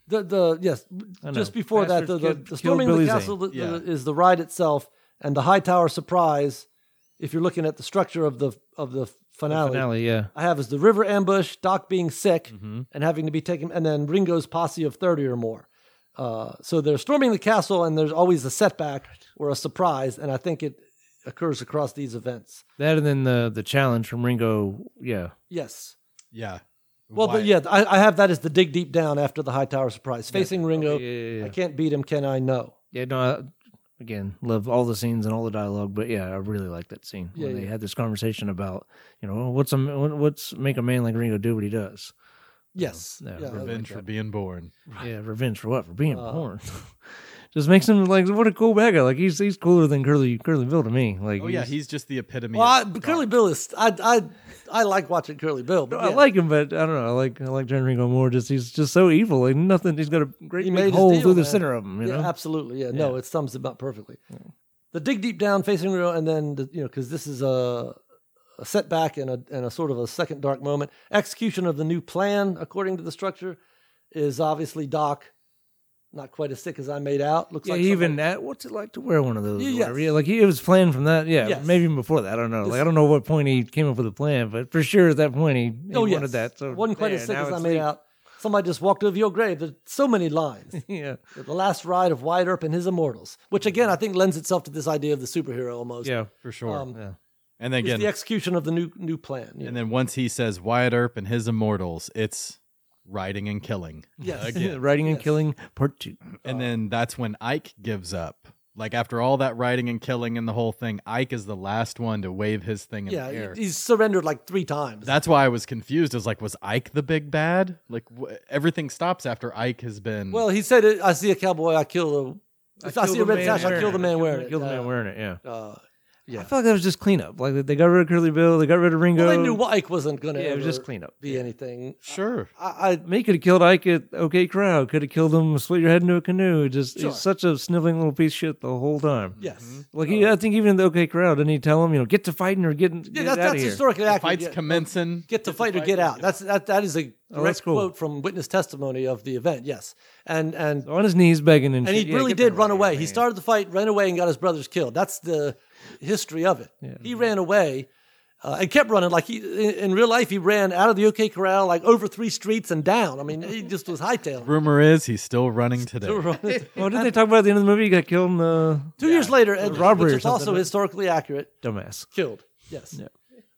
Speaker 1: the the yes
Speaker 5: I know.
Speaker 1: just before that the,
Speaker 5: Bastards
Speaker 1: the,
Speaker 5: killed-
Speaker 1: the
Speaker 5: killed
Speaker 1: storming of the
Speaker 5: Billy
Speaker 1: castle the,
Speaker 4: Yeah.
Speaker 1: the- is the ride itself and the high tower surprise if you're looking at the structure of the of the
Speaker 5: The
Speaker 1: finale,
Speaker 5: finale. Yeah.
Speaker 1: I have is the river ambush, Doc being sick
Speaker 4: mm-hmm,
Speaker 1: and having to be taken, and then Ringo's posse of 30 or more. Uh, so they're storming the castle, and there's always a setback or a surprise, and I think it occurs across these events.
Speaker 5: That and then the the challenge from Ringo. Yeah.
Speaker 1: Yes.
Speaker 4: yeah.
Speaker 1: Well, but
Speaker 4: Wyatt-
Speaker 1: yeah, I, I have that as the dig deep down after the high tower surprise, facing Ringo.
Speaker 5: Oh, Yeah. yeah, yeah.
Speaker 1: I can't beat him, can I? No.
Speaker 5: Yeah, no, I, again, love all the scenes and all the dialogue, but yeah, I really like that scene where
Speaker 1: Yeah,
Speaker 5: they
Speaker 1: yeah.
Speaker 5: had this conversation about, you know, what's a what- what's make a man like Ringo do what he does?
Speaker 1: Yes.
Speaker 5: Yeah,
Speaker 1: Yeah.
Speaker 5: revenge.
Speaker 4: Revenge for being born.
Speaker 5: Yeah, revenge for what? For being
Speaker 1: Uh,
Speaker 5: born. just makes him like what a cool bad guy. Like he's he's cooler than Curly Curly Bill to me. Like
Speaker 4: Oh yeah, he's just the epitome.
Speaker 1: Well, I,
Speaker 4: of
Speaker 1: Curly Bill is I I I like watching Curly Bill, but
Speaker 5: I
Speaker 1: yeah.
Speaker 5: like him, but I don't know. I like I like John Ringo more. Just he's just so evil. Like nothing. He's got a great
Speaker 1: He made
Speaker 5: big
Speaker 1: his
Speaker 5: hole
Speaker 1: deal,
Speaker 5: through the
Speaker 1: man.
Speaker 5: center of him. You
Speaker 1: yeah,
Speaker 5: know.
Speaker 1: absolutely. Yeah, no, it sums him up perfectly. The dig deep down, facing real, and then the, you know because this is a, a setback and a and a sort of a second dark moment. Execution of the new plan, according to the structure, is obviously Doc, not quite as sick as I made out. Looks
Speaker 5: Yeah,
Speaker 1: like
Speaker 5: even
Speaker 1: somebody-
Speaker 5: that. What's it like to wear one of those?
Speaker 1: Yeah,
Speaker 5: or
Speaker 1: yes.
Speaker 5: whatever? Yeah, like he, it was planned from that. Yeah,
Speaker 1: Yes.
Speaker 5: maybe even before that. I don't know. Like I don't know what point he came up with a plan, but for sure at that point he, he
Speaker 1: oh
Speaker 5: wanted
Speaker 1: yes,
Speaker 5: that. So
Speaker 1: wasn't quite
Speaker 5: there,
Speaker 1: as sick
Speaker 5: now
Speaker 1: as I
Speaker 5: it's
Speaker 1: made
Speaker 5: like-
Speaker 1: out. Somebody just walked over your grave. There's so many lines.
Speaker 5: Yeah,
Speaker 1: The Last Ride of Wyatt Earp and His Immortals, which again I think lends itself to this idea of the superhero almost.
Speaker 5: yeah.
Speaker 4: for sure.
Speaker 1: Um,
Speaker 5: Yeah.
Speaker 4: and then
Speaker 1: It's
Speaker 4: again,
Speaker 1: the execution of the new new plan. you
Speaker 4: and
Speaker 1: know.
Speaker 4: then once he says Wyatt Earp and his immortals, it's riding and killing.
Speaker 5: uh,
Speaker 1: Yes.
Speaker 4: again.
Speaker 5: Writing and
Speaker 1: Yes.
Speaker 5: killing part two.
Speaker 1: Oh.
Speaker 4: And then that's when Ike gives up. Like after all that writing and killing and the whole thing, Ike is the last one to wave his thing in the
Speaker 1: yeah,
Speaker 4: air.
Speaker 1: he- he's surrendered like three times.
Speaker 4: that's why I was confused. I was like, was Ike the big bad? Like wh- everything stops after Ike has been.
Speaker 1: well, he said, uh, "I see a cowboy, I kill the. If I,
Speaker 5: kill
Speaker 1: see
Speaker 5: the
Speaker 1: a red
Speaker 5: man
Speaker 1: sash, I
Speaker 5: wearing
Speaker 1: kill the
Speaker 5: it.
Speaker 1: man wearing it."
Speaker 5: Kill the man
Speaker 1: Uh,
Speaker 5: wearing it. Yeah.
Speaker 1: uh, yeah.
Speaker 5: I felt like that was just cleanup. Like they- they got rid of Curly Bill, they got rid of Ringo.
Speaker 1: well, they knew Ike wasn't going to.
Speaker 5: Yeah, it was just cleanup.
Speaker 1: Be
Speaker 5: Yeah.
Speaker 1: anything.
Speaker 4: sure.
Speaker 1: I, I
Speaker 5: I mean, he could have killed Ike at OK Crowd. Could have killed him, split your head into a canoe. Just
Speaker 1: Sure.
Speaker 5: he's such a sniveling little piece of shit the whole time.
Speaker 1: yes.
Speaker 5: Like he, I think even in the OK Crowd, didn't he tell him, you know, get to fighting or get, get
Speaker 1: Yeah, that's
Speaker 5: out
Speaker 1: that's
Speaker 5: of here?
Speaker 1: historically accurate.
Speaker 4: Fight's
Speaker 1: yeah.
Speaker 4: commencing.
Speaker 1: get to fight or get out. That's that. That is a direct
Speaker 5: Oh, that's cool.
Speaker 1: quote from witness testimony of the event. Yes, and and
Speaker 5: On his knees begging and,
Speaker 1: and
Speaker 5: shit.
Speaker 1: he
Speaker 5: Yeah,
Speaker 1: really
Speaker 5: get the
Speaker 1: did run
Speaker 5: hell out of
Speaker 1: away.
Speaker 5: here,
Speaker 1: He
Speaker 5: man.
Speaker 1: started the fight, ran away, and got his brothers killed. That's the history of it. He ran away uh, and kept running. Like he in, in real life, he ran out of the OK Corral, like over three streets and down. I mean, he just was hightailing.
Speaker 4: Rumor is he's still running today.
Speaker 1: it.
Speaker 5: Well, did Oh, they talk about at the end of the movie? He got killed in the
Speaker 1: Two years later, and,
Speaker 5: robbery
Speaker 1: which
Speaker 5: or
Speaker 1: is also
Speaker 5: something.
Speaker 1: historically accurate,
Speaker 5: dumbass.
Speaker 1: killed. Yes.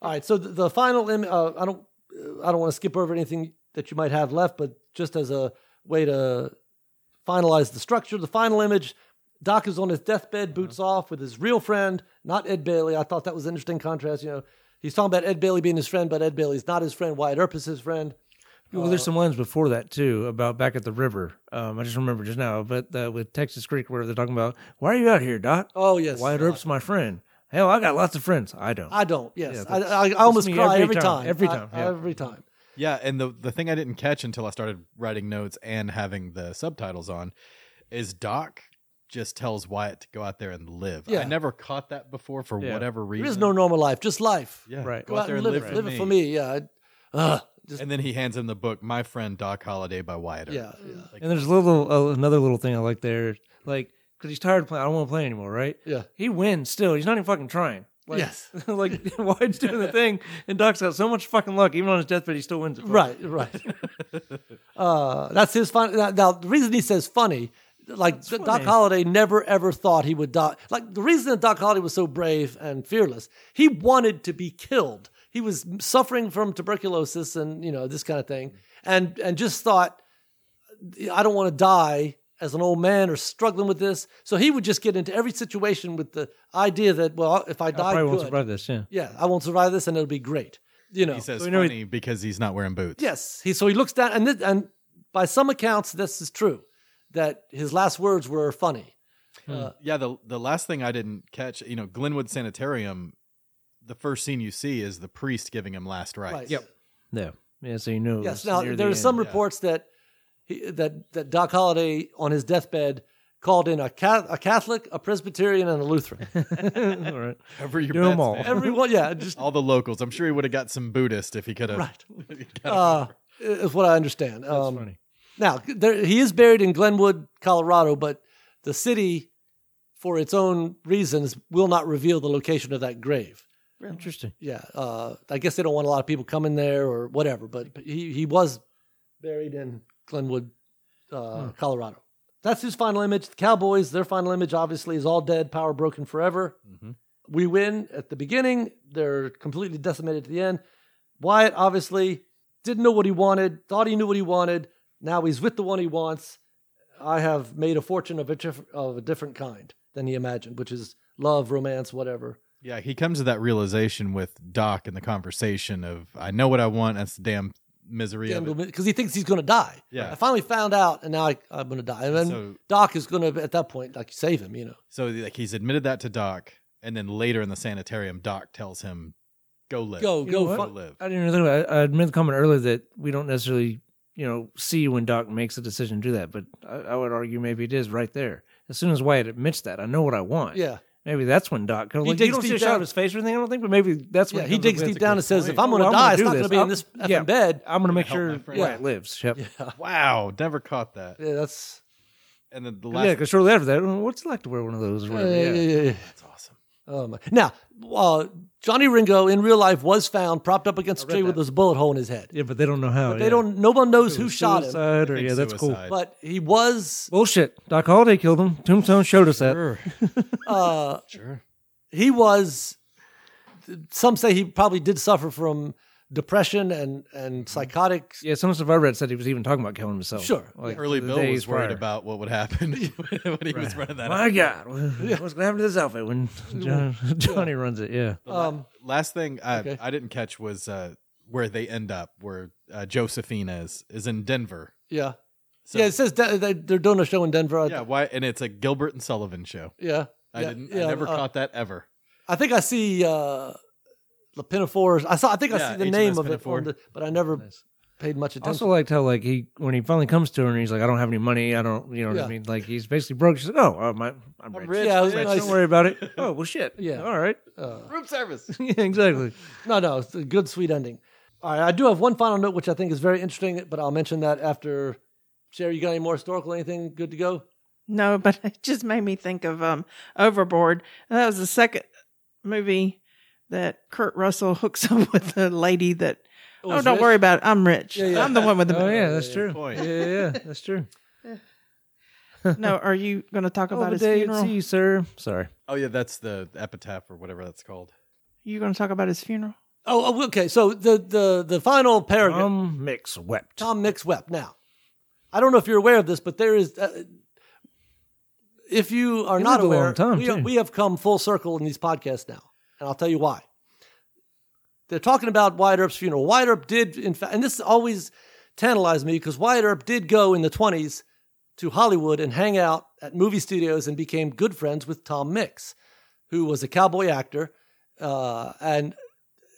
Speaker 1: All right. So the, the final. Im- uh, I don't. uh, I don't want to skip over anything that you might have left, but just as a way to finalize the structure, the final image. Doc is on his deathbed,
Speaker 5: Uh-huh.
Speaker 1: boots off with his real friend, not Ed Bailey. I thought that was an interesting contrast. You know, he's talking about Ed Bailey being his friend, but Ed Bailey's not his friend. Wyatt Earp is his friend.
Speaker 5: Well, there's some lines before that too about back at the river. Um, I just remember just now, but uh, with Texas Creek, where they're talking about, why are you out here, Doc?
Speaker 1: Oh yes,
Speaker 5: Wyatt
Speaker 1: uh,
Speaker 5: Earp's my friend. Hell, I got lots of friends. I don't.
Speaker 1: I don't. Yes,
Speaker 5: Yeah,
Speaker 1: I,
Speaker 5: that's-
Speaker 1: I, I
Speaker 5: that's
Speaker 1: almost
Speaker 5: me
Speaker 1: cry
Speaker 5: every
Speaker 1: every
Speaker 5: time,
Speaker 1: time.
Speaker 5: every
Speaker 1: I-
Speaker 5: time, yeah.
Speaker 1: Every time.
Speaker 4: Yeah, and the the thing I didn't catch until I started writing notes and having the subtitles on is Doc just tells Wyatt to go out there and live.
Speaker 1: Yeah.
Speaker 4: I never caught that before for
Speaker 5: Yeah.
Speaker 4: whatever reason.
Speaker 1: There is no normal life, just life.
Speaker 4: yeah,
Speaker 5: Right.
Speaker 4: Go, out there and live,
Speaker 1: it-
Speaker 4: for,
Speaker 1: live
Speaker 4: me.
Speaker 1: it for me. Yeah. I- uh, Ugh, just
Speaker 4: And then he hands him the book, My Friend Doc Holliday by Wyatt. Earp.
Speaker 1: yeah. yeah.
Speaker 5: And there's a little uh, another little thing I like there, like because he's tired of playing. I don't want to play anymore, right?
Speaker 1: Yeah.
Speaker 5: He wins still. He's not even fucking trying. Like,
Speaker 1: Yes.
Speaker 5: like Wyatt's doing the thing, and Doc's got so much fucking luck. Even on his deathbed, he still wins. It.
Speaker 1: Right, right. uh, that's his fun. Now, now, the reason he says funny, like D- Doc
Speaker 5: funny.
Speaker 1: Holliday never ever thought he would die. Like the reason that Doc Holliday was so brave and fearless, he wanted to be killed. He was suffering from tuberculosis and you know this kind of
Speaker 5: Mm.
Speaker 1: thing, and and just thought, I don't want to die as an old man or struggling with this. So he would just get into every situation with the idea that well, if I
Speaker 5: I
Speaker 1: die,
Speaker 5: probably won't
Speaker 1: good.
Speaker 5: survive this. Yeah.
Speaker 1: Yeah, I won't survive this, and it'll be great. You know,
Speaker 4: He says
Speaker 5: So we know he-
Speaker 4: funny because he's not wearing boots.
Speaker 1: Yes, he so he looks down, and this, and by some accounts, this is true that his last words were funny.
Speaker 5: Hmm. Uh,
Speaker 1: Uh,
Speaker 4: Yeah, the the last thing I didn't catch, you know, Glenwood Sanitarium, the first scene you see is the priest giving him last rites.
Speaker 1: Right.
Speaker 5: Yeah. Yeah. So you know.
Speaker 1: Hmm. Yes. Now there are some reports that he, that that Doc Holliday on his deathbed called in a, Ca- a Catholic, a Presbyterian, and a Lutheran.
Speaker 5: all right.
Speaker 4: Cover your
Speaker 5: Do 'em
Speaker 4: bets,
Speaker 5: all.
Speaker 4: man.
Speaker 1: Everyone, yeah, just
Speaker 4: All the locals. I'm sure he would have got some Buddhist if he could have.
Speaker 1: Right.
Speaker 4: got a-
Speaker 1: uh, is what I understand.
Speaker 5: That's
Speaker 1: Um,
Speaker 5: funny.
Speaker 1: Now there, he is buried in Glenwood, Colorado, but the city, for its own reasons, will not reveal the location of that grave.
Speaker 5: Interesting.
Speaker 1: yeah, uh, I guess they don't want a lot of people coming there or whatever. But but he he was buried in Glenwood, uh, Colorado. That's his final image. The Cowboys, their final image, obviously, is all dead, power broken forever. We win at the beginning. They're completely decimated at the end. Wyatt obviously didn't know what he wanted. Thought he knew what he wanted. Now he's with the one he wants. I have made a fortune of a diff- of a different kind than he imagined, which is love, romance, whatever.
Speaker 4: Yeah, he comes to that realization with Doc in the conversation of I know what I want, that's the damn misery of it.
Speaker 1: because he thinks he's going to die.
Speaker 4: Yeah.
Speaker 1: I finally found out, and now I, I'm going to die. And then
Speaker 4: So-
Speaker 1: Doc is going to, at that point, like save him. You know,
Speaker 4: So like he's admitted that to Doc, and then later in the sanitarium, Doc tells him, "Go live,
Speaker 1: go,
Speaker 5: You know
Speaker 1: go,
Speaker 5: what?
Speaker 4: go
Speaker 1: fuck.
Speaker 4: live."
Speaker 5: I didn't even think about it. I I had made the comment earlier that we don't necessarily, you know, see when Doc makes a decision to do that, but I, I would argue maybe it is right there. As soon as Wyatt admits that, I know what I want.
Speaker 1: Yeah,
Speaker 5: Maybe that's when Doc. Cause
Speaker 1: He
Speaker 5: like, you
Speaker 1: digs
Speaker 5: don't see a
Speaker 1: deep
Speaker 5: shot
Speaker 1: down.
Speaker 5: of his face or anything. I don't think, but maybe that's when
Speaker 1: yeah.
Speaker 5: it
Speaker 1: He
Speaker 5: comes
Speaker 1: digs
Speaker 5: up.
Speaker 1: deep
Speaker 4: a
Speaker 1: down
Speaker 4: good
Speaker 1: and says, "If
Speaker 4: point.
Speaker 1: I'm going to
Speaker 5: Oh, Well,
Speaker 1: die,
Speaker 5: I'm gonna
Speaker 1: it's
Speaker 5: do
Speaker 1: not going to
Speaker 5: this.
Speaker 1: be in
Speaker 5: I'm-
Speaker 1: this effing
Speaker 5: yeah.
Speaker 1: bed."
Speaker 5: I'm going to make
Speaker 4: help my
Speaker 5: sure
Speaker 4: friend.
Speaker 5: Wyatt lives. Yep. Yeah,
Speaker 4: Wow, never caught that.
Speaker 1: Yeah, that's
Speaker 4: And then the last,
Speaker 5: because shortly after that, "Well, what's it like to wear one of those? Or
Speaker 1: yeah,
Speaker 5: whatever?
Speaker 1: yeah,
Speaker 5: yeah.
Speaker 1: yeah, yeah.
Speaker 4: that's awesome.
Speaker 1: Oh my! Now, uh, Johnny Ringo in real life was found propped up against a tree with
Speaker 5: that.
Speaker 1: this bullet hole in his head.
Speaker 5: Yeah, but they don't know how.
Speaker 1: But they
Speaker 5: yeah.
Speaker 1: don't. No one knows who shot him.
Speaker 5: Suicide Or,
Speaker 4: Think
Speaker 5: yeah, that's cool.
Speaker 4: suicide.
Speaker 1: But he was
Speaker 5: Bullshit. Doc Holliday killed him. Tombstone showed us that.
Speaker 4: sure,
Speaker 1: uh,
Speaker 4: sure.
Speaker 1: he was some say he probably did suffer from depression and
Speaker 4: Mm-hmm.
Speaker 1: and psychotic
Speaker 5: Yeah, some stuff I read said he was even talking about killing himself.
Speaker 1: Sure.
Speaker 5: Like
Speaker 4: Early
Speaker 5: the
Speaker 4: Bill
Speaker 5: days
Speaker 4: was worried
Speaker 5: prior.
Speaker 4: about what would happen when he was running that.
Speaker 5: My
Speaker 4: out.
Speaker 5: God, what's gonna happen to this outfit when John, Johnny runs it? Yeah,
Speaker 1: um
Speaker 4: Last thing I,
Speaker 1: Okay.
Speaker 4: I didn't catch was uh, where they end up. Where uh, Josephine is is in Denver.
Speaker 1: yeah
Speaker 4: So,
Speaker 1: yeah it says De- they, they're doing a show in denver I-
Speaker 4: yeah. Why? And it's a Gilbert and Sullivan show.
Speaker 1: yeah
Speaker 4: I
Speaker 1: yeah,
Speaker 4: didn't.
Speaker 1: yeah,
Speaker 4: I never
Speaker 1: uh,
Speaker 4: caught that ever.
Speaker 1: i think i see uh the pinafores i saw i think i
Speaker 4: Yeah,
Speaker 1: see the
Speaker 4: H&S
Speaker 1: name of
Speaker 4: Pinafore.
Speaker 1: it from the, but i never paid much
Speaker 5: I also
Speaker 1: attention
Speaker 5: liked how like he when he finally comes to her and he's like, I don't have any money. I don't, you know what
Speaker 1: Yeah.
Speaker 5: I mean? Like he's basically broke. She's like, Oh, uh, my, I'm rich.
Speaker 1: yeah it was
Speaker 5: Rich,
Speaker 1: nice.
Speaker 5: Don't worry about it. Oh well, shit.
Speaker 1: Yeah.
Speaker 5: All right.
Speaker 4: Room service.
Speaker 5: yeah, exactly.
Speaker 1: Uh, No, no, it's a good, sweet ending. All right, I do have one final note, which I think is very interesting, but I'll mention that after. Sherry, you got any more historical? Anything good to go?
Speaker 2: No, but it just made me think of um Overboard. That was the second movie that Kurt Russell hooks up with the lady that.
Speaker 1: It
Speaker 2: Oh,
Speaker 1: was
Speaker 2: don't
Speaker 1: rich.
Speaker 2: worry about it. I'm rich.
Speaker 1: Yeah, yeah.
Speaker 2: I'm the one with the.
Speaker 5: Oh yeah, that's
Speaker 1: yeah,
Speaker 5: true.
Speaker 4: point.
Speaker 5: Yeah, yeah, yeah, that's true.
Speaker 2: No, are you going to
Speaker 1: Oh,
Speaker 2: talk about
Speaker 5: About
Speaker 2: his
Speaker 5: day at
Speaker 2: funeral?
Speaker 5: sea, sir. Sorry.
Speaker 4: Oh yeah, that's the epitaph or whatever that's called.
Speaker 2: You going to talk about his funeral?
Speaker 1: Oh, oh, okay. So the the the final paragraph. Tom,
Speaker 5: Um, mix wept.
Speaker 1: Mix wept. Now, I don't know if you're aware of this, but there is. Uh, if you are
Speaker 5: He
Speaker 1: not
Speaker 5: lived a long
Speaker 1: aware,
Speaker 5: time,
Speaker 1: we,
Speaker 5: too.
Speaker 1: we have come full circle in these podcasts now, and I'll tell you why. They're talking about Wyatt Earp's funeral. Wyatt Earp did, in fact, and this always tantalized me because Wyatt Earp did go in the 20s to Hollywood and hang out at movie studios and became good friends with Tom Mix, who was a cowboy actor. Uh, and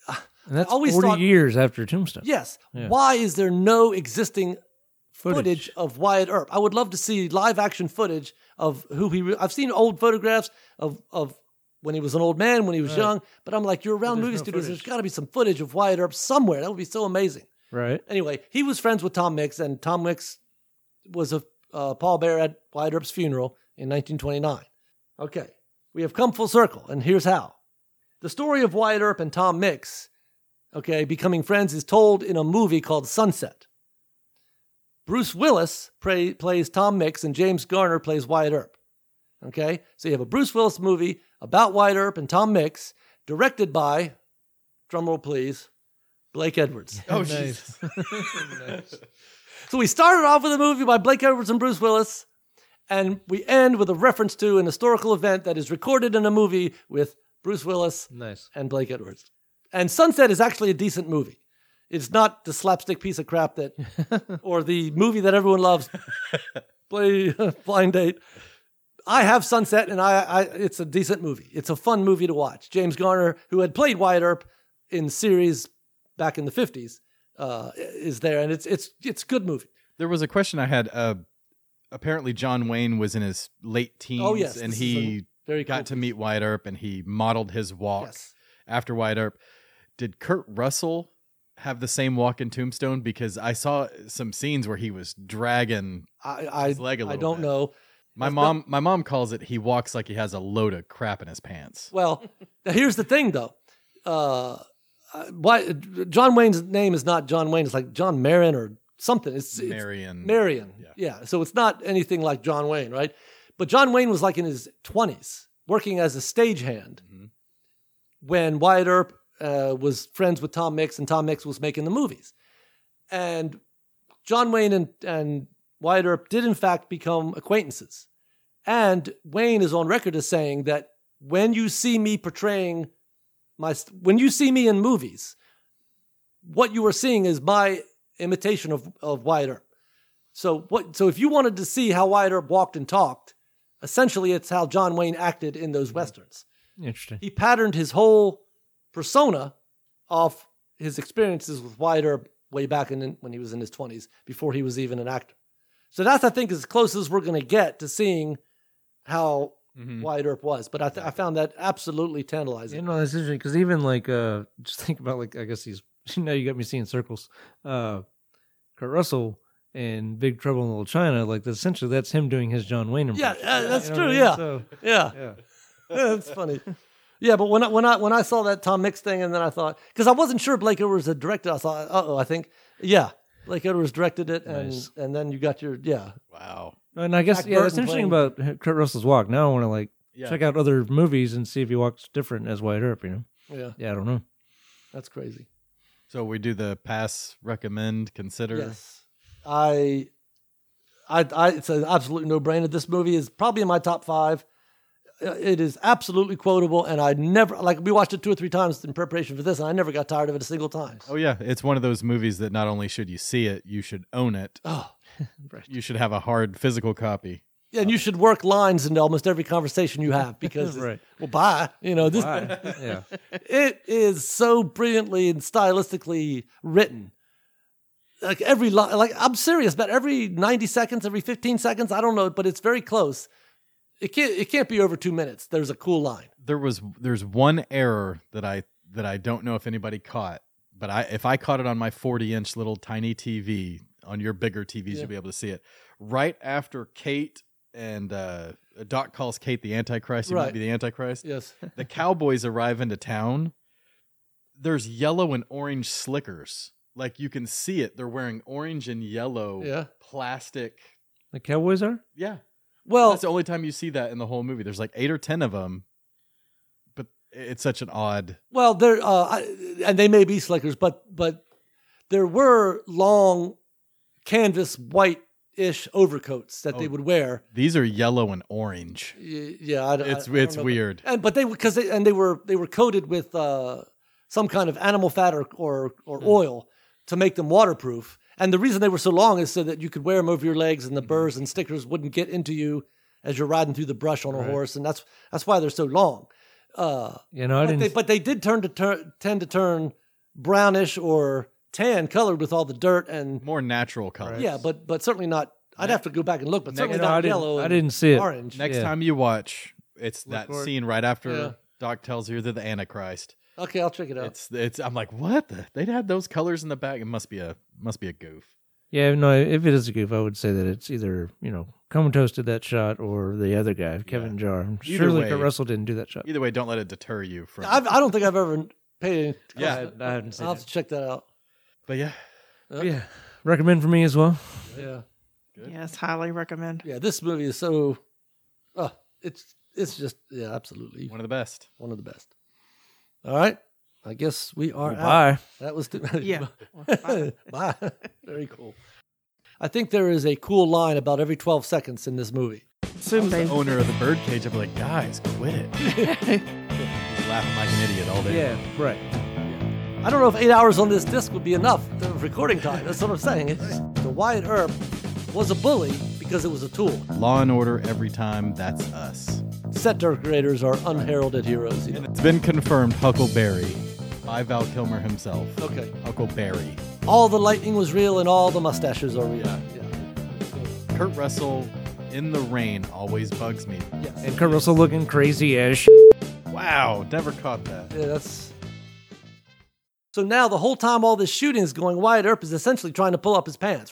Speaker 5: And that's
Speaker 1: always
Speaker 5: forty
Speaker 1: thought-
Speaker 5: years after Tombstone.
Speaker 1: Yes.
Speaker 5: Yeah.
Speaker 1: Why is there no existing footage.
Speaker 5: Footage.
Speaker 1: of Wyatt Earp? I would love to see live action footage of who he. Re- I've seen old photographs of of when he was an old man, when he was young. But I'm like, you're around
Speaker 5: there's
Speaker 1: movie
Speaker 5: no
Speaker 1: studios.
Speaker 5: footage.
Speaker 1: There's got to be some footage of Wyatt Earp somewhere. That would be so amazing.
Speaker 5: Right.
Speaker 1: Anyway, he was friends with Tom Mix, and Tom Mix was a uh, pallbearer at Wyatt Earp's funeral in 1929. Okay, we have come full circle, and here's how. The story of Wyatt Earp and Tom Mix, okay, becoming friends is told in a movie called Sunset. Bruce Willis play, plays Tom Mix, and James Garner plays Wyatt Earp. Okay, so you have a Bruce Willis movie about Wyatt Earp and Tom Mix, directed by, drumroll please, Blake Edwards.
Speaker 4: Oh
Speaker 5: Nice.
Speaker 4: jeez.
Speaker 1: So we started off with a movie by Blake Edwards and Bruce Willis, and we end with a reference to an historical event that is recorded in a movie with Bruce Willis
Speaker 5: Nice.
Speaker 1: and Blake Edwards. And Sunset is actually a decent movie. It's not the slapstick piece of crap that, or the movie that everyone loves, play, Blind Date. I have Sunset, and I, I it's a decent movie. It's a fun movie to watch. James Garner, who had played Wyatt Earp in series back in the fifties, uh, is there, and it's it's it's a good movie.
Speaker 4: There was a question I had. Uh, apparently, John Wayne was in his late teens,
Speaker 1: Oh, yes,
Speaker 4: and
Speaker 1: this is
Speaker 4: he
Speaker 1: Very
Speaker 4: got to
Speaker 1: cool.
Speaker 4: meet Wyatt Earp, and he modeled his walk
Speaker 1: Yes.
Speaker 4: after Wyatt Earp. Did Kurt Russell have the same walk in Tombstone? Because I saw some scenes where he was dragging.
Speaker 1: I I,
Speaker 4: His leg a
Speaker 1: I
Speaker 4: little
Speaker 1: don't
Speaker 4: bit.
Speaker 1: know.
Speaker 4: My
Speaker 1: That's
Speaker 4: mom, my mom calls it. He walks like he has a load of crap in his pants.
Speaker 1: Well, now here's the thing though. Uh, uh, why John Wayne's name is not John Wayne? It's like John Marin or something. It's, it's
Speaker 4: Marion,
Speaker 1: Marion.
Speaker 4: Yeah.
Speaker 1: yeah. So it's not anything like John Wayne, right? But John Wayne was like in his 20s, working as a stagehand
Speaker 4: Mhm.
Speaker 1: when Wyatt Earp uh, was friends with Tom Mix and Tom Mix was making the movies. And John Wayne and, and Wyatt Earp did, in fact, become acquaintances. And Wayne is on record as saying that when you see me portraying my, when you see me in movies, what you are seeing is my imitation of, of Wyatt Earp. So what? So if you wanted to see how Wyatt Earp walked and talked, essentially it's how John Wayne acted in those westerns.
Speaker 5: Interesting.
Speaker 1: He patterned his whole persona off his experiences with Wyatt Earp way back in when he was in his twenties, before he was even an actor. So that's I think as close as we're going to get to seeing how
Speaker 4: Mhm.
Speaker 1: Wyatt Earp was. But I, th- I found that absolutely tantalizing.
Speaker 5: You know, that's interesting because even like, uh, just think about like, I guess he's, now you got me seeing circles. Uh, Kurt Russell and Big Trouble in Little China, like, essentially that's him doing his John Wayne
Speaker 1: Yeah,
Speaker 5: impression.
Speaker 1: uh, that's
Speaker 5: You know
Speaker 1: true.
Speaker 5: what I mean?
Speaker 1: Yeah,
Speaker 5: So,
Speaker 1: yeah,
Speaker 5: yeah.
Speaker 1: that's funny. Yeah, but when I, when I when I saw that Tom Mix thing, and then I thought because I wasn't sure Blake Edwards had directed, I thought, uh oh, I think yeah, Blake Edwards directed it, and
Speaker 5: Nice.
Speaker 1: and then you got your yeah,
Speaker 4: Wow.
Speaker 5: And I guess,
Speaker 1: Jack
Speaker 5: yeah, that's
Speaker 1: Burton
Speaker 5: interesting about Kurt Russell's walk. Now I want to like
Speaker 4: Yeah.
Speaker 5: check out other movies and see if he walks different as Wyatt Earp, you know?
Speaker 1: yeah,
Speaker 5: Yeah, I don't know.
Speaker 1: that's crazy.
Speaker 4: So we do the pass, recommend, consider.
Speaker 1: Yes, I, I, I, it's an absolute no brainer. This movie is probably in my top five. Uh, It is absolutely quotable, and I never like we watched it two or three times in preparation for this, and I never got tired of it a single time.
Speaker 4: Oh yeah, it's one of those movies that not only should you see it, you should own it.
Speaker 1: Oh,
Speaker 4: You should have a hard physical copy.
Speaker 1: Yeah, and you should work lines into almost every conversation you have because, it's,
Speaker 5: Right.
Speaker 1: well, bye. You know, this
Speaker 5: Why? yeah.
Speaker 1: it is so brilliantly and stylistically written. Like every line, like I'm serious, but every 90 seconds, every 15 seconds, I don't know, but it's very close. It can't it can't be over two minutes. There's a cool line.
Speaker 4: There was there's one error that I that I don't know if anybody caught, but I if I caught it on my 40 inch little tiny TV on your bigger TVs,
Speaker 1: Yeah.
Speaker 4: you'll be able to see it right after Kate and uh, Doc calls Kate the Antichrist. You
Speaker 1: Right.
Speaker 4: might be the Antichrist.
Speaker 1: Yes.
Speaker 4: the cowboys arrive into town there's yellow and orange slickers like you can see it they're wearing orange and yellow
Speaker 1: Yeah.
Speaker 4: plastic
Speaker 5: The Cowboys are?
Speaker 4: yeah
Speaker 1: Well,
Speaker 4: that's the only time you see that in the whole movie there's like eight or ten of them but it's such an odd
Speaker 1: Well, there, uh, I, and they may be slickers, but but there were long canvas white-ish overcoats that they
Speaker 4: Oh.
Speaker 1: would wear.
Speaker 4: these are yellow and orange
Speaker 1: Y- Yeah, I, don't- I-
Speaker 4: it's
Speaker 1: I don't
Speaker 4: it's
Speaker 1: know about-
Speaker 4: weird
Speaker 1: And but they because they and they were they were coated with uh, some kind of animal fat or or,
Speaker 5: Hmm.
Speaker 1: or oil to make them waterproof. And the reason they were so long is so that you could wear them over your legs,
Speaker 5: Hmm.
Speaker 1: and the burrs and stickers wouldn't get into you as you're riding through the brush on a horse. And that's that's why they're so long. Uh,
Speaker 5: You know, I
Speaker 1: but
Speaker 5: didn't.
Speaker 1: they, but they did turn to turn tend to turn brownish or tan colored with all the dirt and
Speaker 4: more natural colors
Speaker 1: yeah, but but certainly not. I'd have to go back and look, but
Speaker 4: Next-
Speaker 1: certainly
Speaker 5: No,
Speaker 1: not
Speaker 5: I didn't-
Speaker 1: yellow.
Speaker 5: I
Speaker 1: and
Speaker 5: didn't see it.
Speaker 1: Orange.
Speaker 4: next
Speaker 5: Yeah.
Speaker 4: time you watch it's that
Speaker 5: for it.
Speaker 4: scene right after
Speaker 1: Yeah.
Speaker 4: doc tells you they're the antichrist
Speaker 1: Okay, I'll check it out.
Speaker 4: it's it's i'm like what the? they'd had those colors in the back it must be a must be a goof
Speaker 5: yeah, no, if it is a goof, I would say that it's either, you know, Comatose did that shot or the other guy, Kevin Jar.
Speaker 4: Either
Speaker 5: Surely
Speaker 4: way-
Speaker 5: Kurt Russell didn't do that shot.
Speaker 4: Either way, don't let it deter you from.
Speaker 1: I've, I don't think I've ever paid. Any,
Speaker 4: yeah,
Speaker 5: I, I haven't seen
Speaker 1: I'll have to check that out.
Speaker 4: but yeah,
Speaker 5: it. Yeah. Recommend for me as well.
Speaker 1: Yeah,
Speaker 2: Yes, highly recommend.
Speaker 1: yeah. This movie is so. Uh, it's it's just yeah, absolutely
Speaker 4: one of the best.
Speaker 1: one of the best. All right, I guess we are. out.
Speaker 5: Bye.
Speaker 1: That was too
Speaker 2: Yeah.
Speaker 1: Bye. Very cool. I think there is a cool line about every 12 seconds in this movie.
Speaker 2: Soon they
Speaker 4: Owner of the birdcage, I'd be like, guys, quit it. Just laughing like an idiot all day.
Speaker 5: Yeah, right.
Speaker 1: I don't know if eight hours on this disc would be enough of recording time. That's what I'm saying. It's, the Wyatt Earp was a bully because it was a tool.
Speaker 4: Law and order every time. That's us.
Speaker 1: Set decorators are unheralded heroes. you know.
Speaker 4: It's been confirmed. Huckleberry, by Val Kilmer himself.
Speaker 1: Okay.
Speaker 4: Huckleberry.
Speaker 1: All the lightning was real and all the mustaches are real.
Speaker 4: Yeah.
Speaker 1: yeah.
Speaker 4: Kurt Russell in the rain always bugs me.
Speaker 1: Yes.
Speaker 5: And Kurt Russell looking crazy as sh-
Speaker 4: Wow, never caught that.
Speaker 1: Yeah, that's. So now the whole time all this shooting is going, Wyatt Earp is essentially trying to pull up his pants.